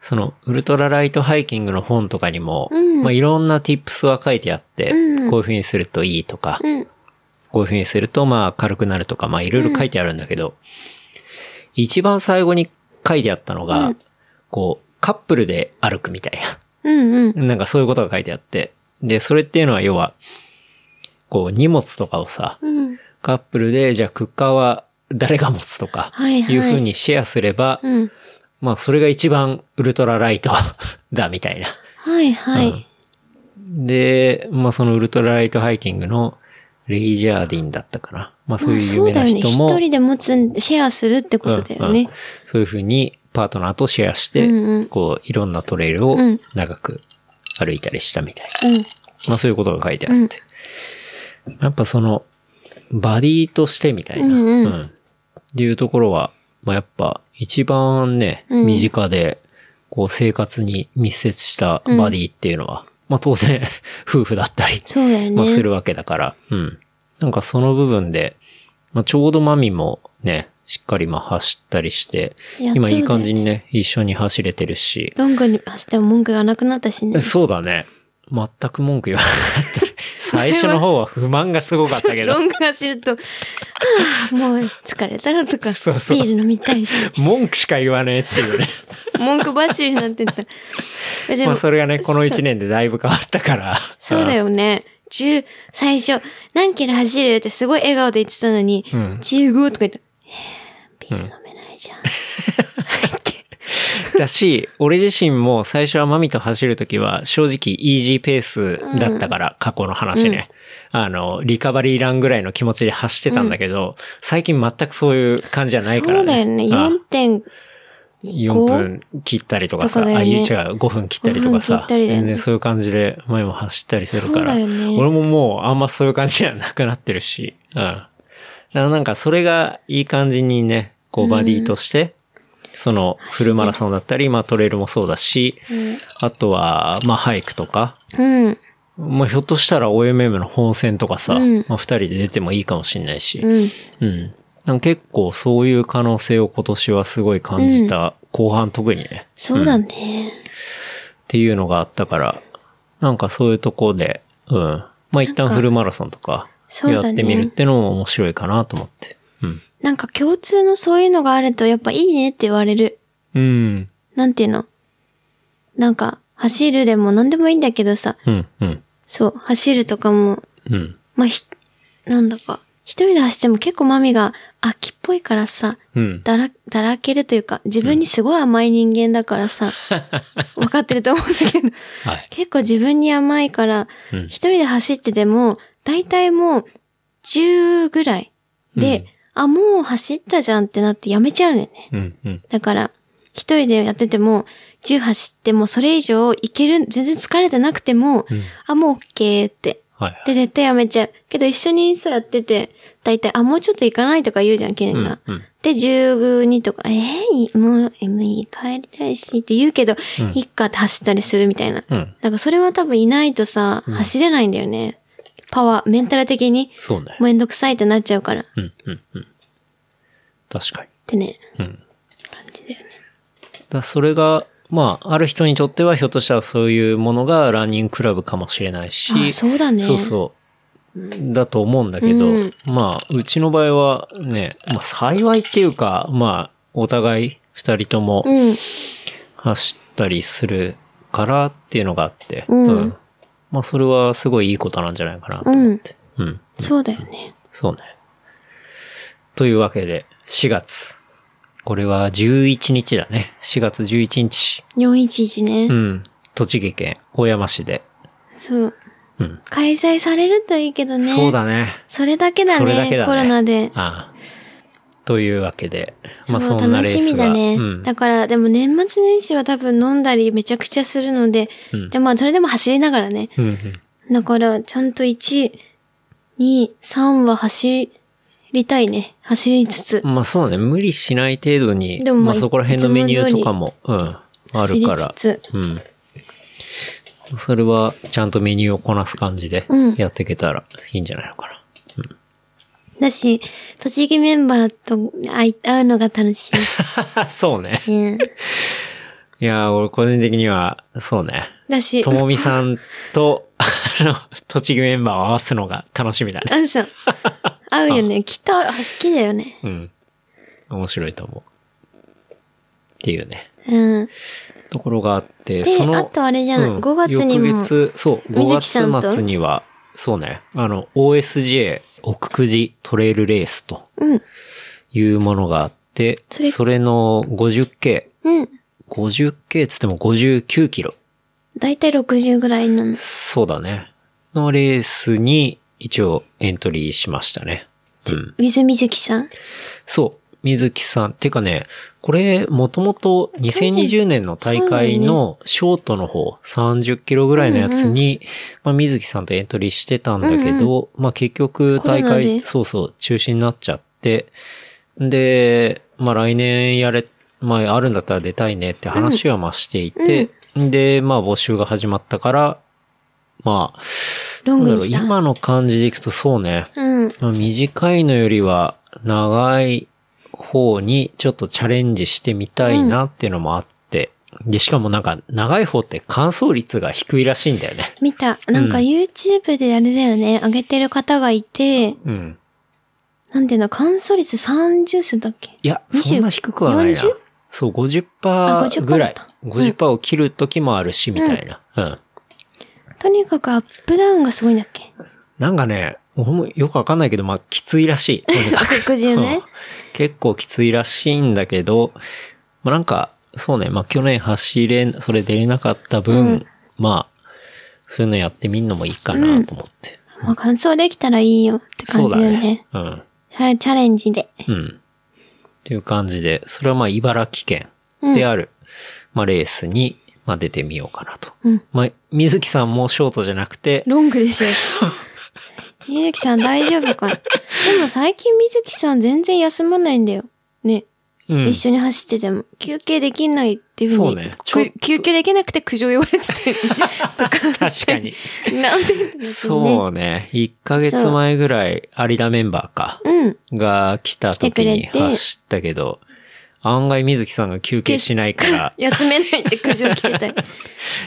[SPEAKER 2] その、ウルトラライトハイキングの本とかにも、
[SPEAKER 3] うん
[SPEAKER 2] まあいろんな tips は書いてあって、
[SPEAKER 3] うん
[SPEAKER 2] こういう風にするといいとか、
[SPEAKER 3] うん。
[SPEAKER 2] こういう風にするとまあ軽くなるとか、まあいろいろ書いてあるんだけど、一番最後に書いてあったのが、こう、カップルで歩くみたいな。
[SPEAKER 3] うんうん。
[SPEAKER 2] なんかそういうことが書いてあって。で、それっていうのは要は、こう荷物とかをさ、
[SPEAKER 3] うん。
[SPEAKER 2] カップルで、じゃあクッカーは誰が持つとか、
[SPEAKER 3] はいはい
[SPEAKER 2] いう風にシェアすれば、
[SPEAKER 3] うん。
[SPEAKER 2] まあそれが一番ウルトラライト だみたいな。
[SPEAKER 3] はいはい。
[SPEAKER 2] で、まあそのウルトラライトハイキングのレイジャーディンだったかな。まあそう
[SPEAKER 3] ま
[SPEAKER 2] いう
[SPEAKER 3] あ
[SPEAKER 2] 有
[SPEAKER 3] そう
[SPEAKER 2] 名
[SPEAKER 3] だ
[SPEAKER 2] な
[SPEAKER 3] よね。
[SPEAKER 2] 人も、
[SPEAKER 3] 一人で持つん、シェアするってことだよ
[SPEAKER 2] うんうん
[SPEAKER 3] ね。
[SPEAKER 2] そういう風にパートナーとシェアして、
[SPEAKER 3] うんうん
[SPEAKER 2] こういろんなトレイルを
[SPEAKER 3] うん
[SPEAKER 2] 長く歩いたりしたみたいな。
[SPEAKER 3] うん。
[SPEAKER 2] まあそういうことが書いてあって。やっぱその、バディとしてみたいな。
[SPEAKER 3] うんうん
[SPEAKER 2] っていうところは、まあやっぱ一番ね、
[SPEAKER 3] うん
[SPEAKER 2] 身近で、こう生活に密接したバディっていうのは、まあ当然、 夫婦だったり、
[SPEAKER 3] そうだよね。
[SPEAKER 2] まあするわけだから、うん。なんかその部分で、まあ、ちょうどマミもね、しっかりまあ走ったりして、
[SPEAKER 3] や
[SPEAKER 2] 今いい
[SPEAKER 3] そうだよ
[SPEAKER 2] 感
[SPEAKER 3] ね
[SPEAKER 2] じにね、一緒に走れてるし、
[SPEAKER 3] ロングに走っても文句がなくなったしね。
[SPEAKER 2] そうだね。全く文句言わな かった。最初の方は不満がすごかったけど
[SPEAKER 3] ロ、ング走ると、 はあ、もう疲れたらとか、
[SPEAKER 2] そうそう
[SPEAKER 3] ビール飲みたいし、
[SPEAKER 2] 文句しか言わないっていうね。
[SPEAKER 3] 文句走りになってった。で
[SPEAKER 2] まあ
[SPEAKER 3] も、
[SPEAKER 2] それがね、この1年でだいぶ変わったから。
[SPEAKER 3] そうだよね。10、最初、何キロ走るってすごい笑顔で言ってたのに、
[SPEAKER 2] うん
[SPEAKER 3] 15とか言った。えービール飲めないじゃん。って
[SPEAKER 2] だし、俺自身も最初はマミと走るときは正直イージーペースだったから、過去の話ね。あの、リカバリーランぐらいの気持ちで走ってたんだけど、最近全くそういう感じじゃないからね。
[SPEAKER 3] そうだよね。
[SPEAKER 2] あ
[SPEAKER 3] 4点、
[SPEAKER 2] 4分切ったりとかさ、
[SPEAKER 3] とかだ
[SPEAKER 2] あ、
[SPEAKER 3] よ
[SPEAKER 2] い
[SPEAKER 3] ね
[SPEAKER 2] う違う、5分切ったりとか
[SPEAKER 3] 5分切
[SPEAKER 2] さ
[SPEAKER 3] っ、たりだよ
[SPEAKER 2] 全
[SPEAKER 3] ね
[SPEAKER 2] 然そういう感じで前も走ったりするから、
[SPEAKER 3] そうだよね
[SPEAKER 2] 俺ももうあんまそういう感じじゃなくなってるし、うん。だからなんかそれがいい感じにね、こうバディとして、そのフルマラソンだったり、まあトレイルもそうだし、あとは、まあハイクとか、
[SPEAKER 3] うん、
[SPEAKER 2] まあひょっとしたら OMM の本戦とかさ、
[SPEAKER 3] うん
[SPEAKER 2] まあ二人で出てもいいかもしれないし、
[SPEAKER 3] うん。
[SPEAKER 2] うん。なんか結構そういう可能性を今年はすごい感じた、後半特にね、
[SPEAKER 3] そうだね。
[SPEAKER 2] っていうのがあったから、なんかそういうとこで、うん。まあ一旦フルマラソンとか、
[SPEAKER 3] そう
[SPEAKER 2] や
[SPEAKER 3] だね
[SPEAKER 2] ってみるってのも面白いかなと思って。うん。
[SPEAKER 3] なんか共通のそういうのがあると、やっぱいいねって言われる。
[SPEAKER 2] うん。
[SPEAKER 3] なんていうのなんか、走るでも何でもいいんだけどさ、
[SPEAKER 2] うん。うん。
[SPEAKER 3] そう、走るとかも、
[SPEAKER 2] うん。
[SPEAKER 3] まあ、ひ、なんだか、一人で走っても結構マミが秋っぽいからさ、
[SPEAKER 2] うん。
[SPEAKER 3] だら、だらけるというか、自分にすごい甘い人間だか らさ、わかってると思うんだけど、
[SPEAKER 2] はい。
[SPEAKER 3] 結構自分に甘いから、
[SPEAKER 2] うん
[SPEAKER 3] 一人で走ってても、だいたいもう、10ぐらいで、あ、もう走ったじゃんってなってやめちゃうのよね。
[SPEAKER 2] うん。うん。
[SPEAKER 3] だから、一人でやってても、10走ってもそれ以上いける、全然疲れてなくても、
[SPEAKER 2] うん
[SPEAKER 3] あ、もう OK って。
[SPEAKER 2] はい。
[SPEAKER 3] で、絶対やめちゃう。けど一緒にさ、やってて、だいたい、あ、もうちょっと行かないとか言うじゃん、ケンが。
[SPEAKER 2] うんうん
[SPEAKER 3] で、12とか、えーいい、もう、えもういい帰りたいしって言うけど、いっかって走ったりするみたいな。
[SPEAKER 2] うん。
[SPEAKER 3] なんかそれは多分いないとさ、走れないんだよね。パワー、メンタル的に、
[SPEAKER 2] そうね。
[SPEAKER 3] もうめんどくさいってなっちゃうから。っ
[SPEAKER 2] うん。うん。うん。確かに。
[SPEAKER 3] てね、
[SPEAKER 2] うん。
[SPEAKER 3] 感じだよね。
[SPEAKER 2] だそれが、まあ、ある人にとってはひょっとしたらそういうものがランニングクラブかもしれないし、
[SPEAKER 3] あ、そうだね。
[SPEAKER 2] そうそう。だと思うんだけど、
[SPEAKER 3] うん
[SPEAKER 2] まあ、うちの場合はね、まあ、幸いっていうか、まあ、お互い二人とも
[SPEAKER 3] うん。
[SPEAKER 2] 走ったりするからっていうのがあって、
[SPEAKER 3] うん
[SPEAKER 2] まあ、それはすごいいいことなんじゃないかなと思って。うん。
[SPEAKER 3] そうだよね。
[SPEAKER 2] そうね。というわけで、4月。これは11日だね。4月11日。
[SPEAKER 3] 411ね。
[SPEAKER 2] うん。栃木県小山市で。
[SPEAKER 3] そう。
[SPEAKER 2] うん。
[SPEAKER 3] 開催されるといいけどね。
[SPEAKER 2] そう。だね。
[SPEAKER 3] それだけだね、
[SPEAKER 2] それだけだね
[SPEAKER 3] コロナで。
[SPEAKER 2] ああというわけで、まあ
[SPEAKER 3] そ
[SPEAKER 2] そ
[SPEAKER 3] うん
[SPEAKER 2] な
[SPEAKER 3] 楽
[SPEAKER 2] レースが
[SPEAKER 3] しみだね。
[SPEAKER 2] うん、
[SPEAKER 3] だから、でも年末年始は多分飲んだりめちゃくちゃするので、
[SPEAKER 2] うん
[SPEAKER 3] でまあそれでも走りながらね。
[SPEAKER 2] うんうん
[SPEAKER 3] だから、ちゃんと1、2、3は走りたいね。走りつつ。
[SPEAKER 2] まあそうね、無理しない程度に、
[SPEAKER 3] でもまあ
[SPEAKER 2] まあそこら辺のメニューとかも、うん、あ
[SPEAKER 3] 走
[SPEAKER 2] る
[SPEAKER 3] り
[SPEAKER 2] から
[SPEAKER 3] つ、つ。
[SPEAKER 2] うん。それはちゃんとメニューをこなす感じで
[SPEAKER 3] うん
[SPEAKER 2] やっていけたらいいんじゃないのかな。
[SPEAKER 3] だし、栃木メンバーと会い会うのが楽し
[SPEAKER 2] そうね。
[SPEAKER 3] い。ね、
[SPEAKER 2] いやー、俺個人的には、そうね。
[SPEAKER 3] だし、
[SPEAKER 2] ともみさんと、あの、栃木メンバーを合わすのが楽しみだね。
[SPEAKER 3] あんさん。合う よね。きっとあ好きだよね。
[SPEAKER 2] うん。面白いと思う。っていうね。
[SPEAKER 3] うん。
[SPEAKER 2] ところがあって、
[SPEAKER 3] で
[SPEAKER 2] その、
[SPEAKER 3] あとあれじゃない5月にも
[SPEAKER 2] 翌月、そう、
[SPEAKER 3] 水木さん
[SPEAKER 2] 5
[SPEAKER 3] と
[SPEAKER 2] 月末には、そうね、あの、OSJ、奥久慈トレイルレースと
[SPEAKER 3] うん。
[SPEAKER 2] いうものがあって、そ
[SPEAKER 3] そ
[SPEAKER 2] れ
[SPEAKER 3] れ
[SPEAKER 2] の 50K、
[SPEAKER 3] うん。
[SPEAKER 2] 50K っつっても59キロ、
[SPEAKER 3] だいたい60ぐらいなの。
[SPEAKER 2] そうだね、のレースに一応エントリーしましたね。うん。
[SPEAKER 3] 水水木さん
[SPEAKER 2] そう。水木さん。てかね、これ、もともと2020年の大会のショートの方、30キロぐらいのやつに、まあ、水木さんとエントリーしてたんだけど、まあ、結局大
[SPEAKER 3] コロナ
[SPEAKER 2] 会、
[SPEAKER 3] で
[SPEAKER 2] そうそう、中止になっちゃって、で、まあ、来年やれ、まあ、あるんだったら出たいねって話はまあしていて、で、まあ、募集が始まったから、まあ、
[SPEAKER 3] ロ
[SPEAKER 2] な
[SPEAKER 3] ン
[SPEAKER 2] んだ
[SPEAKER 3] グ
[SPEAKER 2] ろ
[SPEAKER 3] に
[SPEAKER 2] う、
[SPEAKER 3] した。
[SPEAKER 2] 今の感じでいくとそうね、
[SPEAKER 3] うん。
[SPEAKER 2] まあ、短いのよりは、長い方にちょっとチャレンジしてみたいなっていうのもあって、で、しかもなんか長い方って乾燥率が低いらしいんだよね。
[SPEAKER 3] 見た。なんか YouTube であれだよね、上げてる方がいて、
[SPEAKER 2] うん。
[SPEAKER 3] なんていうの、乾燥率30数だっけ
[SPEAKER 2] いや、
[SPEAKER 3] 20
[SPEAKER 2] そんな低くはないな
[SPEAKER 3] 40。
[SPEAKER 2] そう、
[SPEAKER 3] あ
[SPEAKER 2] 50%
[SPEAKER 3] 50%
[SPEAKER 2] ぐらい
[SPEAKER 3] だった。うん
[SPEAKER 2] 50%を切る時もあるし、みたいな。うん。
[SPEAKER 3] とにかくアップダウンがすごいんだっけ
[SPEAKER 2] なんかね、俺もよくわかんないけど、まあ、きついらしい。とにか く
[SPEAKER 3] 黒人ね
[SPEAKER 2] そう結構きついらしいんだけど、まあ、なんか、そうね、まあ、去年走れ、それ出れなかった分、まあ、そういうのやってみんのもいいかなと思って。
[SPEAKER 3] まあ乾燥できたらいいよって
[SPEAKER 2] そう
[SPEAKER 3] 感じ
[SPEAKER 2] だ
[SPEAKER 3] だよね。
[SPEAKER 2] ね。うん。
[SPEAKER 3] はい、チャレンジで。
[SPEAKER 2] うん。っていう感じで、それはまあ、茨城県である、まあ、レースに、まあ、出てみようかなと。
[SPEAKER 3] うん
[SPEAKER 2] まあ、水木さんもショートじゃなくて、
[SPEAKER 3] ロングでしょ。水木さん大丈夫かなでも最近水木さん全然休まないんだよ。ね。
[SPEAKER 2] うん
[SPEAKER 3] 一緒に走ってても、休憩できないっていうふ
[SPEAKER 2] そうう
[SPEAKER 3] に、
[SPEAKER 2] ねちょっと
[SPEAKER 3] く休憩できなくて苦情言われてて、
[SPEAKER 2] 確かに。
[SPEAKER 3] なんて言うんだろうね
[SPEAKER 2] そうね。1ヶ月前ぐらい、有田メンバーか。
[SPEAKER 3] うん。
[SPEAKER 2] が来た時に
[SPEAKER 3] 来てくれて
[SPEAKER 2] 走ったけど、案外水木さんが休憩しないから、
[SPEAKER 3] 休めないって苦情来て たり。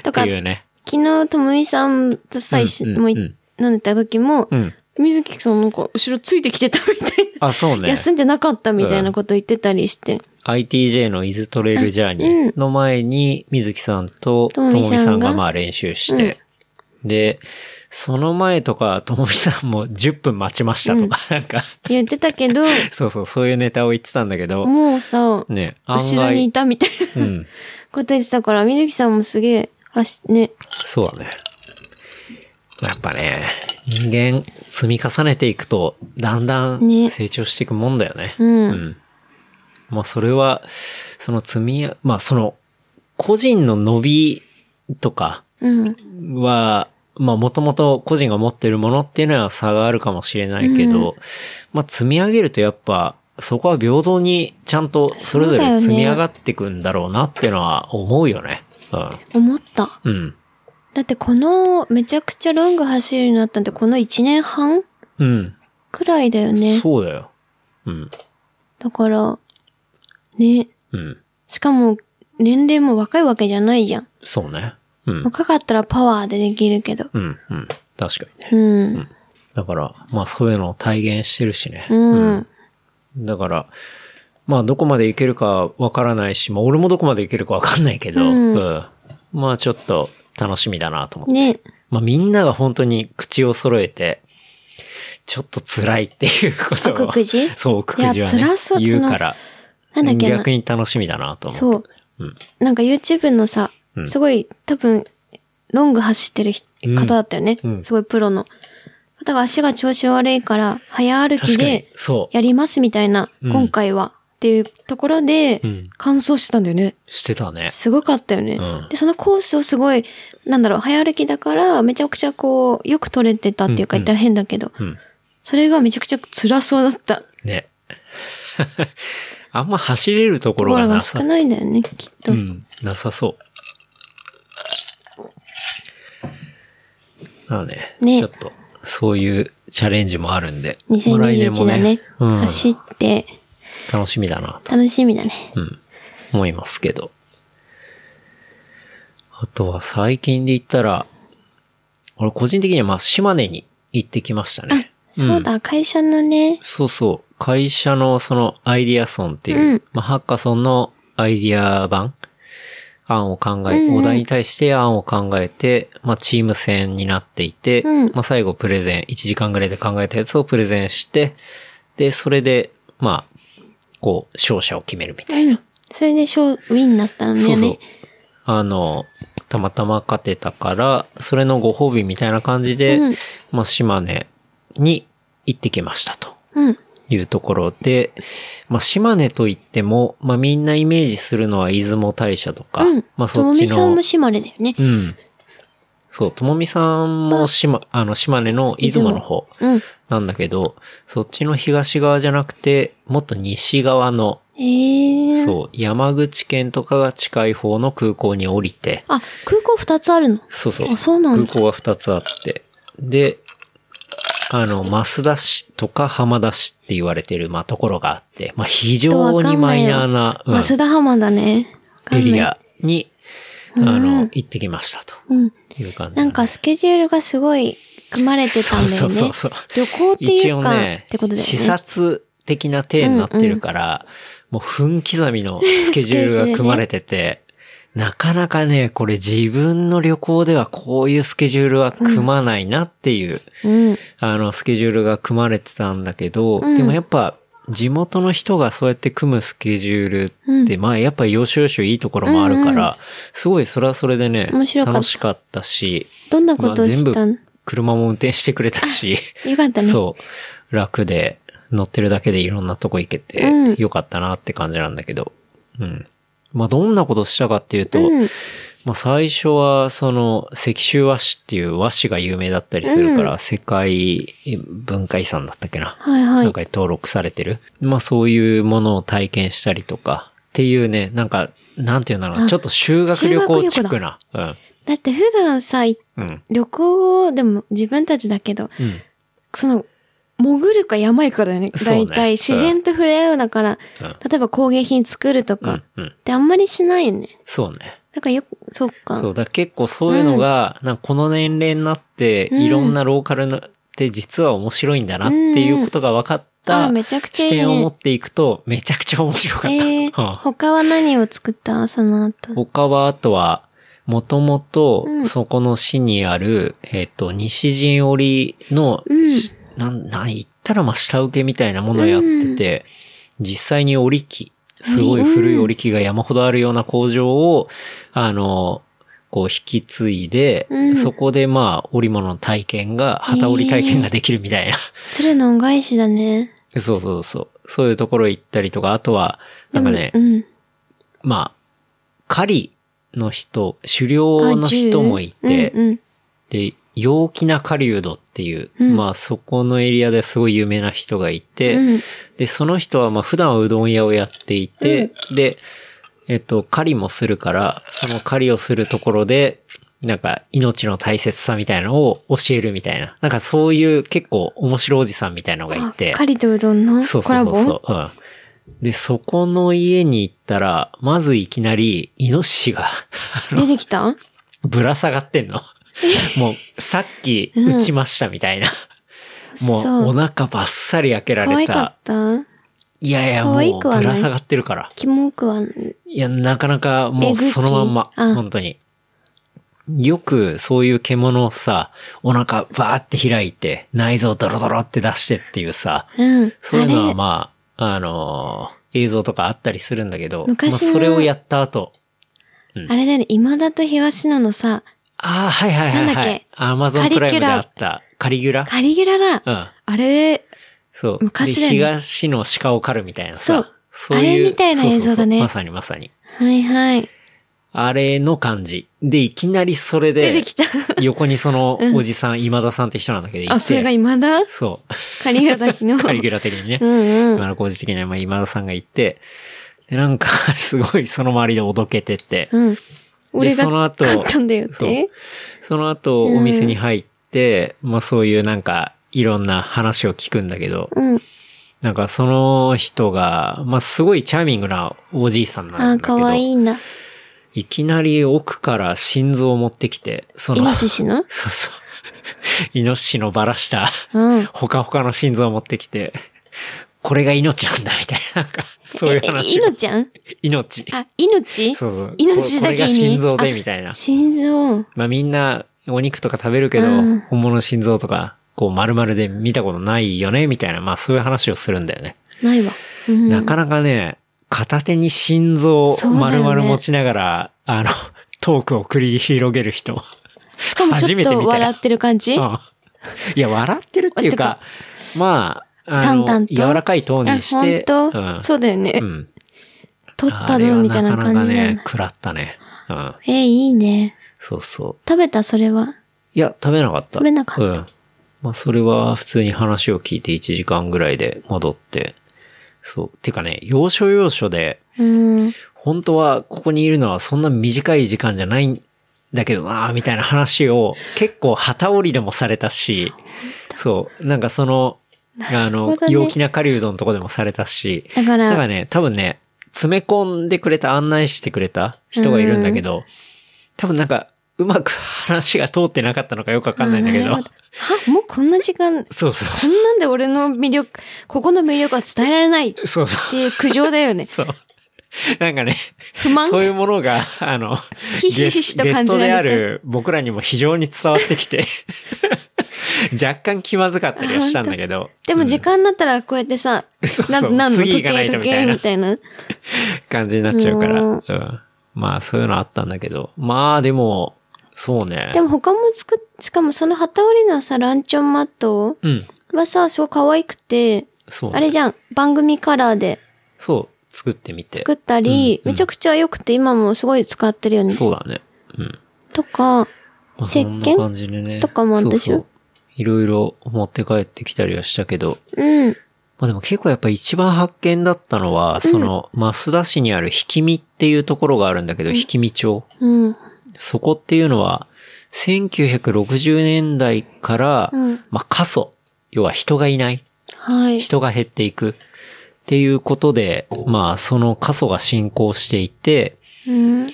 [SPEAKER 3] と
[SPEAKER 2] っ
[SPEAKER 3] か
[SPEAKER 2] て、いうね。
[SPEAKER 3] 昨日、ともみさんとさ、
[SPEAKER 2] うん
[SPEAKER 3] 一緒
[SPEAKER 2] うん
[SPEAKER 3] にもい
[SPEAKER 2] うん
[SPEAKER 3] 飲んでた時も、
[SPEAKER 2] うん。
[SPEAKER 3] 水木さんなんか後ろついてきてたみたいな。
[SPEAKER 2] あ、そうね。
[SPEAKER 3] 休んでなかったみたいなこと言ってたりして。
[SPEAKER 2] ITJ のイズトレイルジャーニーの前に、水木さんとと
[SPEAKER 3] と
[SPEAKER 2] も
[SPEAKER 3] も
[SPEAKER 2] み
[SPEAKER 3] みさんが
[SPEAKER 2] さんがまあ練習して、で、その前とか、ともみさんも10分待ちましたとか、なんか、
[SPEAKER 3] 言ってたけ ど、
[SPEAKER 2] そうそう、そういうネタを言ってたんだけど、
[SPEAKER 3] もうさ、
[SPEAKER 2] ね、案外。
[SPEAKER 3] 後ろにいたみたいな
[SPEAKER 2] うん。
[SPEAKER 3] こと言ってたから、水木さんもすげえ、あし、ね。
[SPEAKER 2] そうだね。やっぱね、人間積み重ねていくと、だんだん
[SPEAKER 3] ね
[SPEAKER 2] 成長していくもんだよね。
[SPEAKER 3] うん
[SPEAKER 2] まあそれは、その積みや、まあその、個人の伸びとか
[SPEAKER 3] うん。
[SPEAKER 2] は、まあもともと個人が持ってるものっていうのは差があるかもしれないけど、まあ積み上げるとやっぱ、そこは平等にちゃんとそれぞ
[SPEAKER 3] そうだよ
[SPEAKER 2] れ
[SPEAKER 3] ね
[SPEAKER 2] 積み上がっていくんだろうなっていうのは思うよね。
[SPEAKER 3] 思った。
[SPEAKER 2] うん。うん。
[SPEAKER 3] だってこの、めちゃくちゃロング走るようになったんて、この1年半
[SPEAKER 2] うん。
[SPEAKER 3] くらいだよね。
[SPEAKER 2] そうだよ。うん。
[SPEAKER 3] だから、ね。
[SPEAKER 2] うん。
[SPEAKER 3] しかも、年齢も若いわけじゃないじゃん。
[SPEAKER 2] そうね。うん。
[SPEAKER 3] 若かったらパワーでできるけど。
[SPEAKER 2] うん。うん。確かにね。
[SPEAKER 3] うん。
[SPEAKER 2] だから、まあそういうのを体現してるしね。
[SPEAKER 3] うん。
[SPEAKER 2] だから、まあどこまでいけるかわからないし、まあ俺もどこまでいけるかわかんないけど、
[SPEAKER 3] うん
[SPEAKER 2] うんまあちょっと楽しみだなと思って。
[SPEAKER 3] ね。
[SPEAKER 2] まあみんなが本当に口を揃えて、ちょっと辛いっていうことを。
[SPEAKER 3] 奥くじ
[SPEAKER 2] そう、奥くじはいね
[SPEAKER 3] や辛そう
[SPEAKER 2] 言うから。
[SPEAKER 3] なんだっけな
[SPEAKER 2] 逆。に楽しみだなと思
[SPEAKER 3] そう。
[SPEAKER 2] うん
[SPEAKER 3] なんか YouTube のさ
[SPEAKER 2] うん、
[SPEAKER 3] すごい多分、ロング走ってる人
[SPEAKER 2] うん
[SPEAKER 3] 方だったよね
[SPEAKER 2] うん。
[SPEAKER 3] すごいプロの。だから足が調子悪いから、早歩き
[SPEAKER 2] 確かに
[SPEAKER 3] で、
[SPEAKER 2] そう。
[SPEAKER 3] やりますみたいな、
[SPEAKER 2] うん
[SPEAKER 3] 今回は。っていうところで
[SPEAKER 2] うん、
[SPEAKER 3] 完走してたんだよね。
[SPEAKER 2] してたね。
[SPEAKER 3] すごかったよね、
[SPEAKER 2] うん
[SPEAKER 3] で、そのコースをすごい、なんだろう、早歩きだから、めちゃくちゃこう、よく取れてたっていうか
[SPEAKER 2] うん
[SPEAKER 3] 言ったら変だけど、
[SPEAKER 2] うん。
[SPEAKER 3] それがめちゃくちゃ辛そうだった。
[SPEAKER 2] ね。 あんま走れるところが
[SPEAKER 3] 心
[SPEAKER 2] な
[SPEAKER 3] が
[SPEAKER 2] さ
[SPEAKER 3] 少ないんだよね、きっと。
[SPEAKER 2] うん、なさそう。なので、
[SPEAKER 3] ね
[SPEAKER 2] ちょっと、そういうチャレンジもあるんで、もう来年
[SPEAKER 3] 2021
[SPEAKER 2] も
[SPEAKER 3] だね
[SPEAKER 2] うん、
[SPEAKER 3] 走って、
[SPEAKER 2] 楽しみだなと、
[SPEAKER 3] 楽しみだね。
[SPEAKER 2] うん、思いますけど。あとは最近で言ったら、俺個人的にはまあ島根に行ってきました
[SPEAKER 3] あ
[SPEAKER 2] ね。、
[SPEAKER 3] そうだ、会社のね、
[SPEAKER 2] そうそう。会社のそのアイディアソンっていう、
[SPEAKER 3] うん
[SPEAKER 2] まあ、ハッカソンのアイディア版案を考え、
[SPEAKER 3] うんうん
[SPEAKER 2] お題に対して案を考えて、まあ、チーム戦になっていて、
[SPEAKER 3] うん
[SPEAKER 2] まあ、最後プレゼン、1時間ぐらいで考えたやつをプレゼンして、で、それで、まあ、こう、勝者を決めるみたい
[SPEAKER 3] うん。それでショー、ウィンになったんだ
[SPEAKER 2] な。
[SPEAKER 3] よ
[SPEAKER 2] そ
[SPEAKER 3] ね。
[SPEAKER 2] うそう。あの、たまたま勝てたから、それのご褒美みたいな感じで、
[SPEAKER 3] うん
[SPEAKER 2] まあ、島根に行ってきましたと。
[SPEAKER 3] うん。
[SPEAKER 2] いうところで、まあ、島根といっても、まあ、みんなイメージするのは出雲大社とか、
[SPEAKER 3] うん。
[SPEAKER 2] まあ、
[SPEAKER 3] と
[SPEAKER 2] そ
[SPEAKER 3] も
[SPEAKER 2] っ
[SPEAKER 3] み
[SPEAKER 2] ち
[SPEAKER 3] さん
[SPEAKER 2] の
[SPEAKER 3] も、島根だよね。
[SPEAKER 2] うん。そう、ともみさんも島、あの、島根の出雲の方
[SPEAKER 3] うん。
[SPEAKER 2] なんだけど、そっちの東側じゃなくて、もっと西側の、
[SPEAKER 3] えー。
[SPEAKER 2] そう、山口県とかが近い方の空港に降りて、
[SPEAKER 3] あ、空港二つあるの
[SPEAKER 2] そうそう。
[SPEAKER 3] あそうなんだ
[SPEAKER 2] 空港が2つあって。で、あの、増田市とか浜田市って言われてる、まあ、ところがあって、まあ、非常にマイナーな、うん
[SPEAKER 3] 増田浜だね。わかん
[SPEAKER 2] エ
[SPEAKER 3] ない
[SPEAKER 2] リ。アに、あの、行ってきましたと
[SPEAKER 3] うん。
[SPEAKER 2] いう感じだね。
[SPEAKER 3] なんかスケジュールがすごい組まれてたんだよね。
[SPEAKER 2] そうそうそうそう
[SPEAKER 3] 旅行ってい
[SPEAKER 2] 一
[SPEAKER 3] う
[SPEAKER 2] 応
[SPEAKER 3] か、
[SPEAKER 2] ね
[SPEAKER 3] ってことだよね。
[SPEAKER 2] 視察的な体になってるから、もう分刻み のスケジュールが組まれてて、なかなかね、これ自分の旅行ではこういうスケジュールは組まないなっていう、
[SPEAKER 3] うん。
[SPEAKER 2] あの、スケジュールが組まれてたんだけど、
[SPEAKER 3] うん
[SPEAKER 2] でもやっぱ、地元の人がそうやって組むスケジュールって、まあやっぱ要所要所いいところもあるから、
[SPEAKER 3] うんうん
[SPEAKER 2] すごいそれはそれでね、
[SPEAKER 3] 面白かった
[SPEAKER 2] 楽しかったし、
[SPEAKER 3] どんな
[SPEAKER 2] ま
[SPEAKER 3] こ
[SPEAKER 2] あ
[SPEAKER 3] とを
[SPEAKER 2] 全
[SPEAKER 3] したの、
[SPEAKER 2] 部車も運転してくれたし、
[SPEAKER 3] よかったね。
[SPEAKER 2] そう。楽で、乗ってるだけでいろんなとこ行け
[SPEAKER 3] うん
[SPEAKER 2] て、よかったなって感じなんだけど。うん。まあ、どんなことしたかっていうと、
[SPEAKER 3] うん。
[SPEAKER 2] まあ、最初は、その、石州和紙っていう和紙が有名だったりするから、世界文化遺産だったっけな。
[SPEAKER 3] はいは
[SPEAKER 2] なん
[SPEAKER 3] い。
[SPEAKER 2] か登録されてる。まあ、そういうものを体験したりとか、っていうね、なんか、なんていうんだろう
[SPEAKER 3] あ
[SPEAKER 2] な、ちょっと修学旅行チックな。
[SPEAKER 3] だって普段さ、い
[SPEAKER 2] うん。うん。
[SPEAKER 3] 旅行をでも自分たちだけど、
[SPEAKER 2] うん。
[SPEAKER 3] その、潜るか山行くかだよね。
[SPEAKER 2] そうね
[SPEAKER 3] 大体、自然と触れ合うだから、
[SPEAKER 2] うん
[SPEAKER 3] 例えば工芸品作ると
[SPEAKER 2] う
[SPEAKER 3] か、っ
[SPEAKER 2] ん。うん。
[SPEAKER 3] てあんまりしないよね。
[SPEAKER 2] そうね。
[SPEAKER 3] だからよく、そっか。
[SPEAKER 2] そう、だから結構そういうのが、なんかこの年齢になって、
[SPEAKER 3] うん
[SPEAKER 2] いろんなローカルなって実は面白いんだなっていうことが分かっ
[SPEAKER 3] あ
[SPEAKER 2] た
[SPEAKER 3] めちゃくちゃい
[SPEAKER 2] 視
[SPEAKER 3] いね
[SPEAKER 2] 点を持っていくと、めちゃくちゃ面白かった。
[SPEAKER 3] えー
[SPEAKER 2] うん
[SPEAKER 3] 他は何を作ったその後。
[SPEAKER 2] 他は、あとは、もとも
[SPEAKER 3] うん
[SPEAKER 2] と、そこの市にある、えっ、と、西陣織の、
[SPEAKER 3] うん
[SPEAKER 2] しなん、なん言ったら、まあ、下請けみたいなものをやってて、実際に織機、すごい古い織機が山ほどあるような工場を、あの、こう引き継いで、
[SPEAKER 3] うん
[SPEAKER 2] そこでまあ、織物の体験が、旗織り体験ができるみたいな。
[SPEAKER 3] 鶴の恩返しだね。
[SPEAKER 2] そうそうそう。そういうところ行ったりとか、あとは、なんかね、
[SPEAKER 3] でもうん。
[SPEAKER 2] まあ、狩りの人、狩猟の人もいて、
[SPEAKER 3] あ銃うんうん
[SPEAKER 2] で、陽気な狩人っていう、
[SPEAKER 3] うん
[SPEAKER 2] まあそこのエリアですごい有名な人がいて、
[SPEAKER 3] うん
[SPEAKER 2] で、その人はまあ普段はうどん屋をやっていて、で、えっと、狩りもするから、その狩りをするところで、なんか命の大切さみたいなのを教えるみたいな、なんかそういう結構面白おじさんみたいなのがいて、
[SPEAKER 3] あカリとうどんの
[SPEAKER 2] そう
[SPEAKER 3] コ
[SPEAKER 2] そ
[SPEAKER 3] ラ
[SPEAKER 2] うそ
[SPEAKER 3] ボ
[SPEAKER 2] うそう。うん。で、そこの家に行ったら、まずいきなり、イノシシが、
[SPEAKER 3] 出てきた
[SPEAKER 2] ぶら下がってんの。もう、さっき、
[SPEAKER 3] うん
[SPEAKER 2] 撃ちましたみたいな。も
[SPEAKER 3] そう
[SPEAKER 2] う、お腹ばっさり開けら
[SPEAKER 3] 可
[SPEAKER 2] れ。
[SPEAKER 3] 愛かったた
[SPEAKER 2] いやいや、
[SPEAKER 3] 可
[SPEAKER 2] も
[SPEAKER 3] 愛く
[SPEAKER 2] う、
[SPEAKER 3] はない
[SPEAKER 2] ぶら下がってるから。
[SPEAKER 3] キモくは、
[SPEAKER 2] いや、なかなかも
[SPEAKER 3] え
[SPEAKER 2] う
[SPEAKER 3] ぐき
[SPEAKER 2] そのまんま、
[SPEAKER 3] あ
[SPEAKER 2] 本当に。よくそういう獣をさ、お腹バーって開いて、内臓ドロドロって出してっていうさ、
[SPEAKER 3] うん。
[SPEAKER 2] そういうの
[SPEAKER 3] あ
[SPEAKER 2] は
[SPEAKER 3] れ
[SPEAKER 2] まあ、あのー映像とかあったりするんだけど、まあ、
[SPEAKER 3] 昔の
[SPEAKER 2] それをやった後、
[SPEAKER 3] あれだよね、今田と東野のさ、
[SPEAKER 2] ああ、はいはいはい、
[SPEAKER 3] なんだっ
[SPEAKER 2] は
[SPEAKER 3] け
[SPEAKER 2] い。アマゾンプライムであった、カリギュラ
[SPEAKER 3] カリギュラだ。
[SPEAKER 2] うん。
[SPEAKER 3] あれ、
[SPEAKER 2] そう。
[SPEAKER 3] 昔だ
[SPEAKER 2] で
[SPEAKER 3] よね
[SPEAKER 2] 東の鹿を狩るみたいなさ。
[SPEAKER 3] そう
[SPEAKER 2] う
[SPEAKER 3] あれみたいな映像だね
[SPEAKER 2] そうそうそうまさにまさに。
[SPEAKER 3] はいはい。
[SPEAKER 2] あれの感じ。で、いきなりそれ
[SPEAKER 3] 出て
[SPEAKER 2] で
[SPEAKER 3] き、た。
[SPEAKER 2] 横にそ のおじさん、今田さんって人なんだけどいて、
[SPEAKER 3] あ、それが今田
[SPEAKER 2] そう。
[SPEAKER 3] カリギュラだっけの。
[SPEAKER 2] カリギュラ的にね。
[SPEAKER 3] うんうん。
[SPEAKER 2] 今の工事的にはまあ今田さんがいて、で、なんか、 すごいその周りでおどけてて、
[SPEAKER 3] うん。俺が
[SPEAKER 2] その後
[SPEAKER 3] 買ったんだよっ
[SPEAKER 2] そう
[SPEAKER 3] て。
[SPEAKER 2] その後お店に入って、まあそういうなんか、いろんな話を聞くんだけど、
[SPEAKER 3] うん。
[SPEAKER 2] なんかその人が、まあすごいチャーミングなおじいさんな
[SPEAKER 3] あ
[SPEAKER 2] んだ
[SPEAKER 3] ー、
[SPEAKER 2] けど、
[SPEAKER 3] かわいいな。
[SPEAKER 2] いきなり奥から心臓を持ってきて、そ
[SPEAKER 3] イ
[SPEAKER 2] の、
[SPEAKER 3] ノシシの
[SPEAKER 2] そうそう。イノシシのバラした、
[SPEAKER 3] うん。
[SPEAKER 2] ほかほかの心臓を持ってきて、これが命なんだ、みたいな、なんか、そういう
[SPEAKER 3] ええい
[SPEAKER 2] 話を。
[SPEAKER 3] のちゃん
[SPEAKER 2] 命。
[SPEAKER 3] あ、命
[SPEAKER 2] そうそう。
[SPEAKER 3] イノシシだ
[SPEAKER 2] これこれ
[SPEAKER 3] けに
[SPEAKER 2] が心臓で、みたいな。
[SPEAKER 3] 心臓。
[SPEAKER 2] まあみんな、お肉とか食べるけど、
[SPEAKER 3] うん
[SPEAKER 2] 本物の心臓とか、こう丸々で見たことないよね、みたいな、まあそういう話をするんだよね。
[SPEAKER 3] ないわ。うん
[SPEAKER 2] なかなかね、片手に心臓を
[SPEAKER 3] そうだよね
[SPEAKER 2] 丸々持ちながら、あの、トークを繰り広げる人。
[SPEAKER 3] しかもち
[SPEAKER 2] 初
[SPEAKER 3] ょっ
[SPEAKER 2] めて見
[SPEAKER 3] と
[SPEAKER 2] たよ
[SPEAKER 3] 笑ってる感じ
[SPEAKER 2] うんいや、笑ってるっていうか、まあ、あの
[SPEAKER 3] 淡々と
[SPEAKER 2] 柔らかいトーンにして、
[SPEAKER 3] あ本当、
[SPEAKER 2] うん
[SPEAKER 3] そうだよね。
[SPEAKER 2] うん。
[SPEAKER 3] 撮ったのみたいな
[SPEAKER 2] あれは
[SPEAKER 3] 感
[SPEAKER 2] か
[SPEAKER 3] じだよ
[SPEAKER 2] ね、
[SPEAKER 3] ね。
[SPEAKER 2] 食らったね。うん。
[SPEAKER 3] えー、いいね。
[SPEAKER 2] そうそう。
[SPEAKER 3] 食べたそれは。
[SPEAKER 2] いや、食べなかった。
[SPEAKER 3] 食べなかった
[SPEAKER 2] うん。まあ、それは普通に話を聞いて1時間ぐらいで戻って。そう。てかね、要所要所で、
[SPEAKER 3] うん。
[SPEAKER 2] 本当はここにいるのはそんな短い時間じゃないんだけどなぁみたいな話を結構旗折りでもされたし、そう。なんかその、あ
[SPEAKER 3] な
[SPEAKER 2] の
[SPEAKER 3] るほど、ね
[SPEAKER 2] 陽気な狩人のとこでもされたし、
[SPEAKER 3] だか
[SPEAKER 2] だから
[SPEAKER 3] ら、
[SPEAKER 2] ね、多分ね、詰め込んでくれた、案内してくれた人がいるんだけど、多分なんか、うまく話が通ってなかったのかよくわかんないんだけど
[SPEAKER 3] あなるほ。は、もうこんな時間、
[SPEAKER 2] そうそう
[SPEAKER 3] こんなんで俺の魅力、ここの魅力は伝えられないっ
[SPEAKER 2] そう。そうそう。
[SPEAKER 3] ていう苦情だよね。
[SPEAKER 2] そう。なんかね、
[SPEAKER 3] 不満
[SPEAKER 2] そういうものが、あの、
[SPEAKER 3] ひしひしと
[SPEAKER 2] ゲス
[SPEAKER 3] 感
[SPEAKER 2] ゲス
[SPEAKER 3] じ
[SPEAKER 2] トで
[SPEAKER 3] ら
[SPEAKER 2] あ
[SPEAKER 3] れ
[SPEAKER 2] る僕らにも非常に伝わってきて、 若干気まずかったりはしたんだけど、
[SPEAKER 3] た。でも時間になったらこうやってさ、
[SPEAKER 2] そうそう
[SPEAKER 3] ななんの時
[SPEAKER 2] 次行かな
[SPEAKER 3] 計
[SPEAKER 2] いと
[SPEAKER 3] 時
[SPEAKER 2] みたい
[SPEAKER 3] 計
[SPEAKER 2] な
[SPEAKER 3] みたいな。
[SPEAKER 2] 感じになっちゃうから、
[SPEAKER 3] う
[SPEAKER 2] うんん。まあ、そういうのあったんだけど、まあ、でも、そうね。
[SPEAKER 3] でも他も作っ、しかもその旗織りのさ、ランチョンマット
[SPEAKER 2] うん。
[SPEAKER 3] はさ、すごい可愛くて、
[SPEAKER 2] そう。
[SPEAKER 3] あれじゃん、番組カラーで
[SPEAKER 2] そう、作ってみて。
[SPEAKER 3] 作ったり、
[SPEAKER 2] うんうん
[SPEAKER 3] めちゃくちゃ良くて今もすごい使ってるよね。
[SPEAKER 2] そうだね。うん。
[SPEAKER 3] とか、
[SPEAKER 2] まあ
[SPEAKER 3] 石
[SPEAKER 2] そ
[SPEAKER 3] 鹸
[SPEAKER 2] んな感じでね。
[SPEAKER 3] とかもあるでしょ
[SPEAKER 2] そうそういろいろ持って帰ってきたりはしたけど、
[SPEAKER 3] うん。
[SPEAKER 2] まあでも結構やっぱ一番発見だったのは、その、増田市にあるひきみっていうところがあるんだけど、ひきみ町。
[SPEAKER 3] うん。
[SPEAKER 2] そこっていうのは、1960年代から、
[SPEAKER 3] うん
[SPEAKER 2] まあ過疎。要は人がいない。
[SPEAKER 3] はい。
[SPEAKER 2] 人が減っていく。っていうことで、まあその過疎が進行していて、
[SPEAKER 3] うん。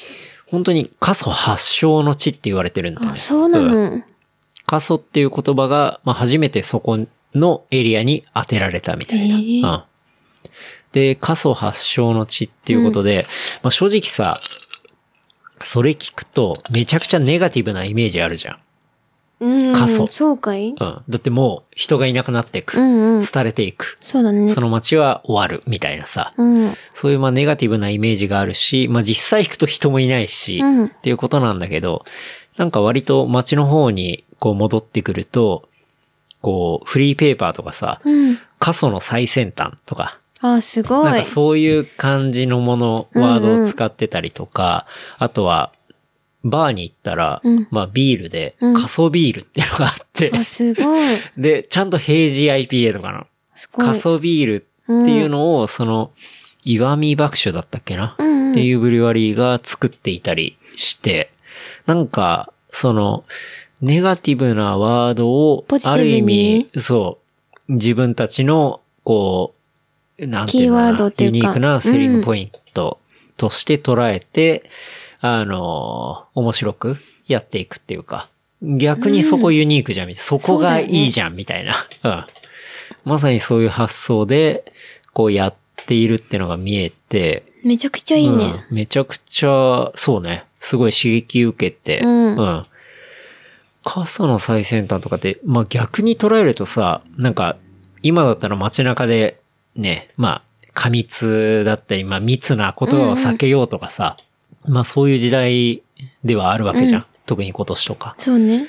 [SPEAKER 2] 本当に過疎発祥の地って言われてるんだよ
[SPEAKER 3] あ、
[SPEAKER 2] ね。
[SPEAKER 3] そうなの。
[SPEAKER 2] 過疎っていう言葉が、まあ、初めてそこのエリアに当てられたみたいな。
[SPEAKER 3] へー
[SPEAKER 2] うん、で、過疎発祥の地っていうことで、まあ、正直さ、それ聞くとめちゃくちゃネガティブなイメージあるじゃん。
[SPEAKER 3] うん。
[SPEAKER 2] 過疎
[SPEAKER 3] そうかい
[SPEAKER 2] うん。だってもう人がいなくなっていく。
[SPEAKER 3] うんうん。
[SPEAKER 2] 廃れていく。
[SPEAKER 3] そうだね
[SPEAKER 2] そ。の街は終わるみたいなさ。
[SPEAKER 3] うん。
[SPEAKER 2] そういうまあネガティブなイメージがあるし、まあ実際引くと人もいないし、
[SPEAKER 3] うん
[SPEAKER 2] っていうことなんだけど、なんか割と街の方にこう戻ってくると、こうフリーペーパーとかさ、
[SPEAKER 3] うん。
[SPEAKER 2] 過疎の最先端とか、
[SPEAKER 3] あ、すご
[SPEAKER 2] なん
[SPEAKER 3] い
[SPEAKER 2] か。そういう感じのもの、
[SPEAKER 3] うんうん
[SPEAKER 2] ワードを使ってたりとか、あとは、バーに行ったら、
[SPEAKER 3] うん
[SPEAKER 2] まあビールで、
[SPEAKER 3] うん
[SPEAKER 2] 過疎ビールっていうのがあって、
[SPEAKER 3] あ、すごい。
[SPEAKER 2] で、ちゃんと平時 IPA とかの、
[SPEAKER 3] すごい。
[SPEAKER 2] 過疎ビールっていうのを、その、岩見爆酒だったっけな、
[SPEAKER 3] うんうん
[SPEAKER 2] っていうブリュワリーが作っていたりして、なんか、その、ネガティブなワードを
[SPEAKER 3] ポジ、ティ
[SPEAKER 2] あ
[SPEAKER 3] ブ
[SPEAKER 2] る
[SPEAKER 3] に
[SPEAKER 2] 意味、そう、自分たちの、こう、なんていうの
[SPEAKER 3] キーワ
[SPEAKER 2] か
[SPEAKER 3] ード
[SPEAKER 2] な
[SPEAKER 3] っ、てい
[SPEAKER 2] ユ
[SPEAKER 3] うか
[SPEAKER 2] ニークなセリングポイントとして捉えて、あの、面白くやっていくっていうか、逆にそこユニークじゃん、みたいなそこがいいじゃん、みたいな。うん。まさにそういう発想で、こうやっているってのが見えて、
[SPEAKER 3] めちゃくちゃいいね。
[SPEAKER 2] うんめちゃくちゃ、そうね。すごい刺激受けて。
[SPEAKER 3] うん
[SPEAKER 2] 過疎の最先端とかって、まあ逆に捉えるとさ、なんか、今だったら街中で、ね、まあ、過密だったり、まあ密な言葉を避けようとかさ、まあそういう時代ではあるわけじゃん。特に今年とか。
[SPEAKER 3] そうね。
[SPEAKER 2] だか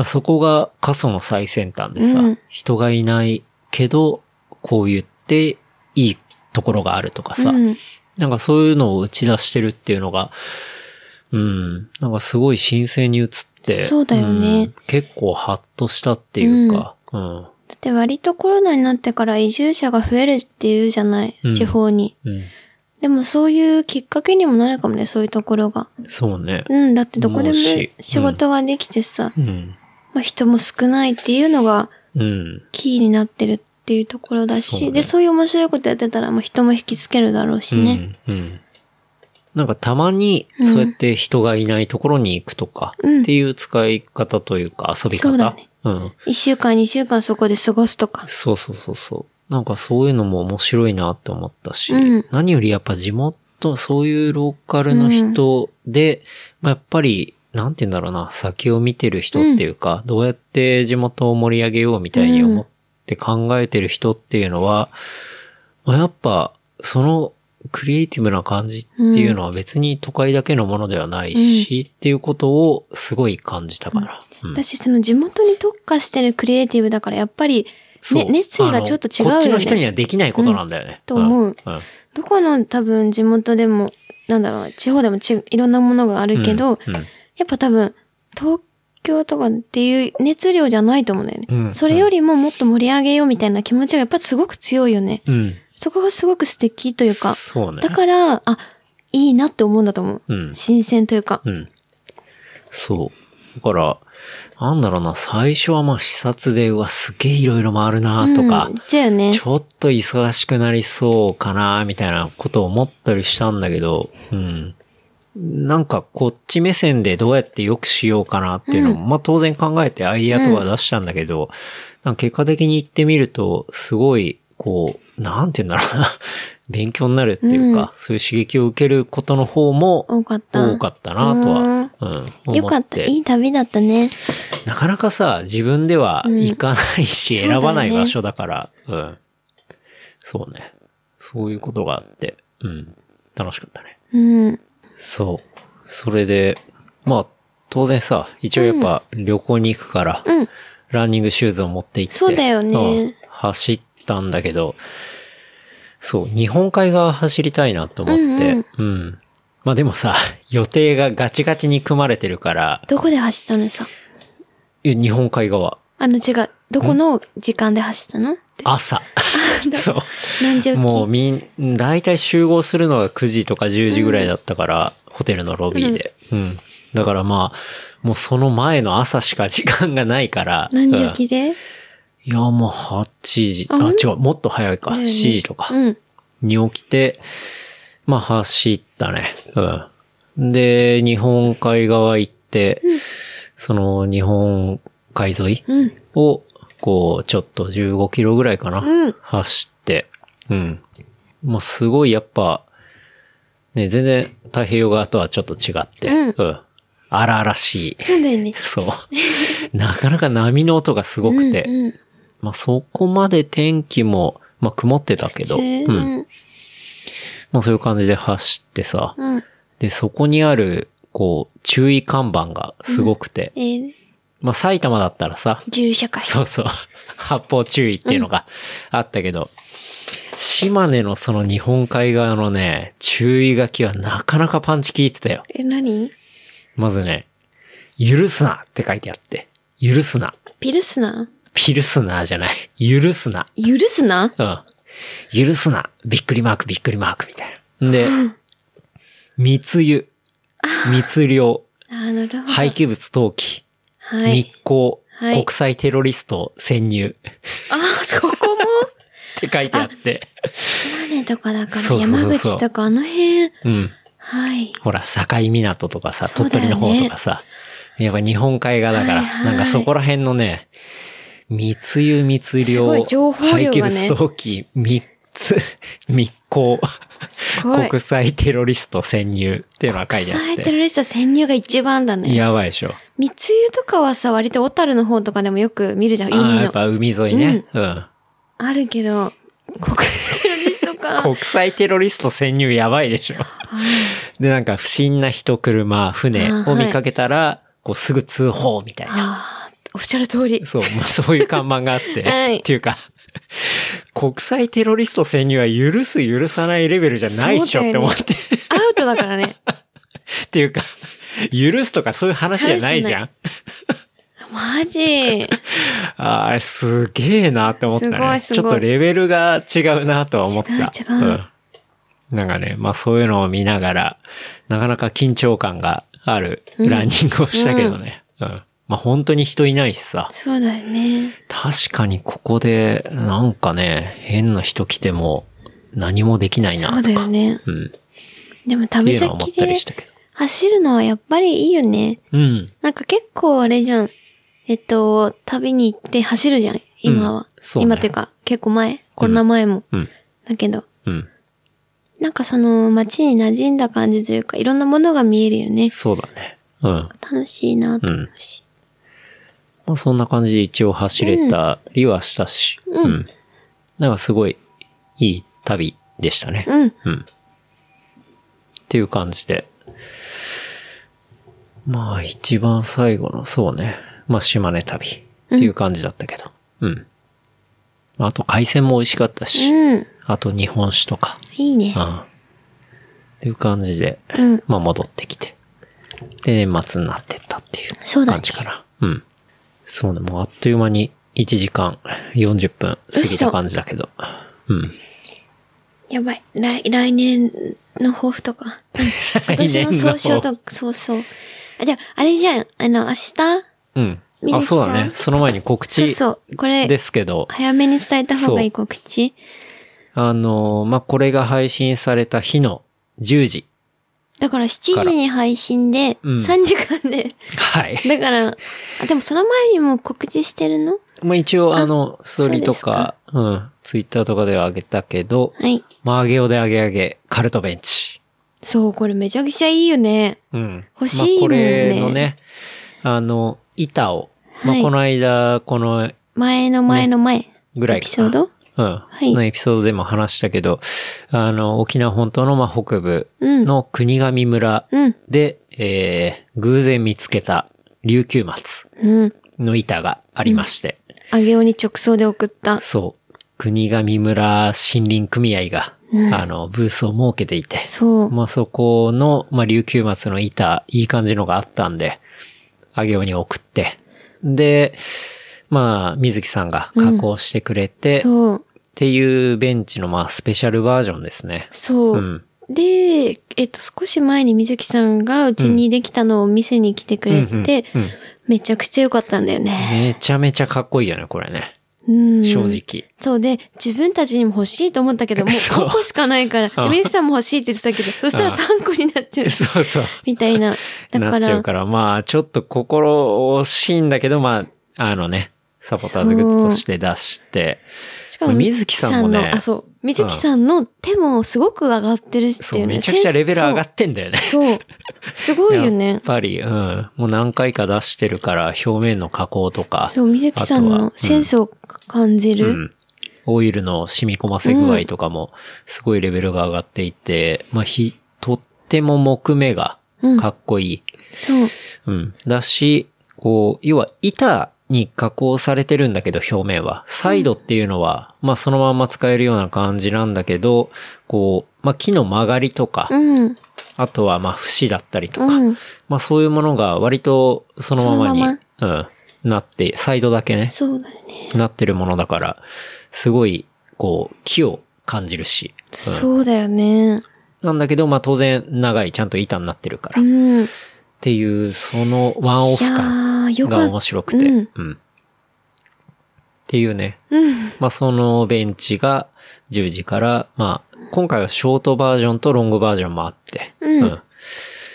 [SPEAKER 2] らそこが過疎の最先端でさ、
[SPEAKER 3] うん
[SPEAKER 2] 人がいないけど、こう言っていいところがあるとかさ、
[SPEAKER 3] うん。
[SPEAKER 2] なんかそういうのを打ち出してるっていうのが、うん、なんかすごい新鮮に映って、
[SPEAKER 3] そうだよね
[SPEAKER 2] ん結構ハッとしたっていうか、うん、
[SPEAKER 3] だって割とコロナになってから移住者が増えるっていうじゃない、
[SPEAKER 2] うん
[SPEAKER 3] 地方に。
[SPEAKER 2] うん、
[SPEAKER 3] でもそういうきっかけにもなるかもね、そういうところが。
[SPEAKER 2] そうね。
[SPEAKER 3] うん、だってどこ
[SPEAKER 2] 思
[SPEAKER 3] でも
[SPEAKER 2] うしうん
[SPEAKER 3] 仕事ができてさ、
[SPEAKER 2] うん、
[SPEAKER 3] まあ、人も少ないっていうのが
[SPEAKER 2] うん、
[SPEAKER 3] キーになってるっていうところだし、
[SPEAKER 2] そうね
[SPEAKER 3] で、そういう面白いことやってたら、まあ人も引きつけるだろうしね。
[SPEAKER 2] うん、うん。なんかたまに、そうやって人がいないところに行くとか、
[SPEAKER 3] うん
[SPEAKER 2] っていう使い方というか遊び方。
[SPEAKER 3] そうだね
[SPEAKER 2] うん。
[SPEAKER 3] 一、週間、二週間そこで過ごすとか。
[SPEAKER 2] そうそうそうそう。なんかそういうのも面白いなって思ったし、
[SPEAKER 3] うん
[SPEAKER 2] 何よりやっぱ地元、そういうローカルの人で、まあ、やっぱり、なんて言うんだろうな、先を見てる人っていうか、どうやって地元を盛り上げようみたいに思って考えてる人っていうのは、まあやっぱ、その、クリエイティブな感じっていうのは別に都会だけのものではないし、っていうことをすごい感じたから。うん
[SPEAKER 3] だし、その地元に特化してるクリエイティブだから、やっぱり、
[SPEAKER 2] そう
[SPEAKER 3] ね、熱意がちょっと違う
[SPEAKER 2] あの
[SPEAKER 3] よ
[SPEAKER 2] こっちの
[SPEAKER 3] ね。
[SPEAKER 2] 人にはできないことなんだよね。
[SPEAKER 3] と思う
[SPEAKER 2] うん。
[SPEAKER 3] どこの多分地元でも、なんだろうな、地方でもちいろんなものがあ
[SPEAKER 2] う
[SPEAKER 3] る
[SPEAKER 2] ん
[SPEAKER 3] けど、
[SPEAKER 2] うん
[SPEAKER 3] やっぱ多分、東京とかっていう熱量じゃないと思うんだよね。
[SPEAKER 2] うん
[SPEAKER 3] それよりももっと盛り上げようみたいな気持ちがやっぱすごく強いよね。
[SPEAKER 2] うん。
[SPEAKER 3] そこがすごく素敵というか、
[SPEAKER 2] そうね。
[SPEAKER 3] だから、あ、いいなって思うんだと思う。
[SPEAKER 2] うん
[SPEAKER 3] 新鮮というか。
[SPEAKER 2] うん。そう。だから、なんだろうな、最初はまあ視察で、うわ、すげえいろいろ回るなとか、
[SPEAKER 3] うん、そうよね
[SPEAKER 2] ち。ょっと忙しくなりそうかな、みたいなことを思ったりしたんだけど、うん。なんかこっち目線でどうやって良くしようかなっていうのも、まあ当然考えてアイディアとは出したんだけど、なんか結果的に言ってみると、すごい、こう、なんて言うんだろうな、 勉強になるっていうか、そういう刺激を受けることの方も
[SPEAKER 3] 多かった。
[SPEAKER 2] 多かったなとは、うん、
[SPEAKER 3] よ
[SPEAKER 2] 思
[SPEAKER 3] か
[SPEAKER 2] っ
[SPEAKER 3] った。
[SPEAKER 2] て。
[SPEAKER 3] いい旅だったね。
[SPEAKER 2] なかなかさ、自分では行かないし、
[SPEAKER 3] うん
[SPEAKER 2] 選ばない
[SPEAKER 3] そうだよね
[SPEAKER 2] 場所だから、うん。そうね。そういうことがあって、うん。楽しかったね。
[SPEAKER 3] うん。
[SPEAKER 2] そう。それで、まあ、当然さ、一応やっぱ旅行に行くから、
[SPEAKER 3] うん。
[SPEAKER 2] ランニングシューズを持って行って、
[SPEAKER 3] そうだよね
[SPEAKER 2] うん走ったんだけど、そう、日本海側走りたいなと思って、
[SPEAKER 3] うん
[SPEAKER 2] うん、まあでもさ、予定がガチガチに組まれてるから、
[SPEAKER 3] どこで走ったのさ。
[SPEAKER 2] いや日本海側、
[SPEAKER 3] あの、違う。どこの時間で走ったの
[SPEAKER 2] 朝。そう。
[SPEAKER 3] 何時起き
[SPEAKER 2] もうみん、大体集合するのが9時とか10時ぐらいだったから、ホテルのロビーで。うん。だからまあ、もうその前の朝しか時間がないから。
[SPEAKER 3] 何時
[SPEAKER 2] うん
[SPEAKER 3] 起きで、
[SPEAKER 2] いや、もう8時、
[SPEAKER 3] あ
[SPEAKER 2] あ、違う、もっと早いか、
[SPEAKER 3] だよ
[SPEAKER 2] 7
[SPEAKER 3] ね
[SPEAKER 2] 時とか
[SPEAKER 3] うん。
[SPEAKER 2] に起きて、まあ走ったね。うん。で、日本海側行って、その日本海沿い
[SPEAKER 3] うん。
[SPEAKER 2] を、こう、ちょっと15キロぐらいかな。
[SPEAKER 3] うん
[SPEAKER 2] 走って。うん。もうすごいやっぱ、ね、全然太平洋側とはちょっと違って。
[SPEAKER 3] うん
[SPEAKER 2] 荒々しい。
[SPEAKER 3] そうだよね。
[SPEAKER 2] そう。 なかなか波の音がすごくて。
[SPEAKER 3] うんうん。
[SPEAKER 2] まあそこまで天気も、まあ曇ってたけど。
[SPEAKER 3] う
[SPEAKER 2] うん。
[SPEAKER 3] ん。
[SPEAKER 2] まあそういう感じで走ってさ。
[SPEAKER 3] うん。
[SPEAKER 2] で、そこにある、こう、注意看板がすごくて。
[SPEAKER 3] えー、
[SPEAKER 2] まあ埼玉だったらさ、
[SPEAKER 3] 銃社会。
[SPEAKER 2] そうそう。発砲注意っていうのがあったけど、島根のその日本海側のね、注意書きはなかなかパンチ効いてたよ。
[SPEAKER 3] え、何
[SPEAKER 2] まずね、許すなって書いてあって。許すな。
[SPEAKER 3] ピルスナ
[SPEAKER 2] ピルスナーじゃない。許すな。
[SPEAKER 3] 許すな
[SPEAKER 2] うん。許すな。びっくりマーク、びっくりマークみたいな。で、密輸、密漁、
[SPEAKER 3] あー、なるほど。
[SPEAKER 2] 廃棄物投棄、
[SPEAKER 3] はい。
[SPEAKER 2] 密航、
[SPEAKER 3] はい
[SPEAKER 2] 国際テロリスト潜入。
[SPEAKER 3] あー、そ こも
[SPEAKER 2] って書いてあって。
[SPEAKER 3] 島根とかだから、
[SPEAKER 2] そうそうそうそう
[SPEAKER 3] 山口とかあの辺。
[SPEAKER 2] うん。
[SPEAKER 3] はい。
[SPEAKER 2] ほら、境港とかさ、
[SPEAKER 3] そう
[SPEAKER 2] 鳥
[SPEAKER 3] だよ
[SPEAKER 2] 取
[SPEAKER 3] ね
[SPEAKER 2] の方とかさ、やっぱ日本海側だから、
[SPEAKER 3] はいはい
[SPEAKER 2] なんかそこら辺のね、密輸密
[SPEAKER 3] すご
[SPEAKER 2] 漁、
[SPEAKER 3] い情報量がね
[SPEAKER 2] 廃棄物投棄、密 つ、密航、
[SPEAKER 3] すごい。
[SPEAKER 2] 国際テロリスト潜入っていうのが書いてあ
[SPEAKER 3] 国
[SPEAKER 2] っ
[SPEAKER 3] 際テロ
[SPEAKER 2] て。
[SPEAKER 3] リスト潜入が一番だね。
[SPEAKER 2] やばいでしょ。
[SPEAKER 3] 密輸とかはさ、割と小樽の方とかでもよく見るじゃん、
[SPEAKER 2] あ
[SPEAKER 3] 海
[SPEAKER 2] ーや
[SPEAKER 3] の
[SPEAKER 2] っ。ぱ海沿いね。うん。
[SPEAKER 3] あるけど、国際テロリストか。
[SPEAKER 2] 国際テロリスト潜入やばいでしょ。で、なんか不審な人、車、船を見かけたら、こうすぐ通報みたいな。
[SPEAKER 3] ああ、おっしゃる通り。
[SPEAKER 2] そう、まあ、そういう看板があって。
[SPEAKER 3] はい
[SPEAKER 2] っていうか、国際テロリスト潜入は許す許さないレベルじゃないっしょって思って。
[SPEAKER 3] アウトだからね。
[SPEAKER 2] っていうか、許すとかそういう話じゃないじゃん。
[SPEAKER 3] マジ。
[SPEAKER 2] ああ、すげえなって思ったね。
[SPEAKER 3] すごいすごい
[SPEAKER 2] ちょっとレベルが違うなとは思った。
[SPEAKER 3] 違う違う
[SPEAKER 2] うん。なんかね、まあそういうのを見ながら、なかなか緊張感があるランニングをしたけどね。うん。まあ本当に人いないしさ。
[SPEAKER 3] そうだよね。
[SPEAKER 2] 確かにここで、なんかね、変な人来ても何もできないなとか。
[SPEAKER 3] そうだよね。
[SPEAKER 2] うん。っ
[SPEAKER 3] でも
[SPEAKER 2] て
[SPEAKER 3] 旅
[SPEAKER 2] いうのは思っ
[SPEAKER 3] 先
[SPEAKER 2] た
[SPEAKER 3] で
[SPEAKER 2] りしたけど。
[SPEAKER 3] 走るのはやっぱりいいよね。
[SPEAKER 2] うん。
[SPEAKER 3] なんか結構あれじゃん。えっと、旅に行って走るじゃん、今は。
[SPEAKER 2] うんそうね
[SPEAKER 3] 今っていうか、結構前。コロナ前も。
[SPEAKER 2] うん。
[SPEAKER 3] だけど、
[SPEAKER 2] うん。
[SPEAKER 3] なんかその街に馴染んだ感じというか、いろんなものが見えるよね。
[SPEAKER 2] そうだね。うん。
[SPEAKER 3] 楽しいなと思うし。
[SPEAKER 2] まあ、そんな感じで一応走れたりはしたし、うん。なんかすごいいい旅でしたね。
[SPEAKER 3] うん。
[SPEAKER 2] うん。っていう感じで。まあ一番最後の、そうね。まあ島根旅っていう感じだったけど。うん。あと海鮮も美味しかったし、
[SPEAKER 3] うん。
[SPEAKER 2] あと日本酒とか。
[SPEAKER 3] いいね
[SPEAKER 2] う。ん。っていう感じで、
[SPEAKER 3] うん。
[SPEAKER 2] まあ戻ってきて。で、年末になってったっていう
[SPEAKER 3] そうだね
[SPEAKER 2] 感じかな。うん。そうね、もうあっという間に1時間40分過ぎた感じだけど。うん。
[SPEAKER 3] やばい。 来、来年の抱負とか。今年の総称
[SPEAKER 2] か。
[SPEAKER 3] とか、そうそう。あ、じゃあ、あれじゃん。あの、明日
[SPEAKER 2] うん。
[SPEAKER 3] 水
[SPEAKER 2] あ、
[SPEAKER 3] 木
[SPEAKER 2] そうだ
[SPEAKER 3] さ
[SPEAKER 2] ね
[SPEAKER 3] ん。
[SPEAKER 2] その前に告
[SPEAKER 3] そう
[SPEAKER 2] 知
[SPEAKER 3] そう。これ、
[SPEAKER 2] ですけど、
[SPEAKER 3] 早めに伝えた方がいい告知
[SPEAKER 2] あのー、まあ、これが配信された日の10時。
[SPEAKER 3] だから7時に配信で、
[SPEAKER 2] うん
[SPEAKER 3] 3時間で。
[SPEAKER 2] はい。
[SPEAKER 3] だから、あ、でもその前にも告知してるの
[SPEAKER 2] まあ、一応、あの、ストーリーとか、うん、ツイッターとかではあげたけど、
[SPEAKER 3] はい。
[SPEAKER 2] まあ、あげおであげあげ、カルトベンチ。
[SPEAKER 3] そう、これめちゃくちゃいいよね。
[SPEAKER 2] うん。
[SPEAKER 3] 欲しい
[SPEAKER 2] まあ、
[SPEAKER 3] も
[SPEAKER 2] こ
[SPEAKER 3] んね
[SPEAKER 2] れのね、あの、板を、まあ、
[SPEAKER 3] はい
[SPEAKER 2] この間、この
[SPEAKER 3] 前の前の前。
[SPEAKER 2] ぐらいかな
[SPEAKER 3] エピソード
[SPEAKER 2] うん。
[SPEAKER 3] い
[SPEAKER 2] のエピソードでも話したけど、あの、沖縄本島の、まあ、北部
[SPEAKER 3] うん
[SPEAKER 2] の国神村
[SPEAKER 3] うん。
[SPEAKER 2] で、えー、偶然見つけた琉球松
[SPEAKER 3] うん。
[SPEAKER 2] の板がありまして、
[SPEAKER 3] あげおに直送で送った。
[SPEAKER 2] そう、国神村森林組合が、あの、ブースを設けていて、
[SPEAKER 3] そう。
[SPEAKER 2] まあ、そこの、まあ、琉球松の板、いい感じのがあったんで、あげおに送って、で、まあ、水木さんが加工してくれて、
[SPEAKER 3] そ
[SPEAKER 2] っ
[SPEAKER 3] う。
[SPEAKER 2] ていうベンチのまあスペシャルバージョンですね。
[SPEAKER 3] そう。
[SPEAKER 2] うん
[SPEAKER 3] で、えっと、少し前に水木さんがうちにできたのを見せに来てくれて、
[SPEAKER 2] うんうん
[SPEAKER 3] めちゃくちゃ良かったんだよね。
[SPEAKER 2] めちゃめちゃかっこいいよね、これね。
[SPEAKER 3] うん。
[SPEAKER 2] 正。 直。
[SPEAKER 3] そうで、自分たちにも欲しいと思ったけど、もう
[SPEAKER 2] そう
[SPEAKER 3] 5個しかないから、
[SPEAKER 2] う
[SPEAKER 3] で
[SPEAKER 2] ん
[SPEAKER 3] 水木さんも欲しいって言ってたけど、そしたら3個になっちゃう。
[SPEAKER 2] そうそう。
[SPEAKER 3] みたいな。だ
[SPEAKER 2] な
[SPEAKER 3] か
[SPEAKER 2] っちゃ
[SPEAKER 3] ら
[SPEAKER 2] う、から、まあちょっと心惜しいんだけど、まああのね、サポターズグッズとして出して、
[SPEAKER 3] しかも、
[SPEAKER 2] 水木さんもね
[SPEAKER 3] 水木のあ、そう。水木さんの手もすごく上がってるって
[SPEAKER 2] そ、
[SPEAKER 3] いううね。
[SPEAKER 2] めちゃくちゃレベル上がってんだよね。
[SPEAKER 3] てそう。すごいよ
[SPEAKER 2] や
[SPEAKER 3] ね
[SPEAKER 2] っ。ぱり、うん。もう何回か出してるから、表面の加工とか。
[SPEAKER 3] そう、水木さん
[SPEAKER 2] あとは
[SPEAKER 3] のセンスを感じ
[SPEAKER 2] う
[SPEAKER 3] る。
[SPEAKER 2] ん。オイルの染み込ませ具合とかも、すごいレベルが上がっていて、まあ、ひ、とっても木目が、かっこいい。
[SPEAKER 3] そう。
[SPEAKER 2] うん。だし、こう、要は板に加工されてるんだけど、表面は。サイドっていうのは、まあ、そのまんま使えるような感じなんだけど、こう、まあ、木の曲がりとか、
[SPEAKER 3] うん。
[SPEAKER 2] あとは、まあ、節だったりとか、
[SPEAKER 3] うん。
[SPEAKER 2] まあ、そういうものが割と、そのままに、
[SPEAKER 3] その
[SPEAKER 2] うん、なって、サイドだけね、
[SPEAKER 3] そうだよね。
[SPEAKER 2] なってるものだから、すごい、こう、木を感じるし。うん
[SPEAKER 3] そうだよね。
[SPEAKER 2] なんだけど、まあ当然、長い、ちゃんと板になってるから。
[SPEAKER 3] う
[SPEAKER 2] っ
[SPEAKER 3] ん。
[SPEAKER 2] ていう、そのワンオフ感
[SPEAKER 3] いやーよかっ
[SPEAKER 2] が面白くて。
[SPEAKER 3] うん
[SPEAKER 2] うん。っていうね。
[SPEAKER 3] うん。
[SPEAKER 2] まあそのベンチが10時から、まあ今回はショートバージョンとロングバージョンもあって。
[SPEAKER 3] うん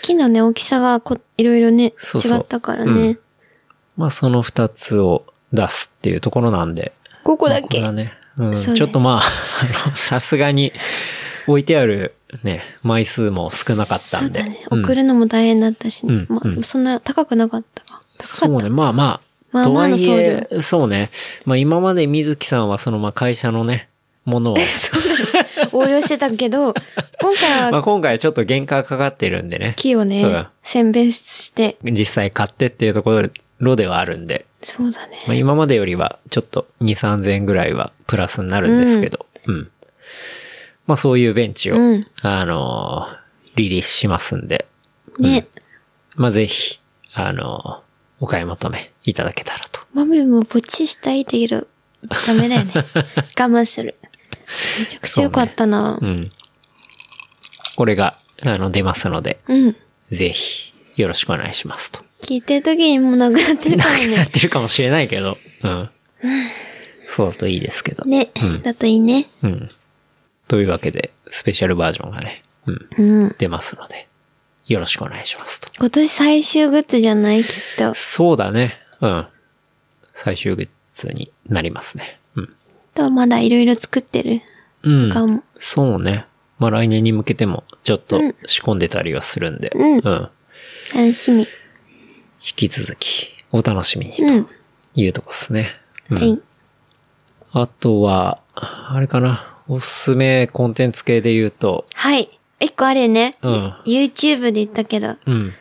[SPEAKER 3] 木のね、大きさがこいろいろね、
[SPEAKER 2] そうそう
[SPEAKER 3] 違ったから
[SPEAKER 2] う
[SPEAKER 3] ね
[SPEAKER 2] ん。まあその2つを出すっていうところなんで。
[SPEAKER 3] 5個だ
[SPEAKER 2] これ
[SPEAKER 3] け。
[SPEAKER 2] はね、うん
[SPEAKER 3] そうね
[SPEAKER 2] ちょっとまあ、あのさすがに置いてあるね、枚数も少なかった
[SPEAKER 3] そうん
[SPEAKER 2] で。
[SPEAKER 3] だね。
[SPEAKER 2] うん
[SPEAKER 3] 送るのも大変だったし
[SPEAKER 2] うん
[SPEAKER 3] ね。ま
[SPEAKER 2] う
[SPEAKER 3] あ、
[SPEAKER 2] ん
[SPEAKER 3] そんな高くなかったか。
[SPEAKER 2] そうね、まあま
[SPEAKER 3] ま
[SPEAKER 2] あ。
[SPEAKER 3] あ
[SPEAKER 2] と
[SPEAKER 3] まあ
[SPEAKER 2] は
[SPEAKER 3] の
[SPEAKER 2] い
[SPEAKER 3] 送料
[SPEAKER 2] え、そうね。まあ今まで水木さんはそのまあ会社のね、も のを、
[SPEAKER 3] 横領してたけど、 今回
[SPEAKER 2] まあ
[SPEAKER 3] は
[SPEAKER 2] 今回ちょっと原価かかってるんでね、
[SPEAKER 3] 木を
[SPEAKER 2] うん
[SPEAKER 3] ね、選別して。
[SPEAKER 2] 実際買ってっていうところではあるんで、
[SPEAKER 3] そうだね。
[SPEAKER 2] まあ今までよりはちょっと2、3000円ぐらいはプラスになるんですけど、うん。まあそういうベンチを、
[SPEAKER 3] うん
[SPEAKER 2] あのーリリースしますんで、
[SPEAKER 3] ね。
[SPEAKER 2] まあ、ぜひ、あの、お買い求めいただけたらと。
[SPEAKER 3] マミもポチしたいけど、ダメだよね。 我慢する。めちゃくちゃ良かったな
[SPEAKER 2] う。ん。これが、あの、出ますので、
[SPEAKER 3] うん。
[SPEAKER 2] ぜひ、よろしくお願いしますと。
[SPEAKER 3] 聞いてる時にもうなくなってるから
[SPEAKER 2] やっ
[SPEAKER 3] ね。
[SPEAKER 2] てるかもしれないけど、うん。 そうだといいですけど。
[SPEAKER 3] ね。だといいね。
[SPEAKER 2] うん。というわけで、スペシャルバージョンがね、うん、
[SPEAKER 3] うん。
[SPEAKER 2] 出ますので、よろしくお願いしますと。
[SPEAKER 3] 今年最終グッズじゃないきっと。
[SPEAKER 2] そうだね、うん。最終月になりますね。うん。
[SPEAKER 3] とまだいろいろ作ってる
[SPEAKER 2] うん。
[SPEAKER 3] かも。
[SPEAKER 2] そうね。まあ来年に向けてもちょっと仕込んでたりはするんで、
[SPEAKER 3] うん
[SPEAKER 2] 引
[SPEAKER 3] 楽しみ。
[SPEAKER 2] き続きお楽しみに
[SPEAKER 3] う
[SPEAKER 2] と
[SPEAKER 3] ん。
[SPEAKER 2] いうとこですね。うん
[SPEAKER 3] はい。
[SPEAKER 2] あとは、あれかな。おすすめコンテンツ系で言うと、
[SPEAKER 3] はい。一個あるよね。
[SPEAKER 2] うん
[SPEAKER 3] い YouTube で言ったけど。
[SPEAKER 2] うん。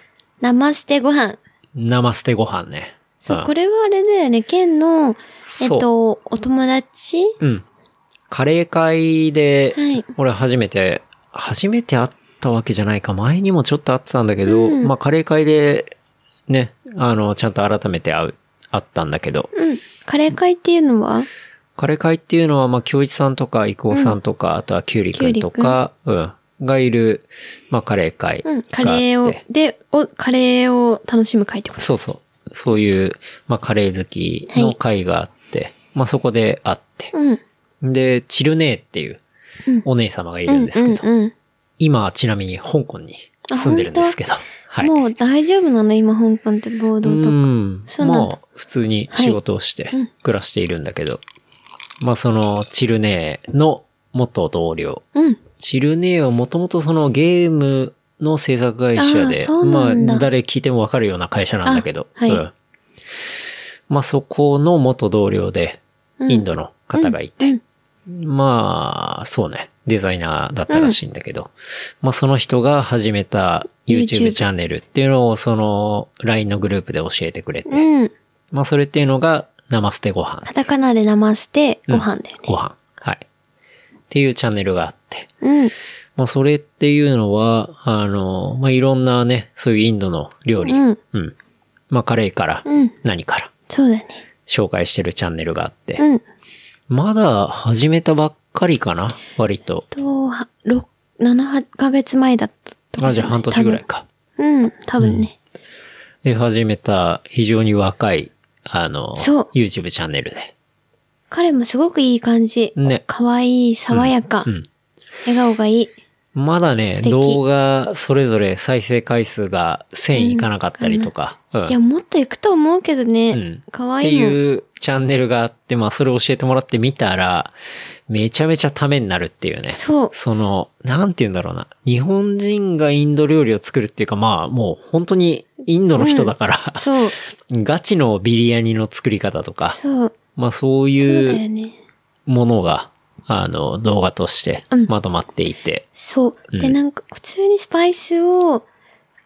[SPEAKER 3] 生捨てご飯。
[SPEAKER 2] 生捨てご飯ね。
[SPEAKER 3] そう、
[SPEAKER 2] ん
[SPEAKER 3] これはあれだよね。県の、えっ
[SPEAKER 2] そ
[SPEAKER 3] と、お友達
[SPEAKER 2] うん。カレー会で
[SPEAKER 3] はい、
[SPEAKER 2] 俺初めて、初めて会ったわけじゃないか、前にもちょっと会ってたんだけど、
[SPEAKER 3] うん
[SPEAKER 2] まあカレー会で、ね、あの、ちゃんと改めて会う、会ったんだけど、
[SPEAKER 3] うん。カレー会っていうのは
[SPEAKER 2] カレー会っていうのは、まあ、京一さんとか、郁夫さんとか、あとはキュウリくんとか、うん。がいる、まあ、カレー会があ
[SPEAKER 3] う
[SPEAKER 2] って、
[SPEAKER 3] ん。カレーを、で、お、カレーを楽しむ会ってこと
[SPEAKER 2] そうそう。そういう、まあ、カレー好きの会があって、まあ、そこで会って。
[SPEAKER 3] うん。
[SPEAKER 2] で、チルネーっていうお姉様がいるんですけど、
[SPEAKER 3] うんうんうん
[SPEAKER 2] 今、ちなみに香港に住んでるんですけど、はい。
[SPEAKER 3] もう大丈夫なの今、香港って暴動と
[SPEAKER 2] う
[SPEAKER 3] か。
[SPEAKER 2] ん
[SPEAKER 3] そうなんだ
[SPEAKER 2] まあ、普通に仕事をして
[SPEAKER 3] はいうん
[SPEAKER 2] 暮らしているんだけど、まあ、その、チルネーの元同僚。
[SPEAKER 3] うん。
[SPEAKER 2] チルネーはもともとそのゲームの制作会社
[SPEAKER 3] あー
[SPEAKER 2] で、
[SPEAKER 3] そう
[SPEAKER 2] ま
[SPEAKER 3] な
[SPEAKER 2] あ
[SPEAKER 3] んだ、
[SPEAKER 2] 誰聞いてもわかるような会社なんだけど、
[SPEAKER 3] あはい
[SPEAKER 2] うんまあ、そこの元同僚で、インドの方がいて、
[SPEAKER 3] うん
[SPEAKER 2] まあ、そうね。デザイナーだったらしいんだけど。まあ、その人が始めた
[SPEAKER 3] YouTube
[SPEAKER 2] YouTube チャンネルっていうのを、その LINE のグループで教えてくれて。
[SPEAKER 3] うん。
[SPEAKER 2] まあ、それっていうのが、ナマステご飯。
[SPEAKER 3] カタカナで生して、ご飯だよね。
[SPEAKER 2] ご飯。はい。っていうチャンネルがあって。
[SPEAKER 3] うん。
[SPEAKER 2] まあ、それっていうのは、あの、まあ、いろんなね、そういうインドの料理。
[SPEAKER 3] うん
[SPEAKER 2] まあ、カレーから、
[SPEAKER 3] うん。
[SPEAKER 2] 何から、
[SPEAKER 3] そうだね。
[SPEAKER 2] 紹介してるチャンネルがあって。
[SPEAKER 3] うん。
[SPEAKER 2] まだ始めたばっかりかな割と。
[SPEAKER 3] と、は六7、8ヶ月前だったとか
[SPEAKER 2] あ、
[SPEAKER 3] じ
[SPEAKER 2] じ
[SPEAKER 3] ゃ
[SPEAKER 2] ゃあ
[SPEAKER 3] ない
[SPEAKER 2] 半年ぐらい。か。
[SPEAKER 3] 多分うん。多分ね。
[SPEAKER 2] で、始めた非常に若い、あの、
[SPEAKER 3] そう
[SPEAKER 2] YouTube チャンネルで。
[SPEAKER 3] 彼もすごくいい感じ。
[SPEAKER 2] ね
[SPEAKER 3] 可愛い、爽やか
[SPEAKER 2] う。ん。
[SPEAKER 3] 笑顔がいい。
[SPEAKER 2] まだね
[SPEAKER 3] 素、敵
[SPEAKER 2] 動画それぞれ再生回数が1000いかなかったりとか。うん
[SPEAKER 3] いや、もっと行くと思うけど
[SPEAKER 2] う
[SPEAKER 3] ね
[SPEAKER 2] ん。
[SPEAKER 3] 可
[SPEAKER 2] って
[SPEAKER 3] 愛いもん。
[SPEAKER 2] いうチャンネルがあって、まあそれを教えてもらってみたら、めちゃめちゃためになるっていうね。
[SPEAKER 3] そう
[SPEAKER 2] その、なんて言うんだろうな。日本人がインド料理を作るっていうか、まあもう本当にインドの人だから、
[SPEAKER 3] そう。
[SPEAKER 2] ガチのビリヤニの作り方とか、
[SPEAKER 3] そう。
[SPEAKER 2] まあそう
[SPEAKER 3] そうだ
[SPEAKER 2] い
[SPEAKER 3] よ
[SPEAKER 2] う
[SPEAKER 3] ね。
[SPEAKER 2] ものが、あの、動画として
[SPEAKER 3] うん
[SPEAKER 2] まとまっていて、
[SPEAKER 3] そう。で、
[SPEAKER 2] うん
[SPEAKER 3] なんか、普通にスパイスを、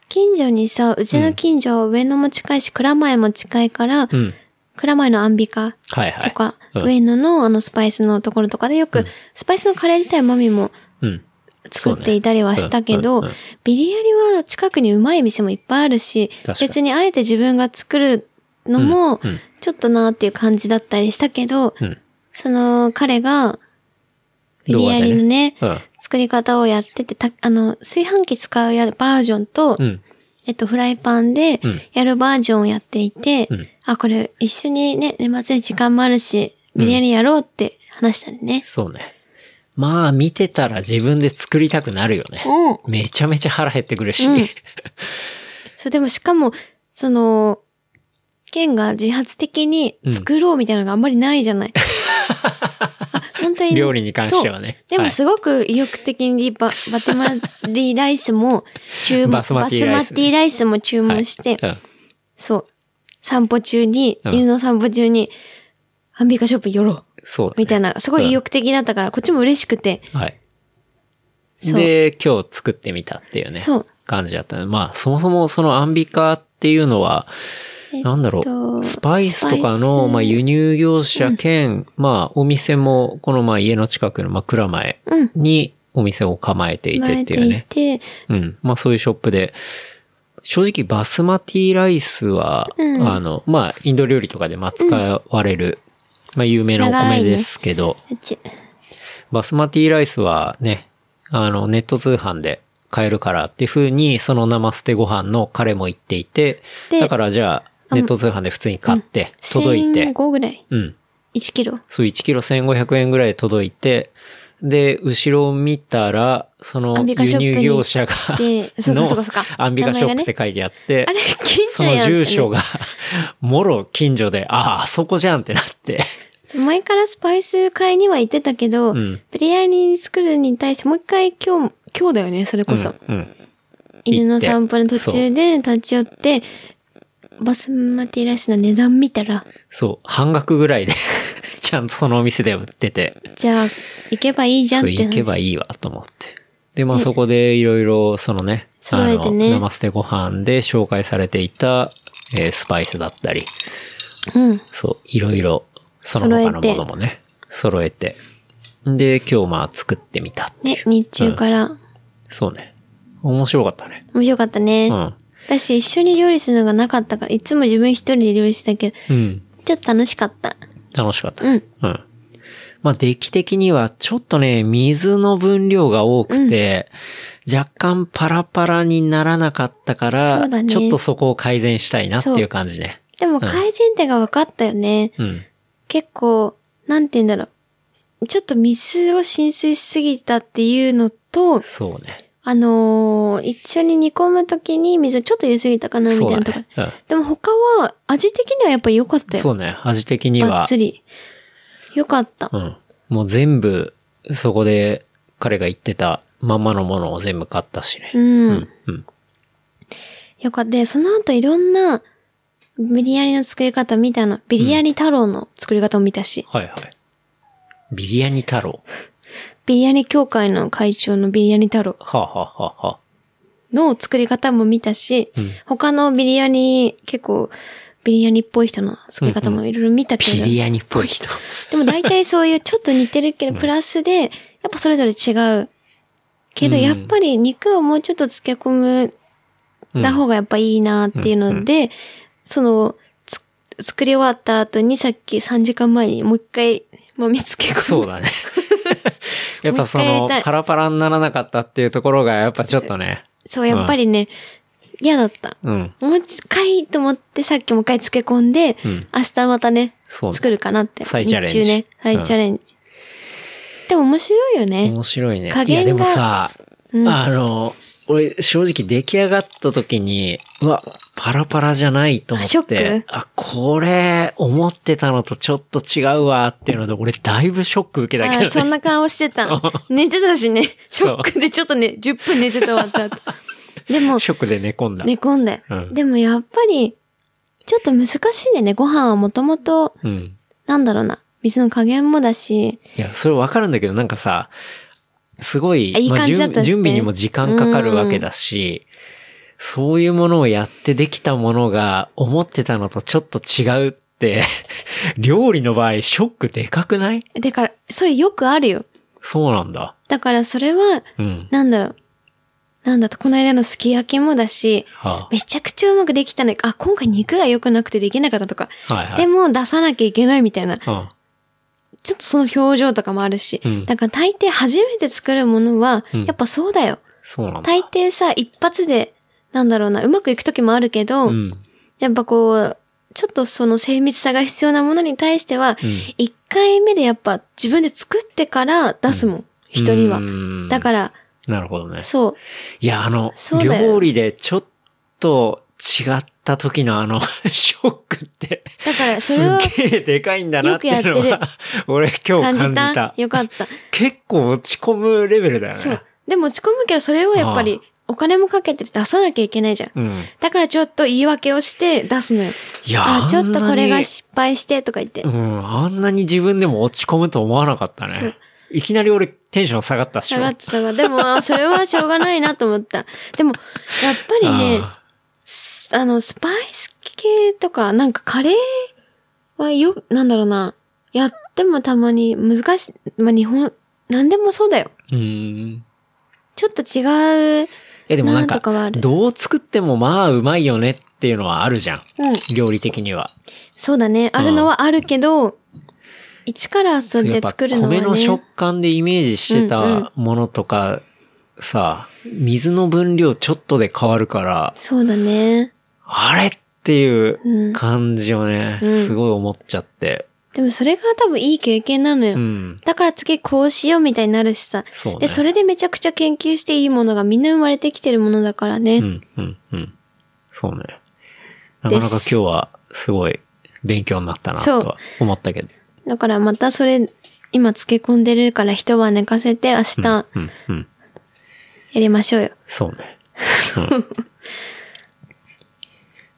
[SPEAKER 3] 近所にさ、うちの近所は上野も近いし、蔵前も近いから
[SPEAKER 2] う、ん。
[SPEAKER 3] 蔵前のアンビカ
[SPEAKER 2] はいはい。
[SPEAKER 3] とか、
[SPEAKER 2] うん
[SPEAKER 3] 上野のあのスパイスのところとかでよく、スパイスのカレー自体マミも
[SPEAKER 2] うん。
[SPEAKER 3] 作っていたりはしたけ
[SPEAKER 2] そ
[SPEAKER 3] ど、
[SPEAKER 2] うねうんうん
[SPEAKER 3] ビリヤニは近くにうまい店もいっぱいあるし
[SPEAKER 2] 確かに、
[SPEAKER 3] 別にあえて自分が作るのも
[SPEAKER 2] うんうん、
[SPEAKER 3] ちょっとなーっていう感じだったりしたけど、
[SPEAKER 2] うん。
[SPEAKER 3] その彼が、ビリヤニのね、
[SPEAKER 2] うん。
[SPEAKER 3] 作り方をやってて、たあの、炊飯器使うやバージョンと、
[SPEAKER 2] うん。
[SPEAKER 3] えっと、フライパンで
[SPEAKER 2] うん
[SPEAKER 3] やるバージョンをやっていて、
[SPEAKER 2] うん
[SPEAKER 3] あ、これ一緒にね、年末で時間もあるし、ビリヤニやろうって話したんでね。
[SPEAKER 2] そうね。まあ見てたら自分で作りたくなるよね。
[SPEAKER 3] うん。
[SPEAKER 2] めちゃめちゃ腹減ってくるし。
[SPEAKER 3] うんそう、でもしかも、その、県が自発的に作ろうみたいなのがあんまりないじ ゃない。あ本当に、
[SPEAKER 2] 料理に関してはね
[SPEAKER 3] そうで
[SPEAKER 2] は
[SPEAKER 3] も
[SPEAKER 2] い
[SPEAKER 3] すごく意欲的にババテマリーライスも注 文、
[SPEAKER 2] バ
[SPEAKER 3] バ
[SPEAKER 2] ス
[SPEAKER 3] ス
[SPEAKER 2] マ
[SPEAKER 3] マ
[SPEAKER 2] テ
[SPEAKER 3] テ
[SPEAKER 2] ィライス
[SPEAKER 3] ィライスも注文して、
[SPEAKER 2] うん
[SPEAKER 3] そう。散歩中に、
[SPEAKER 2] うん
[SPEAKER 3] 犬の散歩中に、アンビカショップ寄ろう。
[SPEAKER 2] そうだね、
[SPEAKER 3] みたいな、すごい意欲的だったから、こっちも嬉しくて。
[SPEAKER 2] はい。
[SPEAKER 3] そう
[SPEAKER 2] で、今日作ってみたっていうね
[SPEAKER 3] そう、
[SPEAKER 2] 感じだったね。まあ、そもそもそのアンビカっていうのは、
[SPEAKER 3] えっと
[SPEAKER 2] なんだろう、スパイスとか
[SPEAKER 3] スパ
[SPEAKER 2] の、
[SPEAKER 3] イス
[SPEAKER 2] まあ、輸入業者兼、まあ、お店も、この、まあ、家の近くの、まあ、蔵前
[SPEAKER 3] うん
[SPEAKER 2] にお店を構えていてっていうね。
[SPEAKER 3] ていて、
[SPEAKER 2] うん。まあ、そういうショップで、正直、バスマティライスは、
[SPEAKER 3] うん
[SPEAKER 2] あの、まあ、インド料理とかで、まあ、使われる、まあ、有名なお
[SPEAKER 3] 長
[SPEAKER 2] 米
[SPEAKER 3] いね
[SPEAKER 2] ですけど、
[SPEAKER 3] うち
[SPEAKER 2] バスマティライスはね、あの、ネット通販で買えるからっていう風に、その生捨てご飯の彼も言っていて、
[SPEAKER 3] で
[SPEAKER 2] だからじゃあ、ネット通販で普通に買って、届いて、
[SPEAKER 3] 1005ぐらい。
[SPEAKER 2] うん。
[SPEAKER 3] 1キロ。
[SPEAKER 2] そう、1キロ1500円ぐらいで届いて、で、後ろを見たら、その
[SPEAKER 3] アンビカシ
[SPEAKER 2] 輸
[SPEAKER 3] ョップに
[SPEAKER 2] 入業者が
[SPEAKER 3] で、そうか
[SPEAKER 2] の
[SPEAKER 3] そうかそうか
[SPEAKER 2] アンビカショップって書いてあって、
[SPEAKER 3] あれ、近
[SPEAKER 2] そ
[SPEAKER 3] 所
[SPEAKER 2] の
[SPEAKER 3] やん、
[SPEAKER 2] 住所が、もろ近所で、ああ、あそこじゃんってなって、
[SPEAKER 3] そう前からスパイス買いには行ってたけど、
[SPEAKER 2] うん
[SPEAKER 3] ビリヤニ作るに対してもう一回今日、今日だよね、それこそ。
[SPEAKER 2] うんうん
[SPEAKER 3] 犬の散歩の途中で立ち寄って、バスマティライスの値段見たら、
[SPEAKER 2] そう、半額ぐらいで、 ちゃんとそのお店で売ってて、
[SPEAKER 3] じゃあ、行けばいいじゃん
[SPEAKER 2] そ
[SPEAKER 3] っ
[SPEAKER 2] う、
[SPEAKER 3] て話。
[SPEAKER 2] 行けばいいわと思って。で、まあそこでいろいろ、そのね、
[SPEAKER 3] 揃えて
[SPEAKER 2] あ
[SPEAKER 3] ね
[SPEAKER 2] の、生捨てご飯で紹介されていた、えースパイスだったり、
[SPEAKER 3] うん。
[SPEAKER 2] そう、いろいろ、その他のものもね、揃えて。で、今日まあ作ってみたっていう。
[SPEAKER 3] ね、日中から。
[SPEAKER 2] そうね。面白かったね。
[SPEAKER 3] 面白かったね。
[SPEAKER 2] うん。
[SPEAKER 3] 私一緒に料理するのがなかったから、いつも自分一人で料理してたけど、
[SPEAKER 2] うん。
[SPEAKER 3] ちょっと楽しかった。
[SPEAKER 2] 楽しかった。
[SPEAKER 3] うん
[SPEAKER 2] ままあ、出来的にはちょっとね、水の分量が多くて、若干パラパラにならなかったか
[SPEAKER 3] そう
[SPEAKER 2] ら、
[SPEAKER 3] だね
[SPEAKER 2] ちょっとそこを改善したいなっていう感じね。
[SPEAKER 3] でも改善点が分かったよね。
[SPEAKER 2] うん。
[SPEAKER 3] 結構、なんて言うんだろう。ちょっと水を浸水しすぎたっていうのと、
[SPEAKER 2] そうね。
[SPEAKER 3] あのー一緒に煮込むときに水ちょっと入れすぎたかなみた
[SPEAKER 2] そう
[SPEAKER 3] い
[SPEAKER 2] だ
[SPEAKER 3] なとか。
[SPEAKER 2] ね。うん。
[SPEAKER 3] でも他は味的にはやっぱ良かったよ。
[SPEAKER 2] そうね。味的に
[SPEAKER 3] バッ
[SPEAKER 2] は
[SPEAKER 3] ツ。リ。良かった。
[SPEAKER 2] うん。もう全部、そこで彼が言ってたまんまのものを全部買ったしね。
[SPEAKER 3] う
[SPEAKER 2] うんん。。うん。
[SPEAKER 3] よかった。で、その後いろんなビリヤニの作り方見たの。ビリヤニ太郎の作り方も見たし、
[SPEAKER 2] はいはい。ビリヤニ太郎。
[SPEAKER 3] ビリヤニ協会の会長のビリヤニ太郎
[SPEAKER 2] はあ、はあはあはあ、
[SPEAKER 3] の作り方も見たし、
[SPEAKER 2] うん
[SPEAKER 3] 他のビリヤニ、結構ビリヤニっぽい人の作り方もいろいろ見たけ
[SPEAKER 2] ビ
[SPEAKER 3] ど、
[SPEAKER 2] リヤニっぽい 人。
[SPEAKER 3] でも大体そういうちょっと似てるけど、プラスで、やっぱそれぞれ違う。けど、
[SPEAKER 2] うん
[SPEAKER 3] やっぱり肉をもうちょっと漬け込むた方がやっぱいいなっていうので、その、つ作り終わった後にさっき3時間前にもう一回豆漬け込んで。
[SPEAKER 2] そうだ ね。やっぱそ
[SPEAKER 3] もう一回やり
[SPEAKER 2] の
[SPEAKER 3] たい、
[SPEAKER 2] パラパラにならなかったっていうところが、やっぱちょっとね。
[SPEAKER 3] そう、やっぱりね、嫌だった。
[SPEAKER 2] うん。
[SPEAKER 3] もう一回と思ってさっきもう一回漬け込んで、
[SPEAKER 2] うん
[SPEAKER 3] 明日またね、
[SPEAKER 2] そうね
[SPEAKER 3] 作るかなって。
[SPEAKER 2] 再チャレンジ
[SPEAKER 3] 日中ね、再チャレンジ。でも面白いよね。
[SPEAKER 2] 面白いね。
[SPEAKER 3] 加
[SPEAKER 2] いや、で
[SPEAKER 3] 減が
[SPEAKER 2] もさ、
[SPEAKER 3] うん
[SPEAKER 2] あの、俺、正直出来上がった時に、うわ、パラパラじゃないと思
[SPEAKER 3] あショ
[SPEAKER 2] っ
[SPEAKER 3] ッ
[SPEAKER 2] て
[SPEAKER 3] ク、
[SPEAKER 2] あ、これ、思ってたのとちょっと違うわっていうので、俺、だいぶショック受けた
[SPEAKER 3] あ
[SPEAKER 2] け
[SPEAKER 3] ーそ
[SPEAKER 2] ど
[SPEAKER 3] ん
[SPEAKER 2] ね。
[SPEAKER 3] な顔して たの。寝てたしね、シ
[SPEAKER 2] そう
[SPEAKER 3] ョックでちょっとね、10分寝てた終わった後。で も、
[SPEAKER 2] ショックで寝込んだ。
[SPEAKER 3] 寝込んだよ。
[SPEAKER 2] うん
[SPEAKER 3] でもやっぱり、ちょっと難しいんだよね。ご飯はもともと、
[SPEAKER 2] うん。
[SPEAKER 3] なんだろうな。水の加減もだし、
[SPEAKER 2] いや、それわかるんだけど、なんかさ、すごい、
[SPEAKER 3] あいい
[SPEAKER 2] まあ
[SPEAKER 3] 感じだったって
[SPEAKER 2] 準準備にも時間かかるわけだし、そういうものをやってできたものが思ってたのとちょっと違うって、 料理の場合ショックでかくない
[SPEAKER 3] だから、それよくあるよ。
[SPEAKER 2] そうなんだ。
[SPEAKER 3] だからそれは、
[SPEAKER 2] うん。
[SPEAKER 3] なんだろう。なんだと、この間のすき焼きもだし、
[SPEAKER 2] は
[SPEAKER 3] めちゃくちゃうまくできたね。あ、今回肉が良くなくてできなかったとか。
[SPEAKER 2] あ、はいはい。
[SPEAKER 3] でも出さなきゃいけないみたいな。
[SPEAKER 2] うん、
[SPEAKER 3] ちょっとその表情とかもあるし。
[SPEAKER 2] うん
[SPEAKER 3] だから大抵初めて作るものは、
[SPEAKER 2] うん
[SPEAKER 3] やっぱそうだよ。
[SPEAKER 2] そうなんだ。
[SPEAKER 3] 大抵さ、一発で、なんだろうな、うまくいく時もあるけど、
[SPEAKER 2] うん。
[SPEAKER 3] やっぱこう、ちょっとその精密さが必要なものに対しては
[SPEAKER 2] うん、。
[SPEAKER 3] 一、回目でやっぱ自分で作ってから出すもん。人には。だからら、
[SPEAKER 2] なるほどね。
[SPEAKER 3] そう。
[SPEAKER 2] いや、あの
[SPEAKER 3] そ、うだよ
[SPEAKER 2] 料理でちょっと違った時のあの、 ショックって。
[SPEAKER 3] だから、そ
[SPEAKER 2] す
[SPEAKER 3] れは
[SPEAKER 2] っげえでかいんだなっていう
[SPEAKER 3] よく
[SPEAKER 2] の
[SPEAKER 3] やって
[SPEAKER 2] は、 俺今
[SPEAKER 3] 感
[SPEAKER 2] 日感じ
[SPEAKER 3] じ
[SPEAKER 2] た。
[SPEAKER 3] たよかった。
[SPEAKER 2] 結構落ち込むレベルだよね。
[SPEAKER 3] そう。でも落ち込むけど、それをやっぱり、お金もかけて出さなきゃいけないじゃん。
[SPEAKER 2] うん。
[SPEAKER 3] だからちょっと言い訳をして出すのよ。
[SPEAKER 2] いや、
[SPEAKER 3] あ、ちょっとこれ
[SPEAKER 2] あんな
[SPEAKER 3] が
[SPEAKER 2] に
[SPEAKER 3] 失敗してとか言って
[SPEAKER 2] う。ん、あんなに自分でも落ち込むと思わなかった
[SPEAKER 3] そう
[SPEAKER 2] ね。いきなり俺テンション下がったっしょ。
[SPEAKER 3] 下がってたが、でも、あそれはしょうがないなと思った。でも、やっぱりね、
[SPEAKER 2] あ
[SPEAKER 3] あの、スパイス系とか、なんかカレーはよ、なんだろうな、やってもたまに難しい、まあ、日本、なんでもそうだよ。
[SPEAKER 2] ーうん。
[SPEAKER 3] ちょっと違う、
[SPEAKER 2] いやでもなん
[SPEAKER 3] なんと
[SPEAKER 2] か
[SPEAKER 3] かはあ、る
[SPEAKER 2] どう作ってもまあうまいよねっていうのはあるじゃん。
[SPEAKER 3] うん、
[SPEAKER 2] 料理的には。
[SPEAKER 3] そうだね、あるのはあるけど、一からそうやっ
[SPEAKER 2] やってぱ
[SPEAKER 3] 作るのはね、
[SPEAKER 2] 米の食感でイメージして
[SPEAKER 3] うん
[SPEAKER 2] たものとか、さ、水の分量ちょっとで変わるから、
[SPEAKER 3] そうだね。
[SPEAKER 2] あれってい
[SPEAKER 3] ん
[SPEAKER 2] う感じをね、
[SPEAKER 3] うん
[SPEAKER 2] すごい思っちゃって。
[SPEAKER 3] でもそれが多分いい経験なのよ。
[SPEAKER 2] うん。
[SPEAKER 3] だから次こうしようみたいになるしさ。
[SPEAKER 2] そうね。
[SPEAKER 3] で、それでめちゃくちゃ研究していいものがみんな生まれてきてるものだからね。
[SPEAKER 2] うん、うん、うん。そうね。なかなか今日はすごい勉強になったな
[SPEAKER 3] そう
[SPEAKER 2] とは思ったけど。
[SPEAKER 3] だからまたそれ、今漬け込んでるから一晩寝かせて明日や
[SPEAKER 2] うん、うん。
[SPEAKER 3] りましょうよ。
[SPEAKER 2] そうね。 うん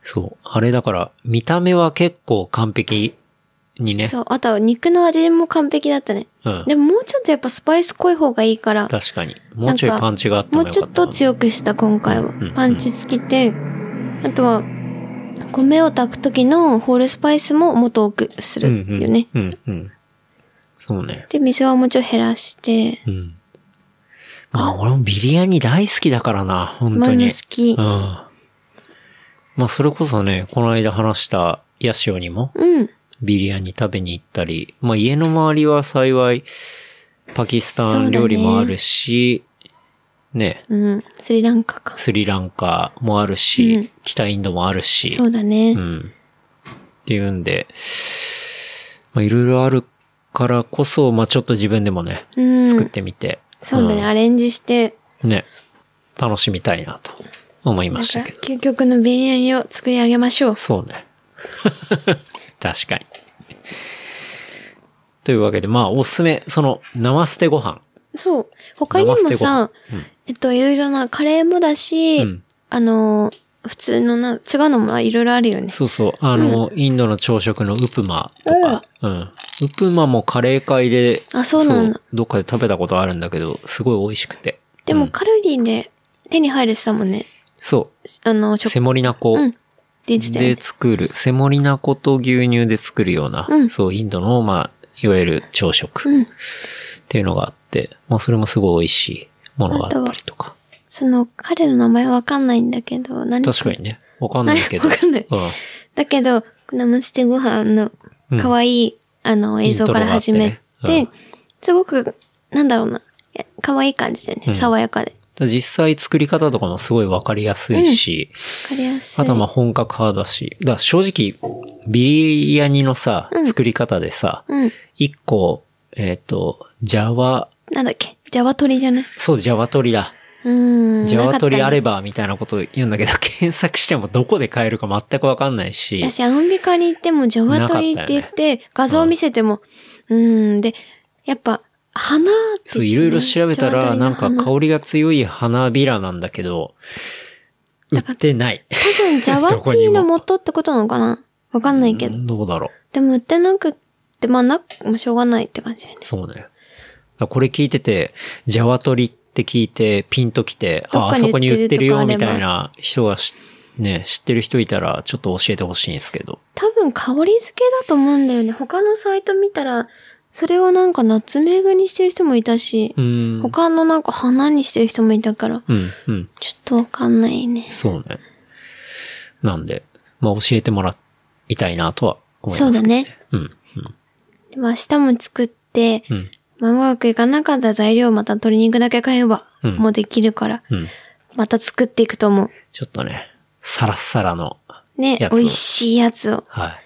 [SPEAKER 2] そう。あれだから、見た目は結構完璧にね。
[SPEAKER 3] そう。あとは肉の味も完璧だったね。
[SPEAKER 2] うん
[SPEAKER 3] でももうちょっとやっぱスパイス濃い方がいいから、
[SPEAKER 2] 確かに。もうちょいパンチがあったの
[SPEAKER 3] もう
[SPEAKER 2] が
[SPEAKER 3] ち
[SPEAKER 2] 良
[SPEAKER 3] ょ
[SPEAKER 2] か
[SPEAKER 3] ったと強くした今回は。
[SPEAKER 2] ん
[SPEAKER 3] パンチつけて、あとは、米を炊く時のホールスパイスももっと多くするよね。
[SPEAKER 2] うん、うん。うん、うん。そうね。
[SPEAKER 3] で、水はもうちょい減らして、
[SPEAKER 2] うん。まあ、俺もビリヤニ大好きだからな、本当
[SPEAKER 3] マン
[SPEAKER 2] に
[SPEAKER 3] 好。き
[SPEAKER 2] うん。。まあ、それこそね、この間話したヤシオにも、
[SPEAKER 3] うん。
[SPEAKER 2] ビリヤに食べに行ったり、まあ家の周りは幸い、パキスタン料理もあるし、ね、
[SPEAKER 3] うん。スリランカか。
[SPEAKER 2] スリランカもあるし、
[SPEAKER 3] うん
[SPEAKER 2] 北インドもあるし、
[SPEAKER 3] そうだね。
[SPEAKER 2] うん。っていうんで、まあ、いろいろあるからこそ、まあ、ちょっと自分でもね、
[SPEAKER 3] うん。
[SPEAKER 2] 作ってみて、
[SPEAKER 3] そうだね。アレンジして、
[SPEAKER 2] ね、楽しみたいなと思い
[SPEAKER 3] な
[SPEAKER 2] ま
[SPEAKER 3] ん
[SPEAKER 2] し
[SPEAKER 3] か
[SPEAKER 2] たけど。
[SPEAKER 3] 究極のビリヤニを作り上げましょう。
[SPEAKER 2] そうね。 確かに。というわけで、まあ、おすすめ、その、生捨てご飯。
[SPEAKER 3] そう。他にも
[SPEAKER 2] 生捨てご飯
[SPEAKER 3] さ、えっと、いろいろな、カレーもだし、
[SPEAKER 2] うん
[SPEAKER 3] あの、普通のな、違うのもいろいろあるよね。
[SPEAKER 2] そうそう、あの、インドの朝食のウプマとか、うん。ウプマもカレー界で、
[SPEAKER 3] あそうなんだ
[SPEAKER 2] そうどっかで食べたことあるんだけど、すごい美味しくて。
[SPEAKER 3] でも、カロリーで手に入るさもんね。
[SPEAKER 2] そう、
[SPEAKER 3] あの、食
[SPEAKER 2] セモリナ粉
[SPEAKER 3] うん。で言ってたよね
[SPEAKER 2] で作る、セモリナ粉と牛乳で作るような、
[SPEAKER 3] うん
[SPEAKER 2] そう、インドの、まあ、いわゆる朝食
[SPEAKER 3] うん
[SPEAKER 2] っていうのがあって、まあ、それもすごい美味しいものがあったりとか。
[SPEAKER 3] その、彼の名前わかんないんだけど、何
[SPEAKER 2] 確かにね、わかんないけど。
[SPEAKER 3] わかんない
[SPEAKER 2] うん。
[SPEAKER 3] だけど、ナムステご飯の
[SPEAKER 2] うん
[SPEAKER 3] 可愛い、あの映像から始め
[SPEAKER 2] イン
[SPEAKER 3] て、
[SPEAKER 2] トロがあってね
[SPEAKER 3] すごく、なんだろうな、いや可愛い感じだよね。
[SPEAKER 2] うん
[SPEAKER 3] 爽やかで。
[SPEAKER 2] 実際作り方とかもすごいわかりやすいし、
[SPEAKER 3] わかりやすい。
[SPEAKER 2] あとはまあ本格派だし、だから正直、ビリヤニのさ、
[SPEAKER 3] うん
[SPEAKER 2] 作り方でさ、
[SPEAKER 3] うん。
[SPEAKER 2] 一個、えっ、と、ジャワ、
[SPEAKER 3] なんだっけ。ジャワ鳥じゃない
[SPEAKER 2] そう、ジャワ鳥だ。
[SPEAKER 3] うーん。
[SPEAKER 2] ジャワ鳥あれ
[SPEAKER 3] ば。
[SPEAKER 2] ばみたいなことを言うんだけど、検索してもどこで買えるか全くわかんないし、
[SPEAKER 3] 私、アンビカに行っても、ジャワ鳥って言って、画像を見せても、うーん。で、やっぱ、花って
[SPEAKER 2] そういろいろ調べたら、なんか
[SPEAKER 3] 多
[SPEAKER 2] 香りが強い花びらなんだけど、売ってない。
[SPEAKER 3] 分、ジャワ
[SPEAKER 2] どこ
[SPEAKER 3] ティ
[SPEAKER 2] に
[SPEAKER 3] ー
[SPEAKER 2] も
[SPEAKER 3] の元ってことなのかなわかんないけど。
[SPEAKER 2] どうだろ
[SPEAKER 3] でも売ってなくって、まあなく、もうしょうがないって感じだよね
[SPEAKER 2] う。。そうね。だからこれ聞いてて、ジャワ鳥って聞いてピンときて、あ、
[SPEAKER 3] どっ
[SPEAKER 2] あ
[SPEAKER 3] かに
[SPEAKER 2] そこに売ってるよ
[SPEAKER 3] 売って
[SPEAKER 2] み
[SPEAKER 3] るとか
[SPEAKER 2] た
[SPEAKER 3] あ
[SPEAKER 2] い
[SPEAKER 3] れ
[SPEAKER 2] な人がしね、知ってる人いたらちょっと教えてほしいんですけど。
[SPEAKER 3] 多分香り付けだと思うんだよね。他のサイト見たら、それをなんかナツメグにしてる人もいたし
[SPEAKER 2] う、ん。
[SPEAKER 3] 他のなんか花にしてる人もいたから、
[SPEAKER 2] うん、うん。
[SPEAKER 3] ちょっとわかんないね。
[SPEAKER 2] そうね。なんで、まあ教えてもらいたいなとは思い
[SPEAKER 3] そ
[SPEAKER 2] ま
[SPEAKER 3] う
[SPEAKER 2] す。
[SPEAKER 3] だ。ね。
[SPEAKER 2] うん、うん、
[SPEAKER 3] でも明日も作って、
[SPEAKER 2] うん、
[SPEAKER 3] まあうまくいかなかった材料をまた鶏肉だけ買えば、
[SPEAKER 2] うん
[SPEAKER 3] もうできるから、
[SPEAKER 2] うん。
[SPEAKER 3] また作っていくと思う。
[SPEAKER 2] ちょっとね、サラッサラの、
[SPEAKER 3] ね
[SPEAKER 2] や、つを
[SPEAKER 3] 美味しいやつを、
[SPEAKER 2] はい。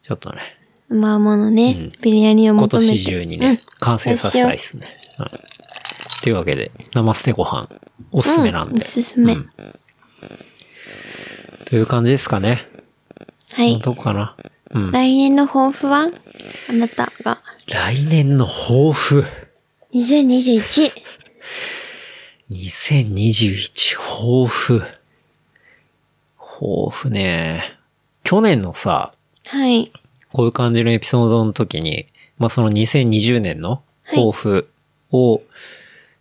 [SPEAKER 2] ちょっとね、
[SPEAKER 3] うまものね、
[SPEAKER 2] うん
[SPEAKER 3] ビリヤニを
[SPEAKER 2] 今
[SPEAKER 3] 求めて。
[SPEAKER 2] 年中にね、完成させたいですね。うん。というわけで、生捨てご飯、おすすめなんで。
[SPEAKER 3] うんおすすめ
[SPEAKER 2] んという感じですかね。
[SPEAKER 3] うん。は
[SPEAKER 2] こん
[SPEAKER 3] い
[SPEAKER 2] な。とこかな。うん。
[SPEAKER 3] 来年の抱負はあなたが。
[SPEAKER 2] 来年の抱負。
[SPEAKER 3] 2021。
[SPEAKER 2] 2021抱負。抱負ね。去年のさ、
[SPEAKER 3] はい。
[SPEAKER 2] こういう感じのエピソードの時に、まあ、その2020年の抱負を、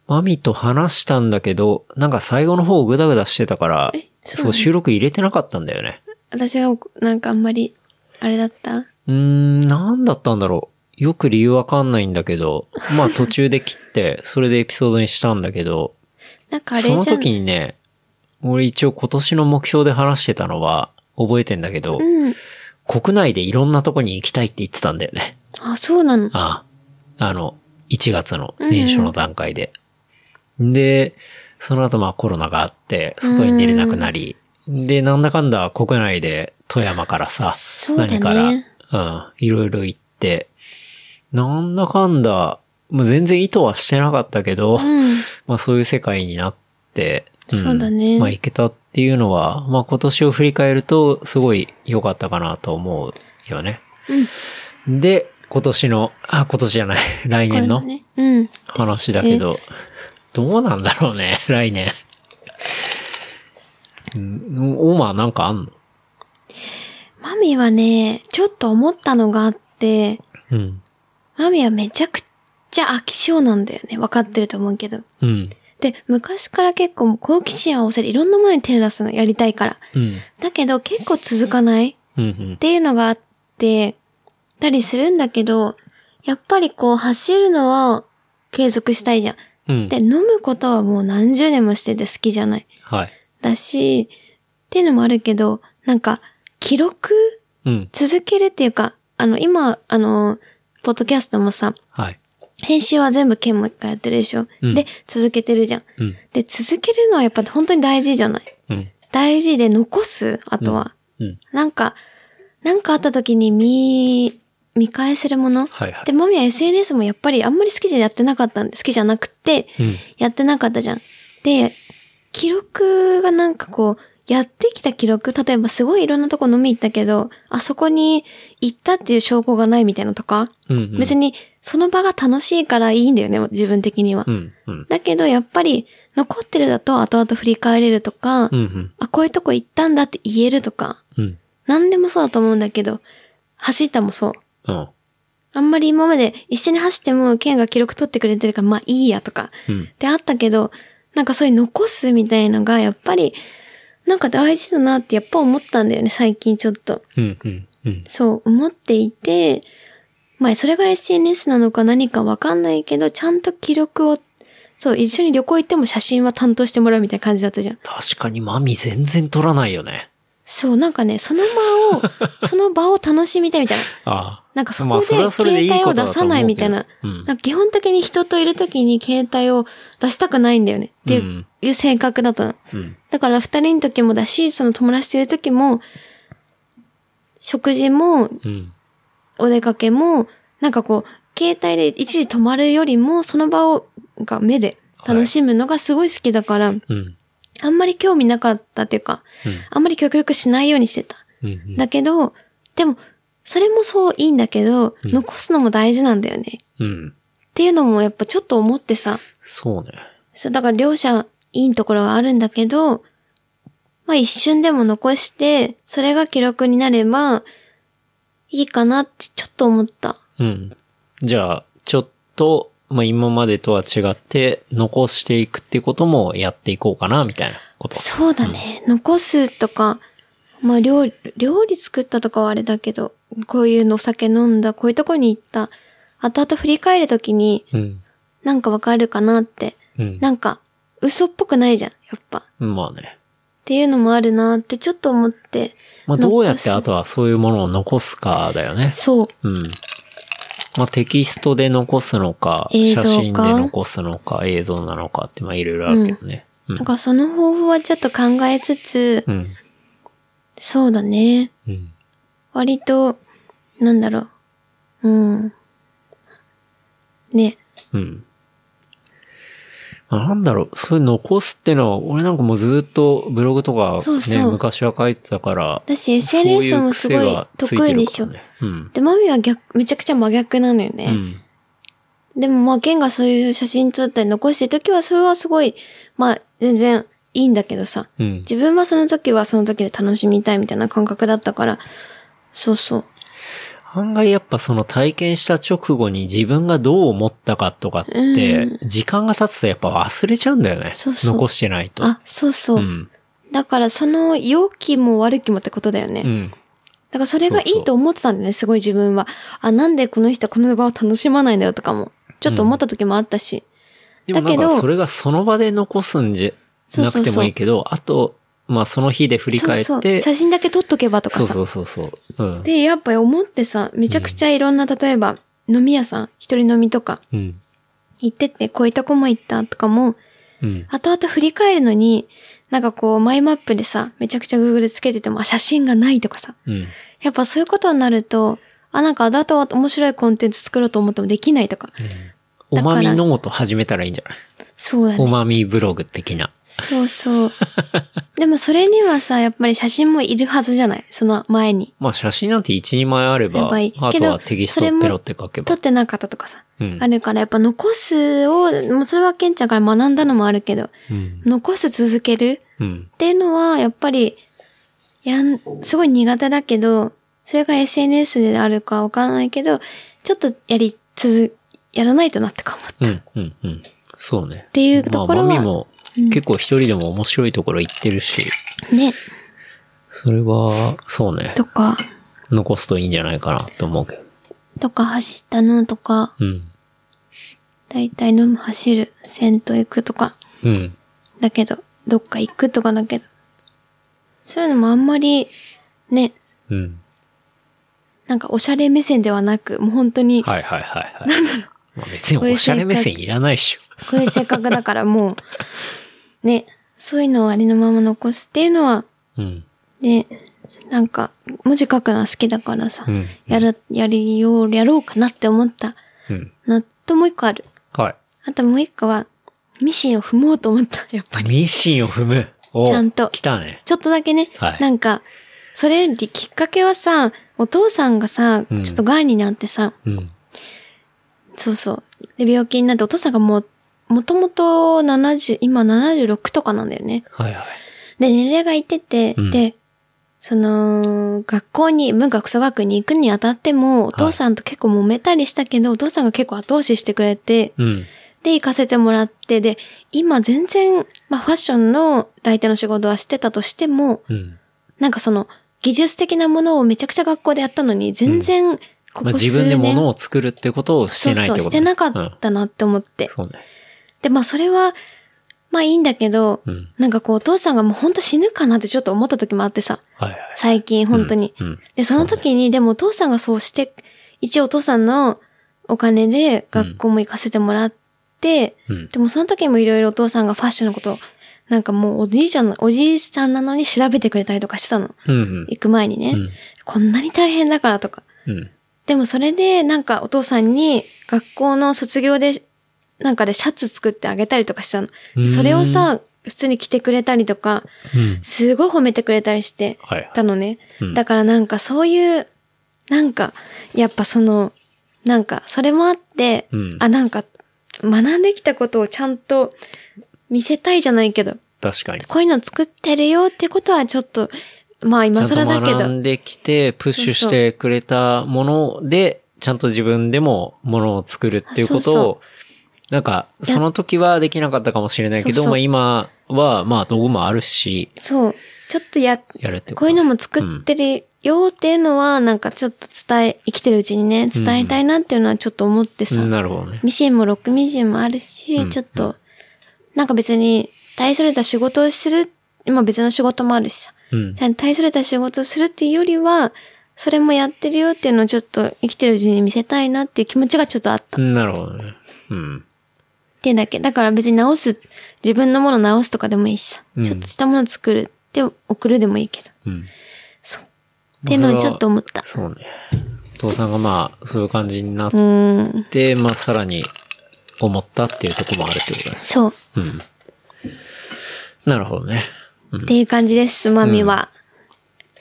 [SPEAKER 2] マミと話したんだけど、なんか最後の方グダグダしてたから、
[SPEAKER 3] そう
[SPEAKER 2] そう収録入れてなかったんだよね。
[SPEAKER 3] 私がなんかあんまり、あれだった
[SPEAKER 2] うーん、なんだったんだろう。よく理由わかんないんだけ ど、まあ途中で切って、それでエピソードにしたんだけど、
[SPEAKER 3] なんかあれじ
[SPEAKER 2] そ
[SPEAKER 3] ゃん。
[SPEAKER 2] の時にね、俺一応今年の目標で話してたのは覚えてんだけど、
[SPEAKER 3] うん。
[SPEAKER 2] 国内でいろんなとこに行きたいって言ってたんだよね。
[SPEAKER 3] あ、そうなの。
[SPEAKER 2] ああ。あの、1月の年初の段階で。で、その後まあコロナがあって、外に出れなくなり、で、なんだかんだ国内で富山からさ、
[SPEAKER 3] そうだね
[SPEAKER 2] 何から、うん、いろいろ行って、なんだかんだ、まあ、全然意図はしてなかったけど、
[SPEAKER 3] うん。
[SPEAKER 2] まあそういう世界になって、ん
[SPEAKER 3] そうだね
[SPEAKER 2] まあ行けたっていうのは、まあ今年を振り返るとすごい良かったかなと思うよね。で、今年の、あ、今年じゃない、 来
[SPEAKER 3] これ
[SPEAKER 2] 年
[SPEAKER 3] だ
[SPEAKER 2] の
[SPEAKER 3] ね。うん。
[SPEAKER 2] 話だけど、どうなんだろうね、 来年。うんオーマーなんかあんの
[SPEAKER 3] マミはね、ちょっと思ったのがあって、
[SPEAKER 2] うん。
[SPEAKER 3] マミはめちゃくちゃ飽き性なんだよね。わかってると思うけど。
[SPEAKER 2] うん。
[SPEAKER 3] で、昔から結構好奇心は旺盛でいろんなものに手を出すのやりたいから。
[SPEAKER 2] うん。
[SPEAKER 3] だけど結構続かない
[SPEAKER 2] うん。う
[SPEAKER 3] っ
[SPEAKER 2] ん。
[SPEAKER 3] ていうのがあって、たりするんだけど、やっぱりこう走るのは継続したいじゃん。
[SPEAKER 2] うん
[SPEAKER 3] で、。飲むことはもう何十年もしてて好きじゃない。
[SPEAKER 2] はい。
[SPEAKER 3] だし、っていうのもあるけど、なんか、記録
[SPEAKER 2] うん。
[SPEAKER 3] 続けるっていうか、あの、今、あの、ポッドキャストもさ、
[SPEAKER 2] はい。
[SPEAKER 3] 編集は全部剣も一回やってるでしょ、
[SPEAKER 2] うん
[SPEAKER 3] で、続けてるじゃん。
[SPEAKER 2] うん。
[SPEAKER 3] で、続けるのはやっぱ本当に大事じゃない
[SPEAKER 2] うん。
[SPEAKER 3] 大事で残す、あとは。
[SPEAKER 2] うん。
[SPEAKER 3] なんか、なんかあった時に見、見返せるもの。
[SPEAKER 2] はいはい
[SPEAKER 3] で、。もみは SNS もやっぱりあんまり好きじゃやってなかったんで、好きじゃなくて、
[SPEAKER 2] うん。
[SPEAKER 3] やってなかったじゃん。で、記録がなんかこう、やってきた記録、例えばすごいいろんなとこ飲み行ったけど、あそこに行ったっていう証拠がないみたいなとか、
[SPEAKER 2] うん。うん
[SPEAKER 3] 別。にその場が楽しいからいいんだよね、自分的には。
[SPEAKER 2] うん。うん。
[SPEAKER 3] だけどやっぱり残ってるだと後々振り返れるとか、
[SPEAKER 2] うん。うん。
[SPEAKER 3] あ、こういうとこ行ったんだって言えるとか、
[SPEAKER 2] うん。
[SPEAKER 3] 何でもそうだと思うんだけど、走ったもそう。
[SPEAKER 2] うん。
[SPEAKER 3] あんまり今まで一緒に走っても、ケンが記録取ってくれてるから、まあいいやとか、
[SPEAKER 2] うん。
[SPEAKER 3] であったけど、なんかそういう残すみたいのが、やっぱり、なんか大事だなってやっぱ思ったんだよね、最近ちょっと。
[SPEAKER 2] うん。うん。うん。
[SPEAKER 3] そう思っていて、まあそれが SNS なのか何かわかんないけど、ちゃんと記録を、そう、一緒に旅行行っても写真は担当してもらうみたいな感じだったじゃん。
[SPEAKER 2] 確かにマミ全然取らないよね。
[SPEAKER 3] そう、なんかね、その 場を、その場を楽しみたいみたいな。
[SPEAKER 2] ああ。
[SPEAKER 3] なんかそ
[SPEAKER 2] ま
[SPEAKER 3] こ
[SPEAKER 2] あ
[SPEAKER 3] で
[SPEAKER 2] それはそれでい
[SPEAKER 3] 携
[SPEAKER 2] い
[SPEAKER 3] 帯
[SPEAKER 2] こ
[SPEAKER 3] を
[SPEAKER 2] とだ
[SPEAKER 3] 出
[SPEAKER 2] と
[SPEAKER 3] さないみたいな。
[SPEAKER 2] 思うけどうん
[SPEAKER 3] なんか基本的に人といるときに携帯を出したくないんだよね。っていう,、
[SPEAKER 2] うん
[SPEAKER 3] 性格だったの。
[SPEAKER 2] うん。
[SPEAKER 3] だから二人の時もだし、その友達といる時も、食事も、
[SPEAKER 2] うん。
[SPEAKER 3] お出かけも、なんかこう、携帯で一時止まるよりも、その場を、が目で楽しむのがすごい好きだから、
[SPEAKER 2] うん。
[SPEAKER 3] あんまり興味なかったっていうか、
[SPEAKER 2] うん
[SPEAKER 3] あんまり極力しないようにしてた。
[SPEAKER 2] うん。うん
[SPEAKER 3] だけど、でも、それもそういいんだけど、
[SPEAKER 2] ん
[SPEAKER 3] 残すのも大事なんだよね。
[SPEAKER 2] うん。
[SPEAKER 3] っていうのもやっぱちょっと思ってさ、
[SPEAKER 2] そうね。
[SPEAKER 3] そう、だから両者いいところがあるんだけど、まあ一瞬でも残して、それが記録になれば、いいかなってちょっと思った。
[SPEAKER 2] うん。じゃあ、ちょっと、まあ、今までとは違って、残していくってこともやっていこうかな、みたいなこと。
[SPEAKER 3] そうだね。残すとか、まあ料理、料理作ったとかはあれだけど、こういうのお酒飲んだ、こういうとこに行った、後々振り返るときに、
[SPEAKER 2] うん。
[SPEAKER 3] なんかわかるかなって。
[SPEAKER 2] うん。
[SPEAKER 3] なんか、嘘っぽくないじゃん、やっぱ。っ
[SPEAKER 2] まあね。
[SPEAKER 3] ていうのもあるなってちょっと思って。
[SPEAKER 2] まあ、どうやって
[SPEAKER 3] 残
[SPEAKER 2] あとはそういうものを残すかだよね
[SPEAKER 3] す。そう。
[SPEAKER 2] うん。まあ、テキストで残すのか、
[SPEAKER 3] 映像
[SPEAKER 2] 写
[SPEAKER 3] か
[SPEAKER 2] 真で残すのか、映像なのかって、まあ、いろいろあるけどね。うん
[SPEAKER 3] だ。からその方法はちょっと考えつつ、
[SPEAKER 2] うん。
[SPEAKER 3] そうだね。
[SPEAKER 2] うん。
[SPEAKER 3] 割と、なんだろう。うん。ね。
[SPEAKER 2] うん。まあなんだろう、そういう残すってのは、俺なんかもうずっとブログとかね、
[SPEAKER 3] そうそう
[SPEAKER 2] 昔は書いてたから、
[SPEAKER 3] だし SNS もすごい得意でしょ。
[SPEAKER 2] うん。
[SPEAKER 3] で、マミは逆、めちゃくちゃ真逆なのよ
[SPEAKER 2] う
[SPEAKER 3] ね。
[SPEAKER 2] ん。
[SPEAKER 3] でもまあ、ケンがそういう写真撮ったり残してる時は、それはすごい、まあ、全然いいんだけどさ。
[SPEAKER 2] うん。
[SPEAKER 3] 自分はその時はその時で楽しみたいみたいな感覚だったから、そうそう。
[SPEAKER 2] 案外やっぱその体験した直後に自分がどう思ったかとかって、時間が経つとやっぱ忘れちゃうんだよね。
[SPEAKER 3] そうそう
[SPEAKER 2] 残してないと。
[SPEAKER 3] あ、そうそう。
[SPEAKER 2] うん。
[SPEAKER 3] だからその良きも悪きもってことだよね。
[SPEAKER 2] うん。
[SPEAKER 3] だからそれがい
[SPEAKER 2] そうそう
[SPEAKER 3] いと思ってたんだよね、すごい自分は。あ、なんでこの人はこの場を楽しまないんだよとかも。ちょっと思った時もあったし。
[SPEAKER 2] でもな
[SPEAKER 3] だ
[SPEAKER 2] ん
[SPEAKER 3] け
[SPEAKER 2] か
[SPEAKER 3] ど
[SPEAKER 2] それがその場で残すんじゃなくてもいいけど、あと、まあその日で振り
[SPEAKER 3] そう
[SPEAKER 2] 返って、
[SPEAKER 3] そう。写真だけ撮っとけばとか
[SPEAKER 2] そ
[SPEAKER 3] さ。
[SPEAKER 2] うそうそうそう。うん。
[SPEAKER 3] で、やっぱ思ってさ、めちゃくちゃいろんな、例えば、飲み屋さん、一人飲みとか、
[SPEAKER 2] うん。
[SPEAKER 3] 行ってって、こういうとこも行ったとかも、
[SPEAKER 2] うん。
[SPEAKER 3] 後々振り返るのに、なんかこう、マイマップでさ、めちゃくちゃ Google でつけてても、あ、写真がないとかさ。
[SPEAKER 2] うん。
[SPEAKER 3] やっぱそういうことになると、あ、なんかあだとは面白いコンテンツ作ろうと思ってもできないとか。
[SPEAKER 2] お
[SPEAKER 3] だから
[SPEAKER 2] まみノート始めたらいいんじゃない
[SPEAKER 3] そうだね
[SPEAKER 2] お。まみブログ的な。
[SPEAKER 3] そうそう。でもそれにはさ、やっぱり写真もいるはずじゃないその前に。
[SPEAKER 2] まあ写真なんて1、2枚あれ
[SPEAKER 3] や
[SPEAKER 2] ば、
[SPEAKER 3] ばい
[SPEAKER 2] あ
[SPEAKER 3] け
[SPEAKER 2] と
[SPEAKER 3] ど
[SPEAKER 2] はテキストをペロって書け
[SPEAKER 3] 撮
[SPEAKER 2] ば
[SPEAKER 3] っ。てなかったとかさ。
[SPEAKER 2] うん
[SPEAKER 3] あるから、やっぱ残すを、もうそれはケンちゃんから学んだのもあるけど、
[SPEAKER 2] うん。
[SPEAKER 3] 残す続ける
[SPEAKER 2] うん。
[SPEAKER 3] っていうのは、やっぱり、やん、すごい苦手だけど、それが SNS であるかわからないけど、ちょっとやり、続、やらないとなってかも。
[SPEAKER 2] うん、うん、うん。そうね。って
[SPEAKER 3] いうところは
[SPEAKER 2] まあ、マミも結構一人でも面白いところ行ってるし、
[SPEAKER 3] ね。
[SPEAKER 2] それは、そうね。
[SPEAKER 3] とか、
[SPEAKER 2] 残すといいんじゃないかなと思うけど。
[SPEAKER 3] とか走ったのとか、
[SPEAKER 2] うん。
[SPEAKER 3] だいたい飲む走る、銭湯行くとか。
[SPEAKER 2] うん。
[SPEAKER 3] だけど、どっか行くとかだけど。そういうのもあんまり、ね、
[SPEAKER 2] うん。
[SPEAKER 3] なんかおしゃれ目線ではなく、もう本当に、
[SPEAKER 2] はいはいはいはい。 まあ別におしゃれ目線いらないっしょ。
[SPEAKER 3] こういう性格だからもう、ね、そういうのをありのまま残すっていうのは、
[SPEAKER 2] うん。
[SPEAKER 3] で、なんか、文字書くのは好きだからさ、
[SPEAKER 2] うん
[SPEAKER 3] やる、やりよう、やろうかなって思った
[SPEAKER 2] うん。
[SPEAKER 3] のともう一個ある。
[SPEAKER 2] はい。
[SPEAKER 3] あともう一個は、ミシンを踏もうと思った、やっぱり。
[SPEAKER 2] ミシンを踏む。おう
[SPEAKER 3] ちゃんと
[SPEAKER 2] 来たね。
[SPEAKER 3] ちょっとだけね、
[SPEAKER 2] はい
[SPEAKER 3] なんか、それよりきっかけはさ、お父さんがさ、
[SPEAKER 2] うん
[SPEAKER 3] ちょっと癌になってさ、
[SPEAKER 2] うん。
[SPEAKER 3] そうそう。で、病気になって、お父さんがもう、もともと70、今76とかなんだよね。
[SPEAKER 2] はいはい。
[SPEAKER 3] で、年齢がいってて、
[SPEAKER 2] うん
[SPEAKER 3] で、その、学校に、文学祖学に行くにあたっても、お父さんと結構揉めたりしたけど、お父さんが結構後押ししてくれて、
[SPEAKER 2] うん。
[SPEAKER 3] で、行かせてもらって、で、今全然、まあ、ファッションの来店の仕事はしてたとしても、
[SPEAKER 2] うん。
[SPEAKER 3] なんかその、技術的なものをめちゃくちゃ学校でやったのに、全然、こ
[SPEAKER 2] まあ
[SPEAKER 3] こ数年、
[SPEAKER 2] 自分で物を作るってことをしてないって
[SPEAKER 3] そ
[SPEAKER 2] こ
[SPEAKER 3] う
[SPEAKER 2] と
[SPEAKER 3] そう、してなか
[SPEAKER 2] う
[SPEAKER 3] っ
[SPEAKER 2] ん
[SPEAKER 3] たなって思って。
[SPEAKER 2] そうね。
[SPEAKER 3] で、まあそれは、まあいいんだけど、
[SPEAKER 2] うん。
[SPEAKER 3] なんかこうお父さんがもうほんと死ぬかなってちょっと思った時もあってさ、
[SPEAKER 2] はいはい。
[SPEAKER 3] 最近本当に。
[SPEAKER 2] うんうん
[SPEAKER 3] で、その時に、でもお父さんがそうして、一応お父さんのお金で学校も行かせてもらって、
[SPEAKER 2] うん。
[SPEAKER 3] でもその時もいろいろお父さんがファッションのことを、なんかもうおじいちゃんの、おじいさんなのに調べてくれたりとかしてたの。
[SPEAKER 2] うん。
[SPEAKER 3] 行く前にね。
[SPEAKER 2] うん
[SPEAKER 3] こんなに大変だからとか。
[SPEAKER 2] うん。
[SPEAKER 3] でもそれでなんかお父さんに学校の卒業でなんかでシャツ作ってあげたりとかした
[SPEAKER 2] うーん
[SPEAKER 3] の。それをさ、普通に着てくれたりとか、
[SPEAKER 2] うん。
[SPEAKER 3] すごい褒めてくれたりして
[SPEAKER 2] はいはい
[SPEAKER 3] たのね
[SPEAKER 2] うん。
[SPEAKER 3] だからなんかそういう、なんか、やっぱその、なんかそれもあって、
[SPEAKER 2] うん
[SPEAKER 3] あ、なんか学んできたことをちゃんと見せたいじゃないけど、
[SPEAKER 2] 確かに。
[SPEAKER 3] こういうの作ってるよってことはちょっと、まあ今
[SPEAKER 2] ちゃ
[SPEAKER 3] 更
[SPEAKER 2] んと
[SPEAKER 3] だけ
[SPEAKER 2] 学
[SPEAKER 3] ど、
[SPEAKER 2] んできて、プッシュしてくれたもので、ちゃんと自分でもものを作るっていうこ
[SPEAKER 3] そう
[SPEAKER 2] とを
[SPEAKER 3] そ、
[SPEAKER 2] なんか、その時はできなかったかもしれないけ
[SPEAKER 3] そう
[SPEAKER 2] ど、
[SPEAKER 3] そう
[SPEAKER 2] まあ今は、まあ道具もあるし、
[SPEAKER 3] そう、ちょっとやっ
[SPEAKER 2] やるってこと。
[SPEAKER 3] こういうのも作ってるよっていうのは、なんかちょっと伝え、生きてるうちにね、伝えたいなっていうのはちょっと思ってさ、
[SPEAKER 2] うんなるほどね。
[SPEAKER 3] ミシンもロックミシンもあるし、
[SPEAKER 2] うん
[SPEAKER 3] ちょっと、なんか別に、大それた仕事をする、今別の仕事もあるしさ、
[SPEAKER 2] うん
[SPEAKER 3] じ。ゃあ大それた仕事をするっていうよりは、それもやってるよっていうのをちょっと生きてるうちに見せたいなっていう気持ちがちょっとあった。
[SPEAKER 2] うんなるほどね。うん。
[SPEAKER 3] ってだけ。だから別に直す、自分のもの直すとかでもいいしさ、
[SPEAKER 2] うん
[SPEAKER 3] ちょっとしたもの作るって送るでもいいけど。
[SPEAKER 2] うん。
[SPEAKER 3] そう。っていうのをちょっと思った。
[SPEAKER 2] そうね。お父さんがまあ、そういう感じになっ
[SPEAKER 3] うーん。
[SPEAKER 2] て、まあさらに思ったっていうところもあるってことだね。
[SPEAKER 3] そう。
[SPEAKER 2] うん。なるほどね。
[SPEAKER 3] っていう感じです、まみは。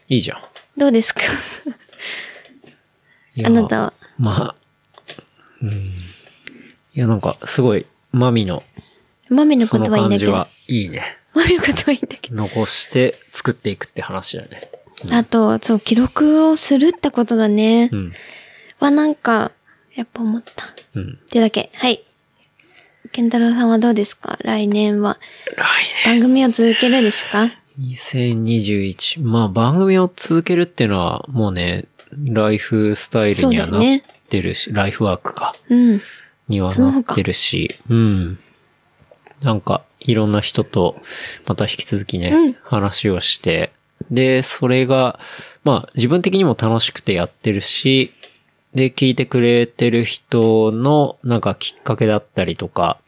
[SPEAKER 2] いいじゃん。
[SPEAKER 3] どうですか
[SPEAKER 2] いや
[SPEAKER 3] あなたは。
[SPEAKER 2] まあ、うん。いや、なんか、すごい、マミの、
[SPEAKER 3] まみの
[SPEAKER 2] そ
[SPEAKER 3] こ
[SPEAKER 2] の
[SPEAKER 3] とはいいん
[SPEAKER 2] 感
[SPEAKER 3] だ
[SPEAKER 2] じ
[SPEAKER 3] けど。
[SPEAKER 2] は
[SPEAKER 3] ま、
[SPEAKER 2] いいね。
[SPEAKER 3] みのことはいいんだけ
[SPEAKER 2] 残して作っていくって話だね。
[SPEAKER 3] ど。あと、そう、記録をするってことだね
[SPEAKER 2] う。ん。
[SPEAKER 3] はなんか、やっぱ思った。っ
[SPEAKER 2] うん。
[SPEAKER 3] てだけ。はい。健太郎さんはどうですか来年は。
[SPEAKER 2] 来
[SPEAKER 3] 番組を続けるでしょうか
[SPEAKER 2] 年。2021。まあ、番組を続けるっていうのは、もうね、ライフスタイルには
[SPEAKER 3] そう
[SPEAKER 2] な
[SPEAKER 3] だよね
[SPEAKER 2] ってるし、ライフワークか。
[SPEAKER 3] うん。
[SPEAKER 2] にはなってるし、うん。なんか、いろんな人と、また引き続きね、
[SPEAKER 3] うん
[SPEAKER 2] 話をして、で、それが、まあ、自分的にも楽しくてやってるし、で、聞いてくれてる人の、なんかきっかけだったりとか、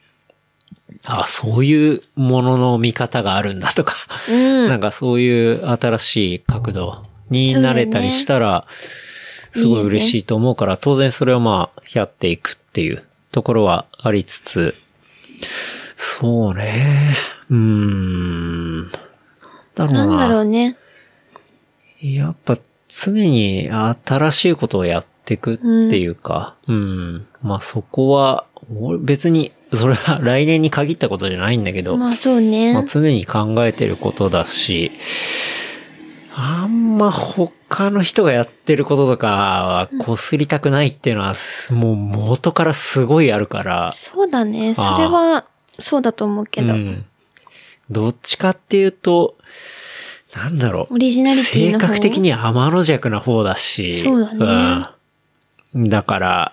[SPEAKER 2] あ、そういうものの見方があるんだとか、
[SPEAKER 3] うん
[SPEAKER 2] なんかそういう新しい角度になれたりしたら、
[SPEAKER 3] そうだね
[SPEAKER 2] すごい嬉しいと思うから、当然それはまあ、やっていくっていうところはありつつ、そうね。うーん。なんだろうな。
[SPEAKER 3] なんだろうね。
[SPEAKER 2] やっぱ常に新しいことをやっていくっていうか、うん、まあそこは、俺別に、それは来年に限ったことじゃないんだけど、
[SPEAKER 3] まあそうね
[SPEAKER 2] まあ、。常に考えてることだし、あんま他の人がやってることとかは擦りたくないっていうのは、もう元からすごいあるから、
[SPEAKER 3] そうだね。それは、そうだと思うけど
[SPEAKER 2] う。ん。どっちかっていうと、なんだろう
[SPEAKER 3] オ。リジナリティ
[SPEAKER 2] 性
[SPEAKER 3] の方
[SPEAKER 2] 格的に天の弱な方だし。
[SPEAKER 3] そうだね
[SPEAKER 2] うん。だから、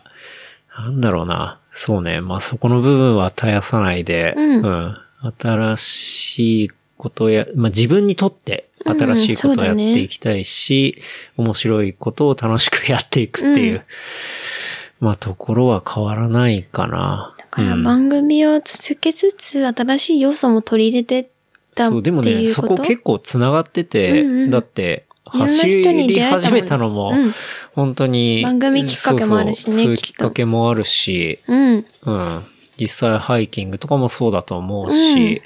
[SPEAKER 2] なんだろうな。そうね。まあ、そこの部分は絶やさないで、
[SPEAKER 3] うん
[SPEAKER 2] 新しいことや、まあ、自分にとって、
[SPEAKER 3] うん
[SPEAKER 2] 新しいことをや
[SPEAKER 3] そうだ
[SPEAKER 2] っ
[SPEAKER 3] ね
[SPEAKER 2] ていきたいし、面白いことを楽しくやっていくっていう、まあところは変わらないかな。
[SPEAKER 3] だから
[SPEAKER 2] うん
[SPEAKER 3] 番組を続けつつ、新しい要素も取り入れてったってい
[SPEAKER 2] そう、
[SPEAKER 3] うこと
[SPEAKER 2] でもね、そこ結構繋がってて、
[SPEAKER 3] うんうん
[SPEAKER 2] だって、
[SPEAKER 3] いろんな
[SPEAKER 2] 走
[SPEAKER 3] 人に
[SPEAKER 2] り
[SPEAKER 3] 出会えたもんね
[SPEAKER 2] 始めたのも、
[SPEAKER 3] うん
[SPEAKER 2] 本当に、
[SPEAKER 3] 番組きっかけもあるし
[SPEAKER 2] そ
[SPEAKER 3] ね
[SPEAKER 2] うそうそういう
[SPEAKER 3] きっと
[SPEAKER 2] きっかけもあるし、
[SPEAKER 3] うん。
[SPEAKER 2] うん。実際ハイキングとかもそうだと思うし、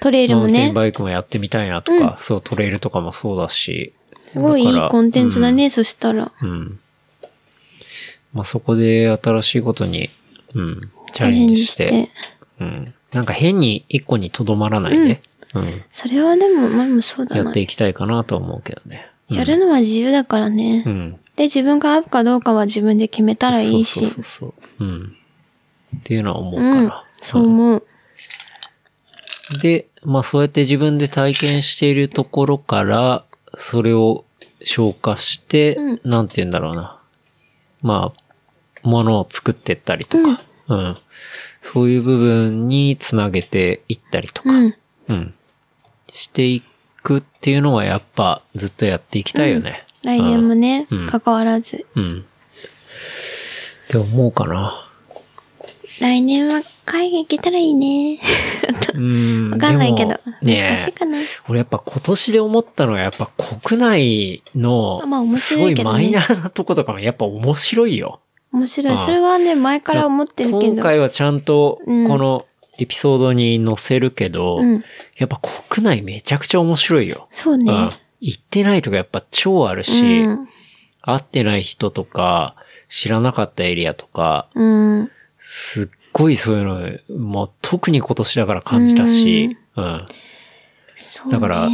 [SPEAKER 3] トレイル
[SPEAKER 2] マウ
[SPEAKER 3] も
[SPEAKER 2] ンテ
[SPEAKER 3] ね
[SPEAKER 2] ン、バイクもやってみたいなとか、そう、トレイルとかもそうだし。
[SPEAKER 3] すごいい
[SPEAKER 2] だか
[SPEAKER 3] い
[SPEAKER 2] ら
[SPEAKER 3] コンテンツだね、そしたら。
[SPEAKER 2] うん。うんまあ、そこで新しいことに、うん、チ
[SPEAKER 3] チ
[SPEAKER 2] ャレンジして。うん。なんか変に一個にとどまらないね。うん。
[SPEAKER 3] それはでも、前もそうだ
[SPEAKER 2] やっ
[SPEAKER 3] な
[SPEAKER 2] て。いきたいかなと思うけどね。うん
[SPEAKER 3] やるのは自由だからね。
[SPEAKER 2] うん。
[SPEAKER 3] で、自分が合うかどうかは自分で決めたらいいし。
[SPEAKER 2] そうそうそうそう。うん。っていうのは思うか
[SPEAKER 3] うん
[SPEAKER 2] ら。。
[SPEAKER 3] そう思う。
[SPEAKER 2] で、まあそうやって自分で体験しているところから、それを消化して、
[SPEAKER 3] うん
[SPEAKER 2] なんて言うんだろうな。まあ、ものを作ってったりとか、うん、そういう部分につなげていったりとか、
[SPEAKER 3] う
[SPEAKER 2] うん。
[SPEAKER 3] ん。
[SPEAKER 2] していくっていうのはやっぱずっとやっていきたいよね。
[SPEAKER 3] 来年もね
[SPEAKER 2] うん、
[SPEAKER 3] 関わらず。
[SPEAKER 2] うん。うん。って思うかな。
[SPEAKER 3] 来年は海外行けたらいいね。
[SPEAKER 2] うん。
[SPEAKER 3] わかんないけど
[SPEAKER 2] でも。ね
[SPEAKER 3] 難しいかな。
[SPEAKER 2] 俺やっぱ今年で思ったのはやっぱ国内の
[SPEAKER 3] まあ面
[SPEAKER 2] すご
[SPEAKER 3] 白い
[SPEAKER 2] い
[SPEAKER 3] けど
[SPEAKER 2] マ
[SPEAKER 3] ね
[SPEAKER 2] イナーなとことかもやっぱ面白いよ。
[SPEAKER 3] 面白
[SPEAKER 2] あ
[SPEAKER 3] い。それはね、前から思ってるけ
[SPEAKER 2] 今
[SPEAKER 3] ど。
[SPEAKER 2] 回はちゃんとこ
[SPEAKER 3] うん
[SPEAKER 2] のエピソードに載せるけど、
[SPEAKER 3] うん
[SPEAKER 2] やっぱ国内めちゃくちゃ面白いよ。
[SPEAKER 3] そう
[SPEAKER 2] う
[SPEAKER 3] ね
[SPEAKER 2] ん。行ってないとかやっぱ超ある
[SPEAKER 3] う
[SPEAKER 2] し、
[SPEAKER 3] ん。
[SPEAKER 2] 会ってない人とか知らなかったエリアとか、
[SPEAKER 3] うん。
[SPEAKER 2] すっごいそういうの、もう特に今年だから感じたし、うん
[SPEAKER 3] そうね。
[SPEAKER 2] だから、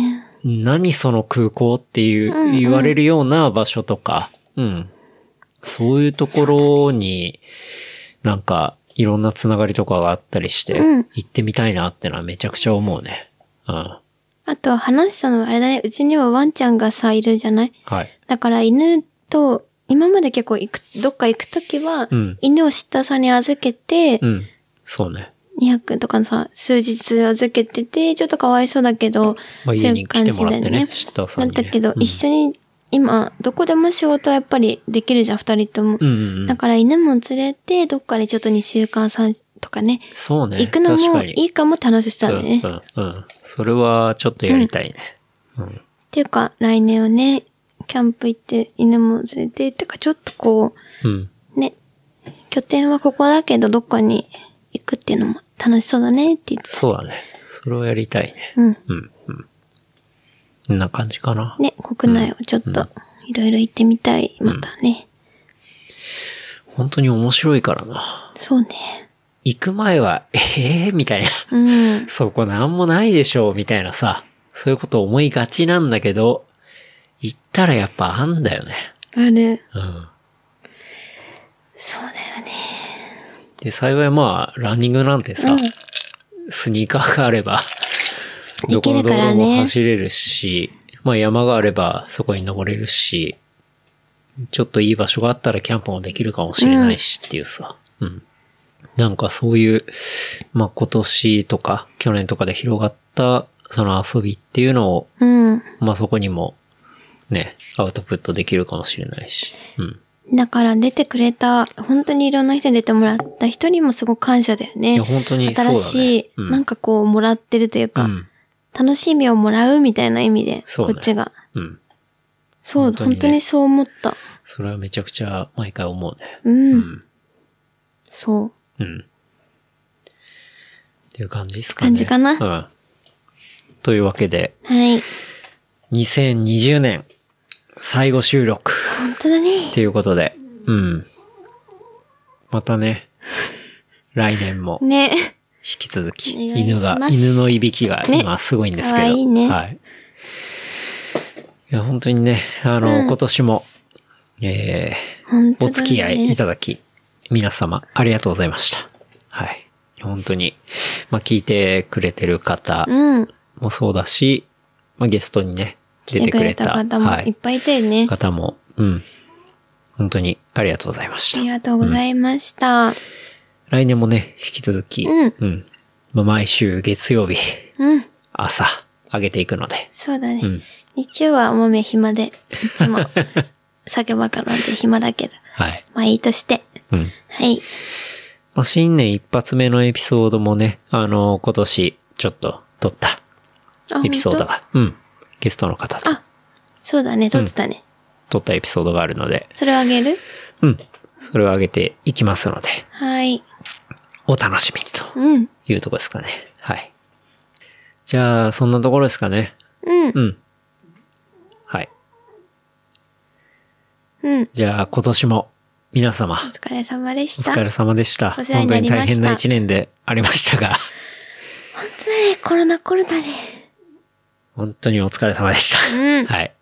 [SPEAKER 2] 何その空港っていう、
[SPEAKER 3] うんうん
[SPEAKER 2] 言われるような場所とか、うん。そういうところに、なんか、いろんなつながりとかがあったりして、
[SPEAKER 3] うん
[SPEAKER 2] 行ってみたいなってのはめちゃくちゃ思うね。うん。
[SPEAKER 3] あと話したのはあれだね、うちにはワンちゃんがさ、いるじゃない
[SPEAKER 2] はい。
[SPEAKER 3] だから犬と、今まで結構行く、どっか行くときは、
[SPEAKER 2] うん
[SPEAKER 3] 犬を下さんに預けて
[SPEAKER 2] う、ん。そうね。
[SPEAKER 3] 2泊とかさ、数日預けてて、ちょっとかわいそうだけど、
[SPEAKER 2] まあ、
[SPEAKER 3] そう
[SPEAKER 2] 家
[SPEAKER 3] い
[SPEAKER 2] に
[SPEAKER 3] う
[SPEAKER 2] 来
[SPEAKER 3] 感
[SPEAKER 2] て
[SPEAKER 3] じ
[SPEAKER 2] も
[SPEAKER 3] だ
[SPEAKER 2] らっ
[SPEAKER 3] よ
[SPEAKER 2] てね。シッターさ
[SPEAKER 3] なんん
[SPEAKER 2] に、ね。
[SPEAKER 3] だけど、
[SPEAKER 2] うん
[SPEAKER 3] 一緒に、今、どこでも仕事はやっぱりできるじゃん、二人とも。
[SPEAKER 2] うんうんう
[SPEAKER 3] だ
[SPEAKER 2] ん。
[SPEAKER 3] から犬も連れて、どっかでちょっと2週間、3とかね、
[SPEAKER 2] そうね。
[SPEAKER 3] 行くの
[SPEAKER 2] 確
[SPEAKER 3] も
[SPEAKER 2] かに
[SPEAKER 3] いいかもって話してたんだね。
[SPEAKER 2] う
[SPEAKER 3] っ
[SPEAKER 2] んうんうん。それはちょっとやりたいね。うん。
[SPEAKER 3] ていうか、来年はね、キャンプ行って、犬も連れて、ってか、ちょっとこ
[SPEAKER 2] うん。
[SPEAKER 3] う、ね、拠点はここだけど、どっかに行くっていうのも楽しそうだねって言ってた。
[SPEAKER 2] そうだね。それをやりたいね。
[SPEAKER 3] うん。
[SPEAKER 2] うん。うん。こんな感じかな。
[SPEAKER 3] ね、国内をちょっと、いろいろ行ってみたい、またね。
[SPEAKER 2] 本当に面白いからな。
[SPEAKER 3] そうね。
[SPEAKER 2] 行く前は、ええー、みたいな。
[SPEAKER 3] うん。
[SPEAKER 2] そこなんもないでしょう、みたいなさ。そういうこと思いがちなんだけど、行ったらやっぱあんだよね。
[SPEAKER 3] ある。
[SPEAKER 2] うん。
[SPEAKER 3] そうだよね。
[SPEAKER 2] で、幸いまあ、ランニングなんてさ、スニーカーがあれ ば、ど
[SPEAKER 3] で
[SPEAKER 2] こ
[SPEAKER 3] き
[SPEAKER 2] の
[SPEAKER 3] る
[SPEAKER 2] 道
[SPEAKER 3] からね
[SPEAKER 2] 路も走れるし、まあ山があればそこに登れるし、ちょっといい場所があったらキャンプもできるかもしれないしっていうさ、うん。なんかそういう、まあ今年とか去年とかで広がったその遊びっていうのを、
[SPEAKER 3] うん。
[SPEAKER 2] まあそこにもね、アウトプットできるかもしれないし、うん。
[SPEAKER 3] だから出てくれた、本当にいろんな人に出てもらった人にもすごく感謝だよね。
[SPEAKER 2] いや本当にそうだ
[SPEAKER 3] 新
[SPEAKER 2] ね。
[SPEAKER 3] しい、
[SPEAKER 2] うん
[SPEAKER 3] なんかこう、もらってるというか、
[SPEAKER 2] うん。
[SPEAKER 3] 楽しみをもらうみたいな意味で、
[SPEAKER 2] そう
[SPEAKER 3] こ
[SPEAKER 2] ね
[SPEAKER 3] っちが。
[SPEAKER 2] うん。
[SPEAKER 3] そう、
[SPEAKER 2] 本
[SPEAKER 3] 本
[SPEAKER 2] 当
[SPEAKER 3] 当
[SPEAKER 2] にね
[SPEAKER 3] にそう思った。
[SPEAKER 2] それはめちゃくちゃ毎回思うね。
[SPEAKER 3] うん。
[SPEAKER 2] うん
[SPEAKER 3] そう。
[SPEAKER 2] うん。っていう感じですかね。
[SPEAKER 3] 感じかな
[SPEAKER 2] うん。というわけで、
[SPEAKER 3] はい。
[SPEAKER 2] 2020年最後収録
[SPEAKER 3] 本当だね
[SPEAKER 2] っ。ていうことで、うん。また ね、来年も引
[SPEAKER 3] ね。
[SPEAKER 2] き続き、
[SPEAKER 3] お願いし
[SPEAKER 2] 犬が
[SPEAKER 3] ま、す
[SPEAKER 2] 犬のいびきが今すごいんですけど。
[SPEAKER 3] ね可愛いね
[SPEAKER 2] はい。いや、本当にね、あの、今年も、えー、
[SPEAKER 3] 本当
[SPEAKER 2] お
[SPEAKER 3] だね。
[SPEAKER 2] 付き合いいただき、皆様ありがとうございました。はい。本当に、まあ、聞いてくれてる方
[SPEAKER 3] うん。
[SPEAKER 2] もそうだし、まあ、ゲストにね、出て
[SPEAKER 3] 出て
[SPEAKER 2] く
[SPEAKER 3] く
[SPEAKER 2] れ
[SPEAKER 3] れ
[SPEAKER 2] た
[SPEAKER 3] た方も
[SPEAKER 2] はい
[SPEAKER 3] っ
[SPEAKER 2] い、
[SPEAKER 3] ぱいいたよね。
[SPEAKER 2] 方も、うん。本当にありがとうございまし
[SPEAKER 3] あり
[SPEAKER 2] た。
[SPEAKER 3] がとうございました。
[SPEAKER 2] 来年もね、引き続き、
[SPEAKER 3] うん
[SPEAKER 2] まあ、毎週月曜日、
[SPEAKER 3] うん。
[SPEAKER 2] 朝、上げていくので、
[SPEAKER 3] そうだね。
[SPEAKER 2] うん
[SPEAKER 3] 日曜は豆暇で、い つも酒ばっかなんで暇だけど。
[SPEAKER 2] はい。
[SPEAKER 3] まあいいとして。
[SPEAKER 2] うん。
[SPEAKER 3] はい。
[SPEAKER 2] まあ、新年一発目のエピソードもね、あの、今年ちょっと撮った
[SPEAKER 3] あ
[SPEAKER 2] エピソード。
[SPEAKER 3] 本
[SPEAKER 2] が、うん。ゲストの方と
[SPEAKER 3] あ当そうだね、撮ってたね。
[SPEAKER 2] 撮ったエピソードがあるので、
[SPEAKER 3] それをあげる
[SPEAKER 2] うん。それを上げていきますので、
[SPEAKER 3] はい。
[SPEAKER 2] お楽しみにと
[SPEAKER 3] うん。
[SPEAKER 2] いうとこですかね。はい。じゃあ、そんなところですかね。
[SPEAKER 3] うん。
[SPEAKER 2] うん。はい。
[SPEAKER 3] うん。
[SPEAKER 2] じゃあ、今年も皆様、
[SPEAKER 3] お疲れ様でし
[SPEAKER 2] お
[SPEAKER 3] た。
[SPEAKER 2] 疲れ様でした。
[SPEAKER 3] お世話
[SPEAKER 2] 本
[SPEAKER 3] に
[SPEAKER 2] 当
[SPEAKER 3] な
[SPEAKER 2] に
[SPEAKER 3] りまし
[SPEAKER 2] 大
[SPEAKER 3] た
[SPEAKER 2] 変な一年でありました が、
[SPEAKER 3] 本当だね、コロナコロナで。
[SPEAKER 2] 本当にお疲れ様でした。
[SPEAKER 3] うん
[SPEAKER 2] はい。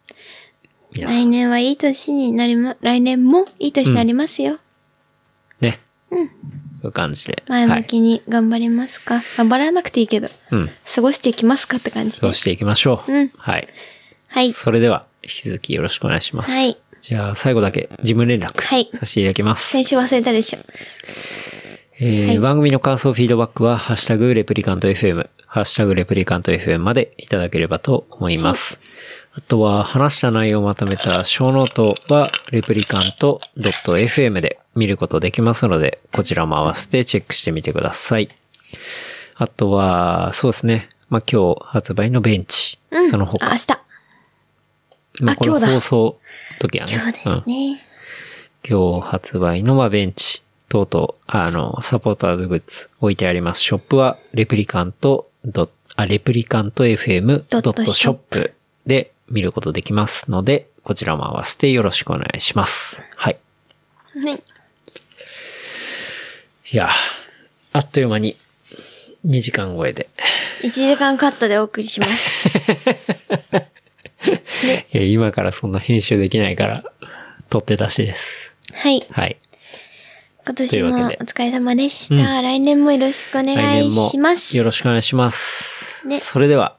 [SPEAKER 2] 皆さ
[SPEAKER 3] 来
[SPEAKER 2] ん、
[SPEAKER 3] 年はいい年になりま、来年もいい年になりますよ。
[SPEAKER 2] ね。そういう感じで。
[SPEAKER 3] 前向きに頑張りますか、頑張らなくていいけど、
[SPEAKER 2] はい。うん。
[SPEAKER 3] 過ごしていきますかって感じ
[SPEAKER 2] そ
[SPEAKER 3] で
[SPEAKER 2] う。していきましょう。
[SPEAKER 3] うん
[SPEAKER 2] はい。
[SPEAKER 3] はい。
[SPEAKER 2] それでは、引き続きよろしくお願いします。
[SPEAKER 3] はい。
[SPEAKER 2] じゃあ、最後だけ、事務連絡。
[SPEAKER 3] はい
[SPEAKER 2] させていただきます。
[SPEAKER 3] 先週忘れたでしょ。
[SPEAKER 2] えー
[SPEAKER 3] はい
[SPEAKER 2] 番組の感想フィードバックは、ハッシュタグレプリカント FM、ハッシュタグレプリカント FM までいただければと思います。あとは、話した内容をまとめた小ノートは、レプリカント .fm で見ることできますので、こちらも合わせてチェックしてみてください。あとは、そうですね。まあ、今日発売のベンチ。
[SPEAKER 3] うん。
[SPEAKER 2] その他。
[SPEAKER 3] あ、明日。
[SPEAKER 2] まあ、
[SPEAKER 3] あ
[SPEAKER 2] これ
[SPEAKER 3] 今日だ
[SPEAKER 2] 放送時はね。
[SPEAKER 3] 今日ですね。
[SPEAKER 2] 今日発売の、まあ、ベンチ等々、あの、サポーターズグッズ置いてあります。ショップは、レプリカントドッ、あ、レプリカント FM.shop で見ることできますので、こちらも合わせてよろしくお願いします。はい。
[SPEAKER 3] はい。
[SPEAKER 2] いやー、あっという間に、2時間超えで。
[SPEAKER 3] 1時間カットでお送り します。
[SPEAKER 2] いや、今からそんな編集できないから、撮って出しです。
[SPEAKER 3] はい。
[SPEAKER 2] はい。
[SPEAKER 3] 今年もお
[SPEAKER 2] というわけで
[SPEAKER 3] 疲れ様でした。来年もよろしくお
[SPEAKER 2] 来
[SPEAKER 3] 願
[SPEAKER 2] 年
[SPEAKER 3] い
[SPEAKER 2] も
[SPEAKER 3] します。
[SPEAKER 2] よろしくお願いします。
[SPEAKER 3] ね
[SPEAKER 2] それでは、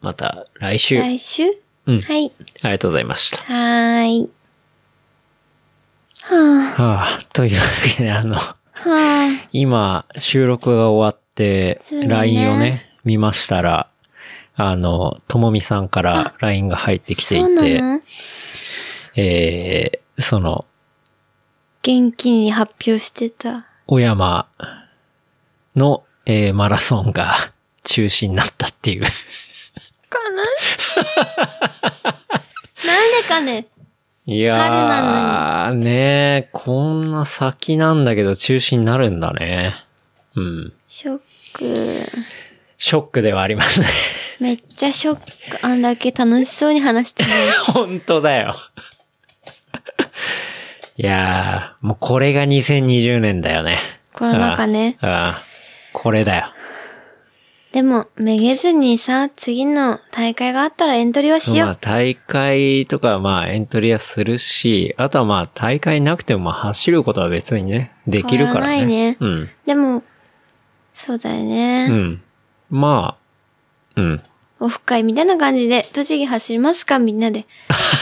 [SPEAKER 2] また来週。
[SPEAKER 3] 来週
[SPEAKER 2] うん
[SPEAKER 3] はい。
[SPEAKER 2] ありがとうございました。
[SPEAKER 3] はーい。は
[SPEAKER 2] はあ、というわけで、あの、
[SPEAKER 3] あ、はあ。
[SPEAKER 2] 今、収録が終わって、
[SPEAKER 3] そうだね
[SPEAKER 2] LINE をね、見ましたら、あの、ともみさんから LINE が入ってきてい
[SPEAKER 3] そう
[SPEAKER 2] て、
[SPEAKER 3] なの
[SPEAKER 2] えー、その、
[SPEAKER 3] 元気に発表してた。
[SPEAKER 2] 小山の、えーマラソンが中止になったって いう。
[SPEAKER 3] 悲 しい。なんでかね。
[SPEAKER 2] いや
[SPEAKER 3] 春な
[SPEAKER 2] ー、ねーこんな先なんだけど中止になるんだね。うん。
[SPEAKER 3] ショック。
[SPEAKER 2] ショックではありますね。
[SPEAKER 3] めっちゃショック。あんだけ楽しそうに話してる のに。
[SPEAKER 2] 本当だよ。 いやー、もうこれが2020年だよね。
[SPEAKER 3] コロナ禍ね
[SPEAKER 2] うん。うんこれだよ。
[SPEAKER 3] でも、めげずにさ、次の大会があったらエントリーをし
[SPEAKER 2] ま
[SPEAKER 3] よ
[SPEAKER 2] あ大会とかまあエントリーはするし、あとはまあ大会なくてもまあ走ることは別にね、できるからね。
[SPEAKER 3] 変わらないね
[SPEAKER 2] うん。
[SPEAKER 3] う。でも、そうだよね。
[SPEAKER 2] うん。まあ、うん。
[SPEAKER 3] オフ会みたいな感じで、栃木走りますかみんなで。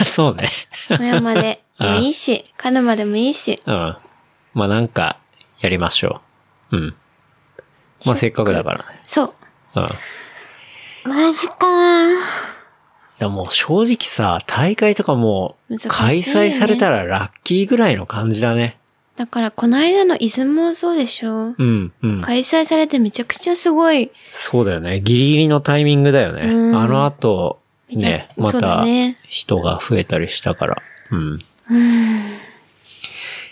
[SPEAKER 2] そうね。
[SPEAKER 3] 富山でもい いし、鹿沼でもいいし。
[SPEAKER 2] うん。まあなんか、やりましょう。うん。まあせっかくだからね。
[SPEAKER 3] そう。
[SPEAKER 2] うん。
[SPEAKER 3] マジかー。
[SPEAKER 2] だからもう正直さ、大会とかもう
[SPEAKER 3] 難しいよね
[SPEAKER 2] 開催されたらラッキーぐらいの感じだね。
[SPEAKER 3] だから、この間の出雲もそうでしょ
[SPEAKER 2] うん、うん。
[SPEAKER 3] 開催されてめちゃくちゃすごい。
[SPEAKER 2] そうだよね。ギリギリのタイミングだよね。
[SPEAKER 3] うん
[SPEAKER 2] あの後、
[SPEAKER 3] めちゃ
[SPEAKER 2] ね、ま
[SPEAKER 3] そうだ
[SPEAKER 2] た
[SPEAKER 3] ね
[SPEAKER 2] 人が増えたりしたから。うん。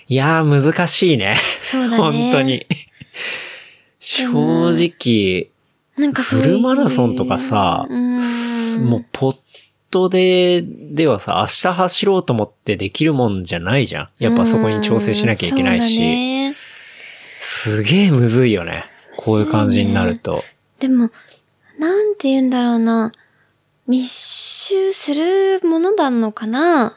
[SPEAKER 2] いやー難しいね。
[SPEAKER 3] そうだね。
[SPEAKER 2] 本当。に。正直、
[SPEAKER 3] なんかそうい
[SPEAKER 2] フ
[SPEAKER 3] う。
[SPEAKER 2] ルマラソンとかさ、
[SPEAKER 3] うん。
[SPEAKER 2] もうポットで、ではさ、明日走ろうと思ってできるもんじゃないじゃん。やっぱそこに調整しなきゃいけないし。
[SPEAKER 3] うんそうだね
[SPEAKER 2] すげえむずいよね。こういう感じになると。
[SPEAKER 3] でも、なんて言うんだろうな。密集するものなのかな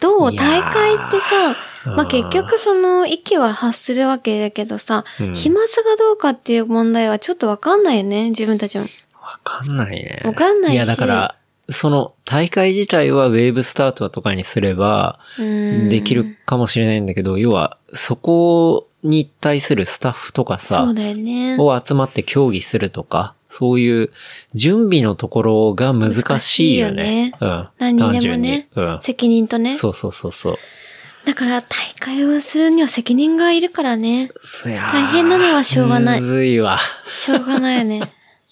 [SPEAKER 3] どう
[SPEAKER 2] いや
[SPEAKER 3] 大
[SPEAKER 2] ー
[SPEAKER 3] 会ってさ、ま
[SPEAKER 2] う
[SPEAKER 3] あ、
[SPEAKER 2] ん
[SPEAKER 3] 結局その息は発するわけだけどさ、
[SPEAKER 2] うん
[SPEAKER 3] 飛沫がどうかっていう問題はちょっとわかんないよね、自分たちも。
[SPEAKER 2] わかんないね。
[SPEAKER 3] わかんないし
[SPEAKER 2] いや、だから、その大会自体はウェーブスタートとかにすれば、
[SPEAKER 3] うん
[SPEAKER 2] できるかもしれないんだけど、要は、そこに対するスタッフとかさ、
[SPEAKER 3] そうだよね。
[SPEAKER 2] を集まって協議するとか、そういう準備のところが難しいよね。
[SPEAKER 3] 難しいよね
[SPEAKER 2] うん。
[SPEAKER 3] 何にでもね、
[SPEAKER 2] 単純
[SPEAKER 3] 責任と
[SPEAKER 2] に。う
[SPEAKER 3] ね
[SPEAKER 2] ん。。そうそうそうそう。
[SPEAKER 3] だから大会をするには責任がいるからね。
[SPEAKER 2] そやー
[SPEAKER 3] 大変なのはしょうがない
[SPEAKER 2] むずいわ。
[SPEAKER 3] しょうがない よね。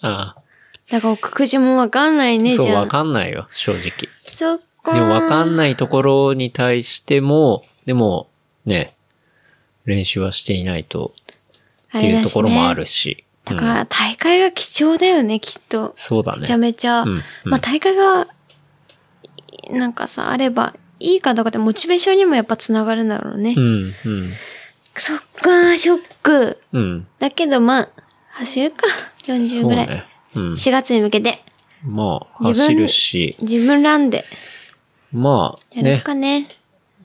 [SPEAKER 2] あ
[SPEAKER 3] だから、くくじもわかんない
[SPEAKER 2] あ
[SPEAKER 3] ね、
[SPEAKER 2] そ
[SPEAKER 3] じ
[SPEAKER 2] う、わ
[SPEAKER 3] ゃあ。
[SPEAKER 2] かんないよ、正直。
[SPEAKER 3] そっか。
[SPEAKER 2] でもわかん
[SPEAKER 3] い。
[SPEAKER 2] ないところに対しても、でも、ね、練習はしていないと
[SPEAKER 3] あ
[SPEAKER 2] って
[SPEAKER 3] れだしね
[SPEAKER 2] いうところもある。し。
[SPEAKER 3] だか
[SPEAKER 2] うん
[SPEAKER 3] ら、大会が貴重だよね、きっと。
[SPEAKER 2] そうだ
[SPEAKER 3] めちゃ
[SPEAKER 2] ね。
[SPEAKER 3] めちゃ。
[SPEAKER 2] うんうん
[SPEAKER 3] まあ、大会が、なんかさ、あれば、いいかどうかって、モチベーションにもやっぱつながるんだろうね。
[SPEAKER 2] うん、うん、
[SPEAKER 3] そっか、ショック。
[SPEAKER 2] うん。
[SPEAKER 3] だけど、まあ、走るか。40ぐらい。
[SPEAKER 2] そうね。うん。
[SPEAKER 3] 4月に向けて、
[SPEAKER 2] まあ、
[SPEAKER 3] 自分
[SPEAKER 2] 走るし、
[SPEAKER 3] 自分ランで、
[SPEAKER 2] まあ、
[SPEAKER 3] やる
[SPEAKER 2] ね、
[SPEAKER 3] かね。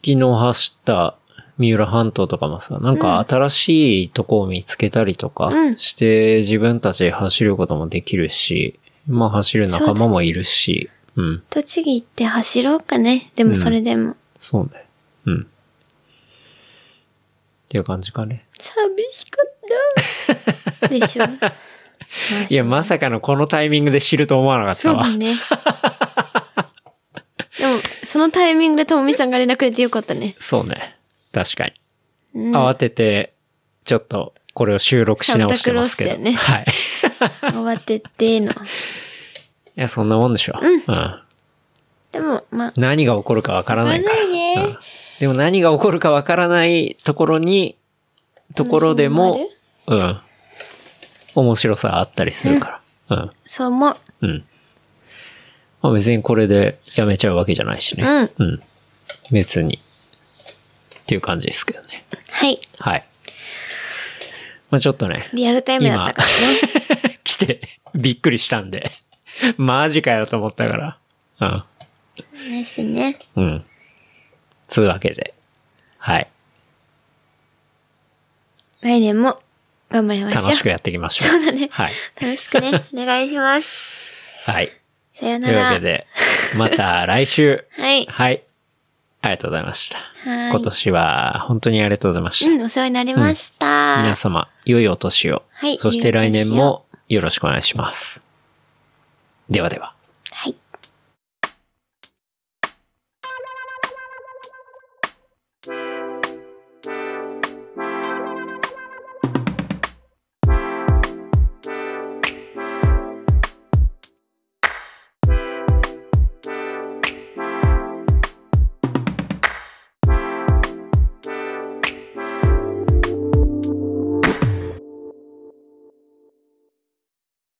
[SPEAKER 2] 昨日走った三浦半島とかもさ、なんか新しいとこを見つけたりとか
[SPEAKER 3] うん
[SPEAKER 2] して、自分たちで走ることもできるし、まあ走る仲間もいるし、うん、
[SPEAKER 3] 栃木行って走ろうかね。でも、それでも。
[SPEAKER 2] そうね。うん。っていう感じかね。
[SPEAKER 3] 寂しかった。でしょ。まあ
[SPEAKER 2] いや、まさかのこのタイミングで知ると思わなかっ
[SPEAKER 3] そ
[SPEAKER 2] た
[SPEAKER 3] うだ
[SPEAKER 2] わ。
[SPEAKER 3] ね。でも、そのタイミングでともみさんが連絡くれてよかったね。
[SPEAKER 2] そうね。確かに。
[SPEAKER 3] うん。
[SPEAKER 2] 慌てて、ちょっと、これを収録し直してますけど。
[SPEAKER 3] サンタクロースだよね
[SPEAKER 2] はい。
[SPEAKER 3] 慌てての。
[SPEAKER 2] いや、そんなもんでしょ。うん。
[SPEAKER 3] でも、まあ、
[SPEAKER 2] 何が起こるかわからないから。
[SPEAKER 3] わからないね
[SPEAKER 2] うんでも何が起こるかわからないところに、ところでも
[SPEAKER 3] 楽し、
[SPEAKER 2] うん。面白さあったりするから。うん。
[SPEAKER 3] そう思う。
[SPEAKER 2] うん。まあ別にこれでやめちゃうわけじゃないしね。
[SPEAKER 3] うん。
[SPEAKER 2] うん。別に。っていう感じですけどね。
[SPEAKER 3] はい。
[SPEAKER 2] はい。まあちょっとね、
[SPEAKER 3] リアルタイムだったからね。
[SPEAKER 2] 来てびっくりしたんで。マジかよと思ったから。
[SPEAKER 3] ねしてね。
[SPEAKER 2] うん。うん。つうわけで。はい。
[SPEAKER 3] 来年も頑張りましょう。
[SPEAKER 2] 楽しくやっていきましょう。そうだね。はい。
[SPEAKER 3] 楽しくね。お願いします。
[SPEAKER 2] はい。
[SPEAKER 3] さよ
[SPEAKER 2] と
[SPEAKER 3] な
[SPEAKER 2] いうわ
[SPEAKER 3] ら。
[SPEAKER 2] けで、また来週。
[SPEAKER 3] はい。
[SPEAKER 2] はい。ありがとうございました。
[SPEAKER 3] はい
[SPEAKER 2] 今年は本当にありがとうございました。
[SPEAKER 3] うん、お世話になりました。
[SPEAKER 2] 皆様、良いお年を。
[SPEAKER 3] はい
[SPEAKER 2] そして来年もよろしくお願いします。ではでは。
[SPEAKER 3] はい。